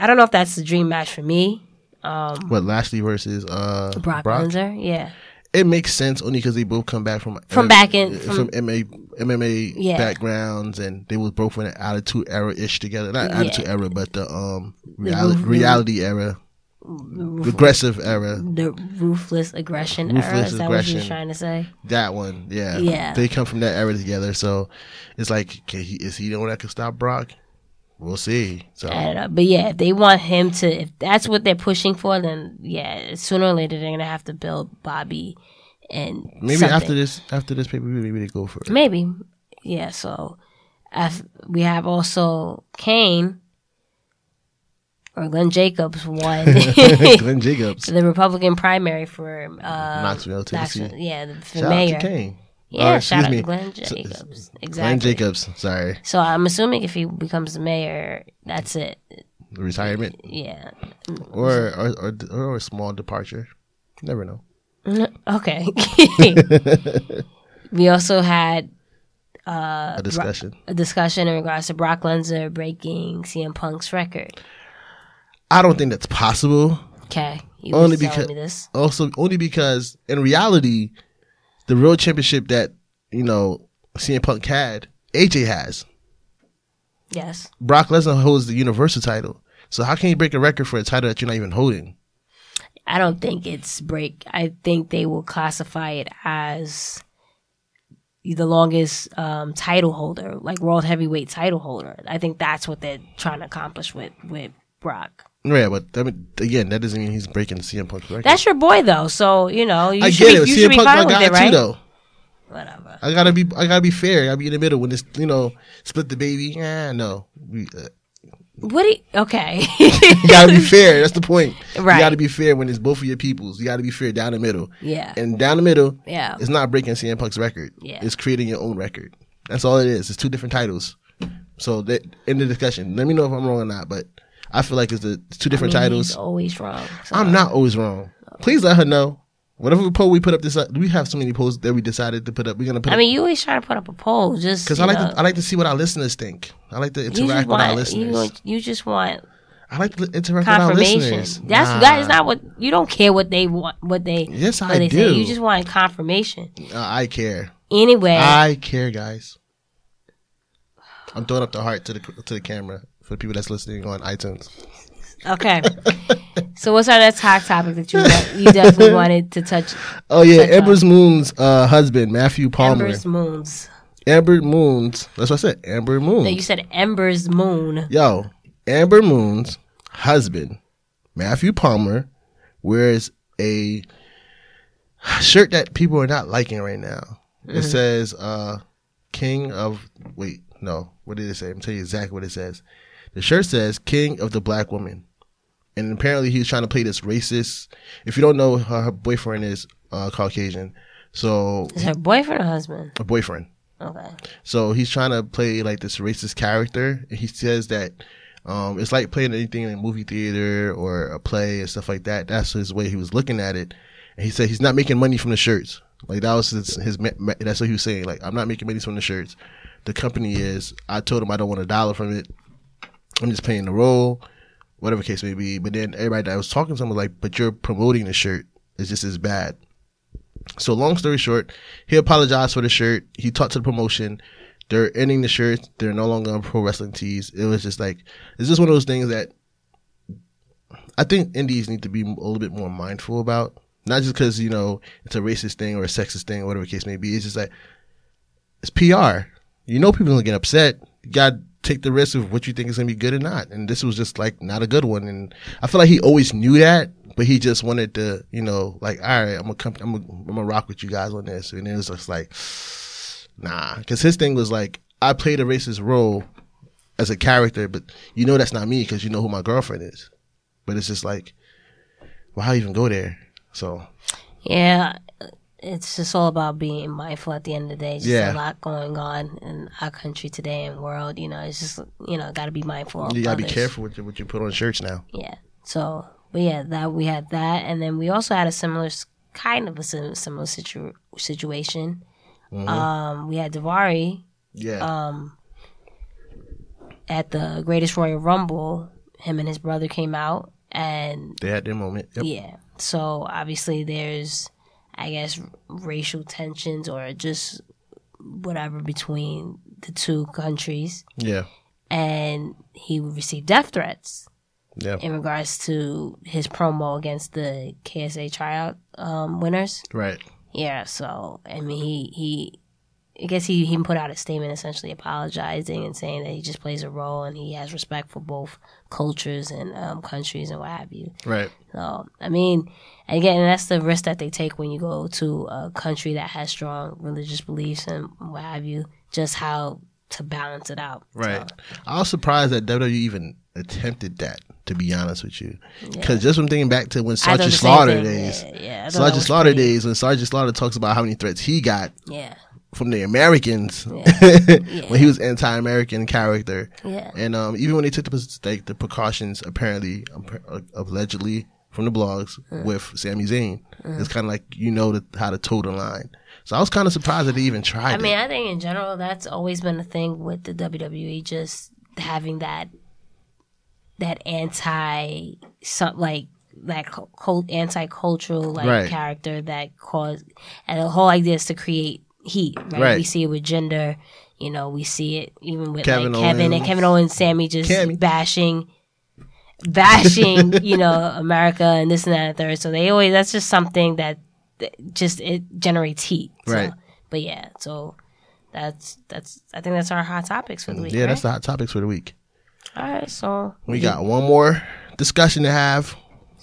[SPEAKER 5] I don't know if that's the dream match for me. Um,
[SPEAKER 4] But Lashley versus uh
[SPEAKER 5] Brock, Lesnar, yeah,
[SPEAKER 4] it makes sense only because they both come back from
[SPEAKER 5] From back in-
[SPEAKER 4] uh,
[SPEAKER 5] from-
[SPEAKER 4] from, MMA MMA
[SPEAKER 5] Yeah.
[SPEAKER 4] backgrounds, and they was both in the attitude era ish together. Not
[SPEAKER 5] Yeah.
[SPEAKER 4] attitude era, but the um reality,
[SPEAKER 5] roof-
[SPEAKER 4] reality era, regressive era.
[SPEAKER 5] the ruthless aggression era.
[SPEAKER 4] Ruthless
[SPEAKER 5] Is that what you're
[SPEAKER 4] aggression.
[SPEAKER 5] trying to say?
[SPEAKER 4] That one, yeah,
[SPEAKER 5] Yeah.
[SPEAKER 4] They come from that era together, so it's like, can he, is he the one that can stop Brock? We'll see. So
[SPEAKER 5] I don't know. uh, But yeah, if they want him to, if that's what they're pushing for, then yeah, sooner or later they're gonna have to build Bobby and
[SPEAKER 4] maybe
[SPEAKER 5] something.
[SPEAKER 4] after this, after this pay per view, maybe they go for it.
[SPEAKER 5] maybe yeah. So af- we have also Kane or Glenn Jacobs
[SPEAKER 4] [LAUGHS]
[SPEAKER 5] won [LAUGHS] the
[SPEAKER 4] Glenn Jacobs,
[SPEAKER 5] Republican primary for um,
[SPEAKER 4] Knoxville, Tennessee.
[SPEAKER 5] Knoxville- yeah, the, for
[SPEAKER 4] shout
[SPEAKER 5] mayor.
[SPEAKER 4] out to Kane,
[SPEAKER 5] Yeah,
[SPEAKER 4] Oh,
[SPEAKER 5] shout
[SPEAKER 4] excuse
[SPEAKER 5] out
[SPEAKER 4] me.
[SPEAKER 5] to Glenn
[SPEAKER 4] S-
[SPEAKER 5] Jacobs. Exactly.
[SPEAKER 4] Glenn Jacobs. Sorry,
[SPEAKER 5] So I'm assuming if he becomes the mayor, that's it.
[SPEAKER 4] retirement.
[SPEAKER 5] Yeah. [LAUGHS]
[SPEAKER 4] or or, or or a small departure. You never know. [LAUGHS]
[SPEAKER 5] Okay. we also had Uh,
[SPEAKER 4] a discussion.
[SPEAKER 5] a discussion in regards to Brock Lesnar breaking CM Punk's record.
[SPEAKER 4] I don't think that's possible.
[SPEAKER 5] Okay, you
[SPEAKER 4] Only
[SPEAKER 5] was telling
[SPEAKER 4] because-
[SPEAKER 5] me this.
[SPEAKER 4] Also, only because in reality, the real championship that you know CM Punk had, AJ has.
[SPEAKER 5] Yes,
[SPEAKER 4] Brock Lesnar holds the Universal title. So how can you break a record for a title that you're not even holding?
[SPEAKER 5] I don't think it's break. I think they will classify it as the longest um, title holder, like world heavyweight title holder. I think that's what they're trying to accomplish with with Brock.
[SPEAKER 4] Yeah, but I mean, again, that doesn't mean he's breaking CM Punk's record.
[SPEAKER 5] That's your boy though, so you know you
[SPEAKER 4] I
[SPEAKER 5] should
[SPEAKER 4] get
[SPEAKER 5] be,
[SPEAKER 4] it.
[SPEAKER 5] you should
[SPEAKER 4] CM
[SPEAKER 5] be
[SPEAKER 4] Punk's my
[SPEAKER 5] fine with
[SPEAKER 4] guy
[SPEAKER 5] it, right?
[SPEAKER 4] too, though.
[SPEAKER 5] Whatever.
[SPEAKER 4] I gotta be, I gotta be fair. I gotta be in the middle when it's, you know, split the baby. Yeah, no, we, uh,
[SPEAKER 5] What? Do you, [LAUGHS] okay.
[SPEAKER 4] you gotta be fair. That's the point.
[SPEAKER 5] Right.
[SPEAKER 4] You gotta be fair when it's both of your peoples. You gotta be fair down the middle.
[SPEAKER 5] Yeah.
[SPEAKER 4] And down the middle,
[SPEAKER 5] Yeah.
[SPEAKER 4] it's not breaking CM Punk's record.
[SPEAKER 5] Yeah.
[SPEAKER 4] It's creating your own record. That's all it is. It's two different titles. So that in the discussion, let me know if I'm wrong or not. But I feel like it's the it's two different
[SPEAKER 5] I mean,
[SPEAKER 4] titles.
[SPEAKER 5] He's always wrong. so-
[SPEAKER 4] I'm not always wrong. Please let her know. Whatever poll we put up, this uh, we have so many polls that we decided to put up. We're gonna put.
[SPEAKER 5] I mean, you always try to put up a poll, just
[SPEAKER 4] because
[SPEAKER 5] you
[SPEAKER 4] I like
[SPEAKER 5] know,
[SPEAKER 4] to, I like to see what our listeners think. I like to
[SPEAKER 5] you just
[SPEAKER 4] interact with our
[SPEAKER 5] want you,
[SPEAKER 4] listeners.
[SPEAKER 5] want- you just want
[SPEAKER 4] I like to interact with our
[SPEAKER 5] confirmation.
[SPEAKER 4] listeners.
[SPEAKER 5] That's that is not what you don't care what they want, what they
[SPEAKER 4] Yes,
[SPEAKER 5] what
[SPEAKER 4] I
[SPEAKER 5] they
[SPEAKER 4] do.
[SPEAKER 5] You just want confirmation.
[SPEAKER 4] Uh, I care.
[SPEAKER 5] Anyway,
[SPEAKER 4] I care, guys. I'm throwing up the heart to the to the camera for the people that's listening on iTunes. [LAUGHS]
[SPEAKER 5] okay. so what's our next hot topic that you want, you
[SPEAKER 4] [LAUGHS]
[SPEAKER 5] definitely wanted to touch?
[SPEAKER 4] Oh yeah,
[SPEAKER 5] That's
[SPEAKER 4] Amber Moon's uh, husband Matthew Palmer.
[SPEAKER 5] Ember's moons.
[SPEAKER 4] Amber Moon's. That's what I said. Amber Moon.
[SPEAKER 5] No, you said Ember's moon.
[SPEAKER 4] Yo, Amber Moon's husband Matthew Palmer wears a shirt that people are not liking right now. It says uh, "King of." Wait, no. What did it say? I'm tell you exactly what it says. The shirt says "King of the Black Woman," and apparently he was trying to play this racist. If you don't know, her, her boyfriend is uh, Caucasian, so
[SPEAKER 5] Is her boyfriend or husband?
[SPEAKER 4] a boyfriend.
[SPEAKER 5] Okay.
[SPEAKER 4] So he's trying to play like this racist character. He says that Um, it's like playing anything in a movie theater or a play and stuff like that. That's his way he was looking at it. And he said he's not making money from the shirts. Like that was his, his ma- ma- that's what he was saying. Like I'm not making money from the shirts. The company is. I told him I don't want a dollar from it. I'm just playing the role, whatever case may be. But then everybody that I was talking to him was like, "But you're promoting the shirt. It's just as bad." So long story short, he apologized for the shirt. He talked to the promotion. They're ending the shirt. They're no longer on pro wrestling tees. It was just like it's just one of those things that I think indies need to be a little bit more mindful about. Not just because you know it's a racist thing or a sexist thing or whatever the case may be. It's just like it's PR. You know people are gonna get upset. You got to take the risk of what you think is gonna be good or not. And this was just like not a good one. And I feel like he always knew that, but he just wanted to, you know, like all right, I'm gonna come, I'm gonna, I'm gonna rock with you guys on this. And it was just like, [SIGHS] nah, because his thing was like I played a racist role as a character, but you know that's not me because you know who my girlfriend is. But it's just like, well, how even go there? So
[SPEAKER 5] Yeah, it's just all about being mindful at the end of the day. Just
[SPEAKER 4] Yeah.
[SPEAKER 5] a lot going on in our country today and world. You know, it's just you know got to be mindful. of
[SPEAKER 4] you gotta be
[SPEAKER 5] others.
[SPEAKER 4] careful with what you put on shirts now.
[SPEAKER 5] Yeah. So, but yeah, that we had that, and then we also had a similar s- kind of a sim- similar situ- situation. Um, we had Davari
[SPEAKER 4] Yeah,
[SPEAKER 5] at the Greatest Royal Rumble. Him and his brother came out, and
[SPEAKER 4] they had their moment. Yep.
[SPEAKER 5] Yeah. So obviously there's I guess racial tensions or just whatever between the two countries
[SPEAKER 4] Yeah,
[SPEAKER 5] and he received death threats
[SPEAKER 4] yeah,
[SPEAKER 5] in regards to his promo against the KSA tryout um, winners.
[SPEAKER 4] right.
[SPEAKER 5] Yeah, so I mean he he I guess he, he put out a statement essentially apologizing and saying that he just plays a role and he has respect for both cultures and um, countries and what have you.
[SPEAKER 4] Right.
[SPEAKER 5] So I mean, again, that's the risk that they take when you go to a country that has strong religious beliefs and what have you. Just how to balance it out.
[SPEAKER 4] Right. I was surprised that WWE even attempted that, to be honest with you. Because just from thinking back to when
[SPEAKER 5] I thought
[SPEAKER 4] Sergeant
[SPEAKER 5] the same
[SPEAKER 4] Slaughter
[SPEAKER 5] thing.
[SPEAKER 4] days,
[SPEAKER 5] Yeah, yeah, I thought that
[SPEAKER 4] Sergeant
[SPEAKER 5] was
[SPEAKER 4] Slaughter
[SPEAKER 5] pretty-
[SPEAKER 4] days, when Sergeant Slaughter talks about how many threats he got
[SPEAKER 5] Yeah,
[SPEAKER 4] from the Americans [LAUGHS] when he was anti-American character.
[SPEAKER 5] Yeah.
[SPEAKER 4] And um, even when they took the like, the precautions, apparently, um, allegedly from the blogs
[SPEAKER 5] Mm.
[SPEAKER 4] with Sami Zayn, it's kind of like you know the, how to toe the line. So I was kind of surprised that they even tried.
[SPEAKER 5] I mean,
[SPEAKER 4] it.
[SPEAKER 5] I think in general that's always been a thing with the WWE, just having that that anti, some like that cult anti cultural like
[SPEAKER 4] Right.
[SPEAKER 5] character that caused, and the whole idea is to create heat. Right?
[SPEAKER 4] Right.
[SPEAKER 5] We see it with gender. You know, we see it even with
[SPEAKER 4] Kevin
[SPEAKER 5] like Kevin and
[SPEAKER 4] Owens.
[SPEAKER 5] Kevin Owens, Sammy just
[SPEAKER 4] Cammy.
[SPEAKER 5] bashing. Bashing, [LAUGHS] you know, America and this and that and the third. So they always that's just something that that just it generates heat. So-
[SPEAKER 4] Right.
[SPEAKER 5] but yeah, so that's that's I think that's our hot topics for the week.
[SPEAKER 4] yeah, that's
[SPEAKER 5] right?
[SPEAKER 4] the hot topics for the week.
[SPEAKER 5] all right. So
[SPEAKER 4] We got one more discussion to have.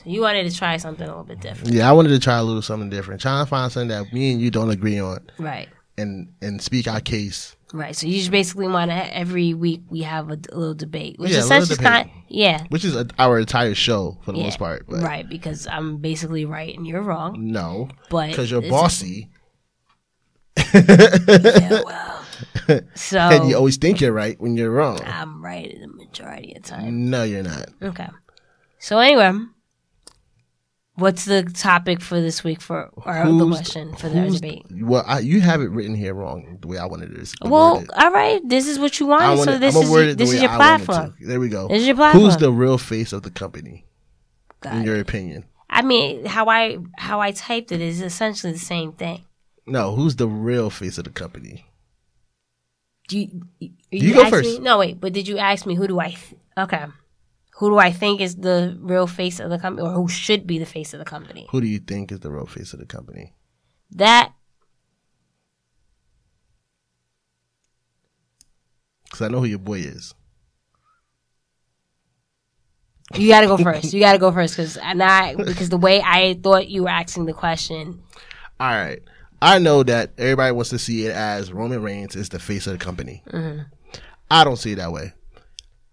[SPEAKER 5] you wanted to try something a little bit different,
[SPEAKER 4] Yeah, I wanted to try a little something different. Trying to find something that me and you don't agree on
[SPEAKER 5] right?
[SPEAKER 4] and and speak our case.
[SPEAKER 5] Right. So you just basically want to every week we have a d- little debate, which
[SPEAKER 4] Yeah, a little
[SPEAKER 5] essentially is kind,
[SPEAKER 4] debate.
[SPEAKER 5] yeah,
[SPEAKER 4] Which is a, our entire show for the
[SPEAKER 5] yeah,
[SPEAKER 4] most part. But
[SPEAKER 5] right? Because I'm basically right and you're wrong.
[SPEAKER 4] No.
[SPEAKER 5] But
[SPEAKER 4] Because you're
[SPEAKER 5] it's-
[SPEAKER 4] bossy
[SPEAKER 5] So Ah.
[SPEAKER 4] and you always think you're right when you're wrong.
[SPEAKER 5] I'm right the majority of the time.
[SPEAKER 4] No, you're not.
[SPEAKER 5] Okay. So anyway, what's the topic for this week for or the
[SPEAKER 4] Who's-
[SPEAKER 5] question for the
[SPEAKER 4] who's-
[SPEAKER 5] debate?
[SPEAKER 4] Well, I, you have it written here wrong the way I wanted it. to be
[SPEAKER 5] Well,
[SPEAKER 4] worded.
[SPEAKER 5] all right. This is what you
[SPEAKER 4] I
[SPEAKER 5] wanted,
[SPEAKER 4] wanted-
[SPEAKER 5] so this
[SPEAKER 4] I'ma word it
[SPEAKER 5] is
[SPEAKER 4] the
[SPEAKER 5] this
[SPEAKER 4] way
[SPEAKER 5] is your
[SPEAKER 4] I wanted to.
[SPEAKER 5] platform.
[SPEAKER 4] There we go.
[SPEAKER 5] This is your
[SPEAKER 4] Who's
[SPEAKER 5] platform.
[SPEAKER 4] the real face of the company, in
[SPEAKER 5] God.
[SPEAKER 4] your opinion?
[SPEAKER 5] I mean, how I how I typed it is essentially the same thing.
[SPEAKER 4] No, who's the real face of the company?
[SPEAKER 5] Do you, you,
[SPEAKER 4] go
[SPEAKER 5] asked
[SPEAKER 4] first.
[SPEAKER 5] Me? No, wait. But did you ask me who do I? Th- okay, who do I think is the real face of the company, or who should be the face of the company?
[SPEAKER 4] Who do you think is the real face of the company?
[SPEAKER 5] That
[SPEAKER 4] Because I know who your boy is.
[SPEAKER 5] you got to go first. You got to go first because not because the way I thought you were asking the question.
[SPEAKER 4] All right. I know that everybody wants to see it as Roman Reigns is the face of the company. I don't see it that way.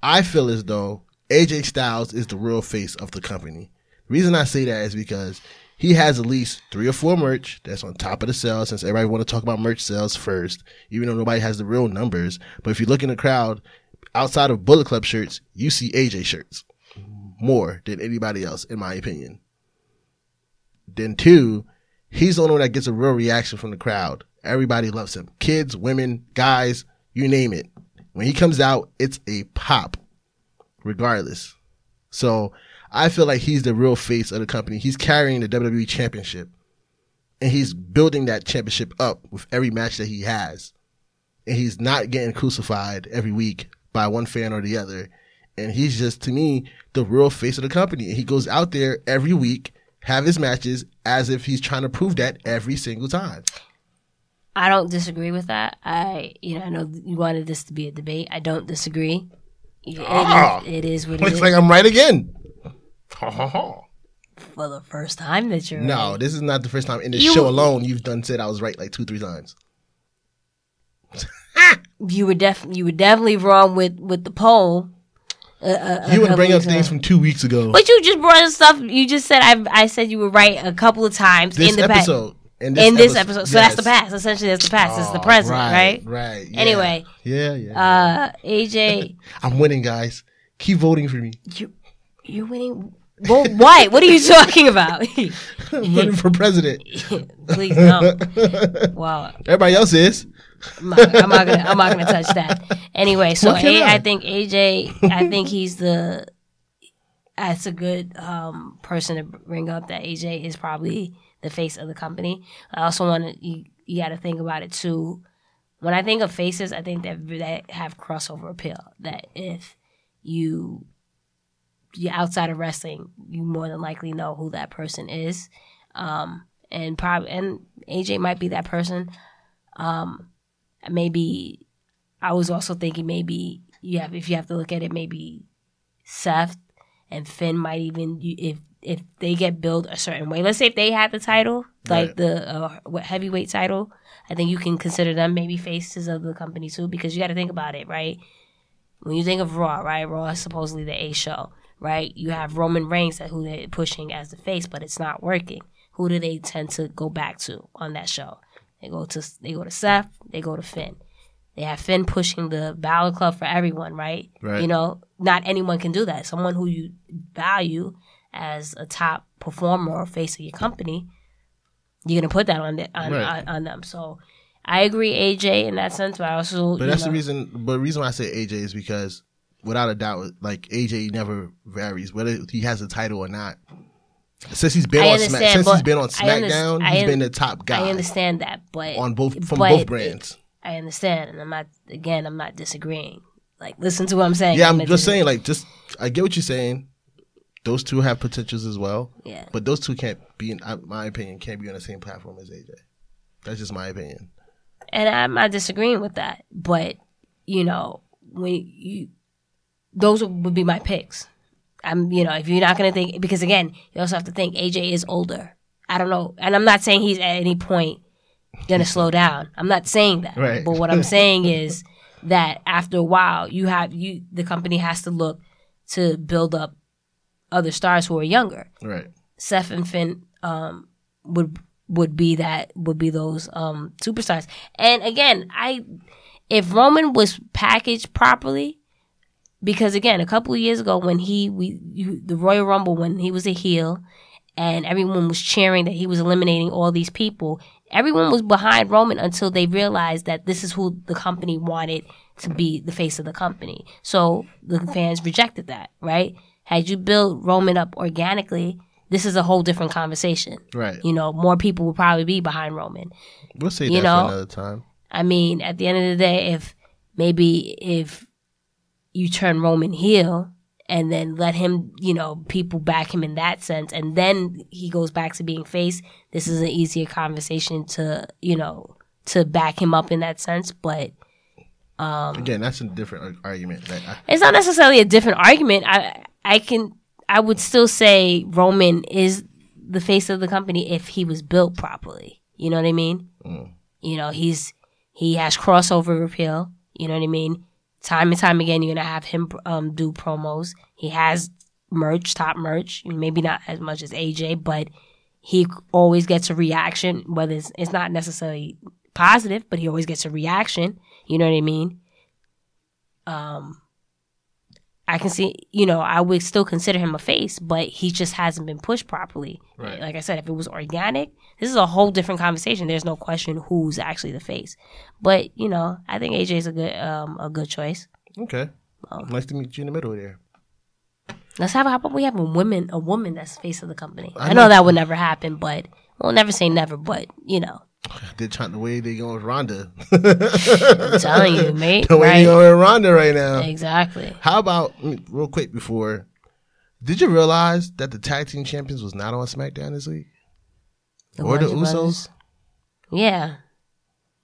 [SPEAKER 4] I feel as though AJ Styles is the real face of the company. The reason I say that is because he has at least three or four merch that's on top of the sales since everybody want to talk about merch sales first, even though nobody has the real numbers. But if you look in the crowd, outside of Bullet Club shirts, you see AJ shirts more than anybody else, in my opinion. Then two, he's the only one that gets a real reaction from the crowd. Everybody loves him. Kids, women, guys, you name it. When he comes out, it's a pop, regardless. So I feel like he's the real face of the company. He's carrying the WWE championship. And he's building that championship up with every match that he has. And he's not getting crucified every week by one fan or the other. And he's just to me the real face of the company. And he goes out there every week, have his matches as if he's trying to prove that every single time.
[SPEAKER 5] I don't disagree with that. I, you know, I know you wanted this to be a debate. I don't disagree. It,
[SPEAKER 4] Ah.
[SPEAKER 5] it is
[SPEAKER 4] [LAUGHS]
[SPEAKER 5] what it
[SPEAKER 4] Looks
[SPEAKER 5] is.
[SPEAKER 4] like I'm right again. Ha ha ha.
[SPEAKER 5] for the first time that you're
[SPEAKER 4] No, this is not the first time in this
[SPEAKER 5] You-
[SPEAKER 4] show alone you've done said I was right like two, three times.
[SPEAKER 5] you were def you were definitely wrong with with the poll.
[SPEAKER 4] you would
[SPEAKER 5] couple
[SPEAKER 4] bring up
[SPEAKER 5] weeks
[SPEAKER 4] things
[SPEAKER 5] ago.
[SPEAKER 4] from two weeks ago.
[SPEAKER 5] But you just brought up stuff. You just said I I said you were right a couple of times
[SPEAKER 4] This
[SPEAKER 5] in the past.
[SPEAKER 4] episode. and
[SPEAKER 5] in this episode, so that's the
[SPEAKER 4] yes.
[SPEAKER 5] past. Essentially, that's the past. It's the
[SPEAKER 4] Oh,
[SPEAKER 5] present, right?
[SPEAKER 4] Right. right, yeah.
[SPEAKER 5] Anyway.
[SPEAKER 4] Yeah, yeah.
[SPEAKER 5] Uh,
[SPEAKER 4] [LAUGHS]
[SPEAKER 5] AJ,
[SPEAKER 4] I'm winning, guys. Keep voting
[SPEAKER 5] [LAUGHS]
[SPEAKER 4] for me.
[SPEAKER 5] you you're winning. Well, what? What are you talking about? [LAUGHS]
[SPEAKER 4] I'm running for president.
[SPEAKER 5] Please
[SPEAKER 4] [LAUGHS]
[SPEAKER 5] no. Wow,
[SPEAKER 4] Everybody else is.
[SPEAKER 5] I'm not, I'm not gonna I'm not gonna touch that. Anyway, so
[SPEAKER 4] Look at
[SPEAKER 5] A,
[SPEAKER 4] that.
[SPEAKER 5] I think AJ, I think he's the. That's a good um, person to bring up. That AJ is probably the face of the company. I also want to you, you got to think about it too. When I think of faces, I think that that have crossover appeal. That if you you're outside of wrestling, you more than likely know who that person is. Um, and probably and AJ might be that person. Um, maybe I was also thinking maybe you have if you have to look at it, maybe Seth and Finn might even you- if if they get billed a certain way. Let's say if they had the title, like
[SPEAKER 4] Right.
[SPEAKER 5] the uh, what- heavyweight title, I think you can consider them maybe faces of the company too because you got to think about it, right? when you think of Raw, right? Raw is supposedly the A show, right? You have Roman Reigns that who they're pushing as the face, but it's not working. Who do they tend to go back to on that show? They go to they go to Seth, they go to Finn. They have Finn pushing the Balor Club for everyone, right?
[SPEAKER 4] Right.
[SPEAKER 5] You know, not anyone can do that. Someone who you value as a top performer or face of your company, you're gonna put that on the, on,
[SPEAKER 4] Right.
[SPEAKER 5] on, on them. So I agree, AJ, in that sense, but I also
[SPEAKER 4] But
[SPEAKER 5] you
[SPEAKER 4] that's the
[SPEAKER 5] know-
[SPEAKER 4] reason. But the reason why I say AJ is because, without a doubt, like AJ never varies whether he has a title or not. Since he's been
[SPEAKER 5] I
[SPEAKER 4] on Smack,
[SPEAKER 5] understand,
[SPEAKER 4] since he's
[SPEAKER 5] but
[SPEAKER 4] been on
[SPEAKER 5] I under-
[SPEAKER 4] SmackDown,
[SPEAKER 5] I
[SPEAKER 4] he's
[SPEAKER 5] un-
[SPEAKER 4] been the top guy
[SPEAKER 5] I understand that, but
[SPEAKER 4] on both from
[SPEAKER 5] but
[SPEAKER 4] both brands.
[SPEAKER 5] I understand, and I'm not again. I'm not disagreeing. Like, listen to what I'm saying.
[SPEAKER 4] yeah, I'm
[SPEAKER 5] not
[SPEAKER 4] just
[SPEAKER 5] disagreeing.
[SPEAKER 4] saying. Like, just I get what you're saying. Those two have potentials as well.
[SPEAKER 5] Yeah.
[SPEAKER 4] But those two can't be, in I- my opinion, can't be on the same platform as AJ. That's just my opinion.
[SPEAKER 5] and I'm not disagreeing with that. But you know, when you those would be my picks. I'm, you know, if you're not gonna think because again, you also have to think AJ is older. I don't know, and I'm not saying he's at any point gonna slow down. I'm not saying that.
[SPEAKER 4] Right.
[SPEAKER 5] But what I'm saying is that after a while, you have you the company has to look to build up other stars who are younger.
[SPEAKER 4] Right.
[SPEAKER 5] Seth and Finn um, would would be that would be those um, superstars. And again, I if Roman was packaged properly, because again, a couple of years ago when he we you, the Royal Rumble when he was a heel, and everyone was cheering that he was eliminating all these people. Everyone was behind Roman until they realized that this is who the company wanted to be the face of the company. So the fans rejected that, right? Had you built Roman up organically, this is a whole different conversation.
[SPEAKER 4] Right.
[SPEAKER 5] You know, more people would probably be behind Roman.
[SPEAKER 4] We'll say that
[SPEAKER 5] you know-
[SPEAKER 4] for another time.
[SPEAKER 5] I mean, at the end of the day, if maybe if you turn Roman heel and then let him, you know, people back him in that sense, and then he goes back to being face, this is an easier conversation to, you know, to back him up in that sense. But um,
[SPEAKER 4] Again, that's a different ar- argument. Like, I,
[SPEAKER 5] it's not necessarily a different argument. I I can I would still say Roman is the face of the company if he was built properly. You know what I mean? You know, he's he has crossover appeal. You know what I mean? Time and time again, you're gonna have him um, do promos. He has merch, top merch. Maybe not as much as AJ, but he always gets a reaction. Whether it's, it's not necessarily positive, but he always gets a reaction. You know what I mean? Um, I can see, you know, I would still consider him a face, but he just hasn't been pushed properly.
[SPEAKER 4] Right.
[SPEAKER 5] Like I said, if it was organic, this is a whole different conversation. There's no question who's actually the face. But you know, I think AJ is a good um a good choice.
[SPEAKER 4] Okay. Nice to meet you in the middle there.
[SPEAKER 5] Let's have how about we have a woman a woman that's the face of the company.
[SPEAKER 4] I
[SPEAKER 5] I know
[SPEAKER 4] know.
[SPEAKER 5] that would never happen, but we'll never say never. But you know,
[SPEAKER 4] They're trying the way they going
[SPEAKER 5] [LAUGHS]
[SPEAKER 4] with Ronda.
[SPEAKER 5] I'm telling
[SPEAKER 4] [LAUGHS]
[SPEAKER 5] you, mate.
[SPEAKER 4] the way they
[SPEAKER 5] right?
[SPEAKER 4] going with Ronda right now.
[SPEAKER 5] Exactly.
[SPEAKER 4] How about mm, real quick before? Did you realize that the tag team champions was not on SmackDown this week, or
[SPEAKER 5] Wonder
[SPEAKER 4] the Usos?
[SPEAKER 5] Brothers. Yeah.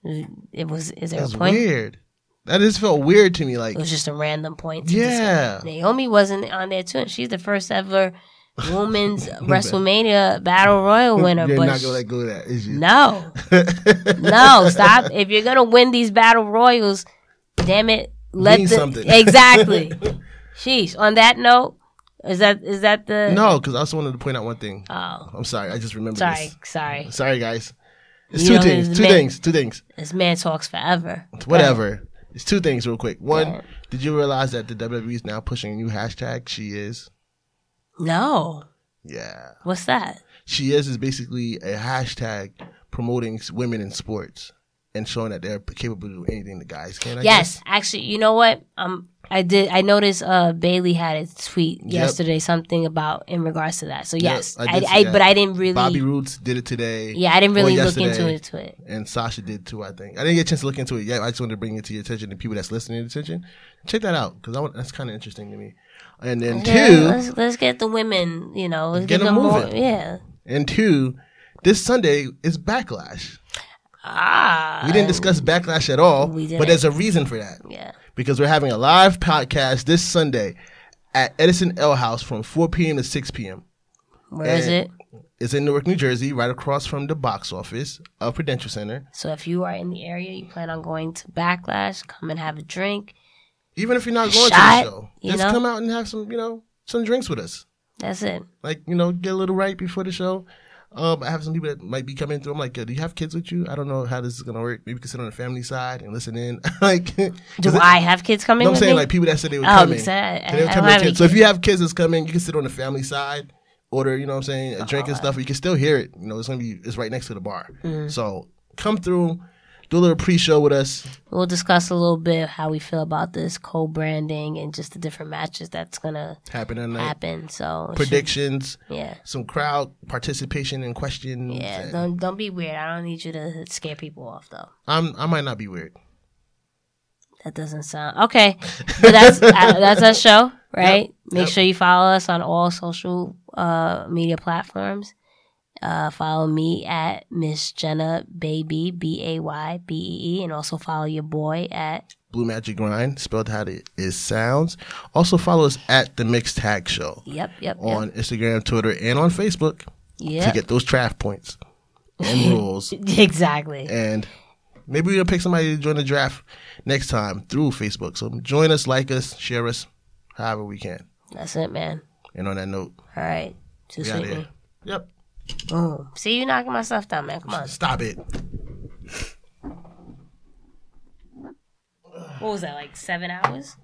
[SPEAKER 5] It was. Is there
[SPEAKER 4] That's
[SPEAKER 5] a point?
[SPEAKER 4] weird. That just felt weird to me. Like,
[SPEAKER 5] It was just a random point. to
[SPEAKER 4] yeah,
[SPEAKER 5] discuss. Naomi wasn't on there too, and she's the first ever
[SPEAKER 4] [LAUGHS]
[SPEAKER 5] women's WrestleMania Battle Royal winner.
[SPEAKER 4] you're
[SPEAKER 5] but
[SPEAKER 4] not
[SPEAKER 5] sh-
[SPEAKER 4] gonna let go of that, is you? [LAUGHS]
[SPEAKER 5] no, no, stop. If you're gonna win these battle royals, damn it, let
[SPEAKER 4] Mean
[SPEAKER 5] the
[SPEAKER 4] something. [LAUGHS]
[SPEAKER 5] exactly. Sheesh. On that note, is that is that the
[SPEAKER 4] no, because I also wanted to point out one thing.
[SPEAKER 5] Oh,
[SPEAKER 4] I'm sorry, I just remembered.
[SPEAKER 5] sorry,
[SPEAKER 4] this.
[SPEAKER 5] sorry.
[SPEAKER 4] sorry, guys. It's
[SPEAKER 5] You
[SPEAKER 4] two
[SPEAKER 5] know,
[SPEAKER 4] things.
[SPEAKER 5] it's
[SPEAKER 4] Two
[SPEAKER 5] men-
[SPEAKER 4] things. Two things.
[SPEAKER 5] This man talks forever.
[SPEAKER 4] Whatever. It's two things, real quick. One,
[SPEAKER 5] Yeah.
[SPEAKER 4] did you realize that the WWE is now pushing a new hashtag? She is.
[SPEAKER 5] No,
[SPEAKER 4] Yeah.
[SPEAKER 5] what's that?
[SPEAKER 4] She is is basically a hashtag promoting s- women in sports and showing that they're capable of anything the guys can. I
[SPEAKER 5] yes,
[SPEAKER 4] guess.
[SPEAKER 5] actually, you know what? Um, I did. I noticed uh Bailey had a tweet yesterday, something about in regards to that. So
[SPEAKER 4] Yeah,
[SPEAKER 5] yes,
[SPEAKER 4] I
[SPEAKER 5] I,
[SPEAKER 4] did see
[SPEAKER 5] I,
[SPEAKER 4] that.
[SPEAKER 5] but I didn't really.
[SPEAKER 4] Bobby Roots did it today.
[SPEAKER 5] yeah, I didn't
[SPEAKER 4] or
[SPEAKER 5] really look
[SPEAKER 4] yesterday,
[SPEAKER 5] into it. To it.
[SPEAKER 4] And Sasha did too, I think. I didn't get a chance to look into it yet. I just wanted to bring it to your attention and people that's listening to attention. Check that out because that's kind of interesting to me. And then
[SPEAKER 5] Yeah,
[SPEAKER 4] two,
[SPEAKER 5] let's, let's get the women. You know, let's
[SPEAKER 4] Get
[SPEAKER 5] get,
[SPEAKER 4] them
[SPEAKER 5] them
[SPEAKER 4] moving.
[SPEAKER 5] more. Yeah.
[SPEAKER 4] and two, this Sunday is Backlash.
[SPEAKER 5] Ah.
[SPEAKER 4] We didn't discuss Backlash at all,
[SPEAKER 5] We
[SPEAKER 4] but
[SPEAKER 5] didn't.
[SPEAKER 4] there's a reason for that.
[SPEAKER 5] Yeah.
[SPEAKER 4] because we're having a live podcast this Sunday at Edison L House from 4 p.m. to 6 p.m.
[SPEAKER 5] Where is
[SPEAKER 4] And-
[SPEAKER 5] it?
[SPEAKER 4] It's in Newark, New Jersey, right across from the box office of Prudential Center.
[SPEAKER 5] So if you are in the area, you plan on going to Backlash, come and have a drink.
[SPEAKER 4] Even if you're not going
[SPEAKER 5] Shot,
[SPEAKER 4] to the show,
[SPEAKER 5] you
[SPEAKER 4] just
[SPEAKER 5] know?
[SPEAKER 4] come out and have some, you know, some drinks with us.
[SPEAKER 5] That's it.
[SPEAKER 4] Like, you know, get a little right before the show. Um, I have some people that might be coming through. I'm like, Yo, do you have kids with you? I don't know how this is gonna work. Maybe you can sit on the family side and listen in. [LAUGHS] like,
[SPEAKER 5] Do I have kids coming?
[SPEAKER 4] No, I'm
[SPEAKER 5] with
[SPEAKER 4] saying
[SPEAKER 5] me?
[SPEAKER 4] like people that said they would
[SPEAKER 5] Oh,
[SPEAKER 4] come in.
[SPEAKER 5] because I- I-
[SPEAKER 4] They would
[SPEAKER 5] I
[SPEAKER 4] come
[SPEAKER 5] don't
[SPEAKER 4] in
[SPEAKER 5] have any
[SPEAKER 4] kids. So if you have kids that's coming, you can sit on the family side, order, you know what I'm saying, a drink and stuff. You can still hear it. You know, it's gonna be it's right next to the bar.
[SPEAKER 5] Mm.
[SPEAKER 4] So come through, do a little pre-show with us.
[SPEAKER 5] We'll discuss a little bit how we feel about this co-branding and just the different matches that's gonna
[SPEAKER 4] Happen at night.
[SPEAKER 5] happen. So it should-
[SPEAKER 4] Predictions,
[SPEAKER 5] yeah,
[SPEAKER 4] some crowd participation and questions.
[SPEAKER 5] yeah.
[SPEAKER 4] and-
[SPEAKER 5] Don't don't be weird. I don't need you to scare people off though.
[SPEAKER 4] I'm I might not be weird.
[SPEAKER 5] That doesn't sound okay. But
[SPEAKER 4] [LAUGHS]
[SPEAKER 5] that's uh, that's our show, right? Make
[SPEAKER 4] yep.
[SPEAKER 5] sure you follow us on all social uh, media platforms. Uh, follow me at Miss Jenna Baby B A Y B E E, and also follow your boy at
[SPEAKER 4] Blue Magic Grind, spelled how it is sounds. Also follow us at the Mixed Tag Show
[SPEAKER 5] Yep Yep Yep
[SPEAKER 4] on Instagram, Twitter, and on Facebook to
[SPEAKER 5] Yep.
[SPEAKER 4] get those trash points and
[SPEAKER 5] [LAUGHS]
[SPEAKER 4] rules.
[SPEAKER 5] exactly.
[SPEAKER 4] and maybe we'll pick somebody to join the draft next time through Facebook. So join us, like us, share us, however we can.
[SPEAKER 5] That's it, man.
[SPEAKER 4] And on that note,
[SPEAKER 5] All right, too
[SPEAKER 4] we out
[SPEAKER 5] sweet.
[SPEAKER 4] here.
[SPEAKER 5] me.
[SPEAKER 4] Yep.
[SPEAKER 5] Boom. See you knocking my stuff down, man. Come on.
[SPEAKER 4] Stop it.
[SPEAKER 5] What was that? Like seven hours?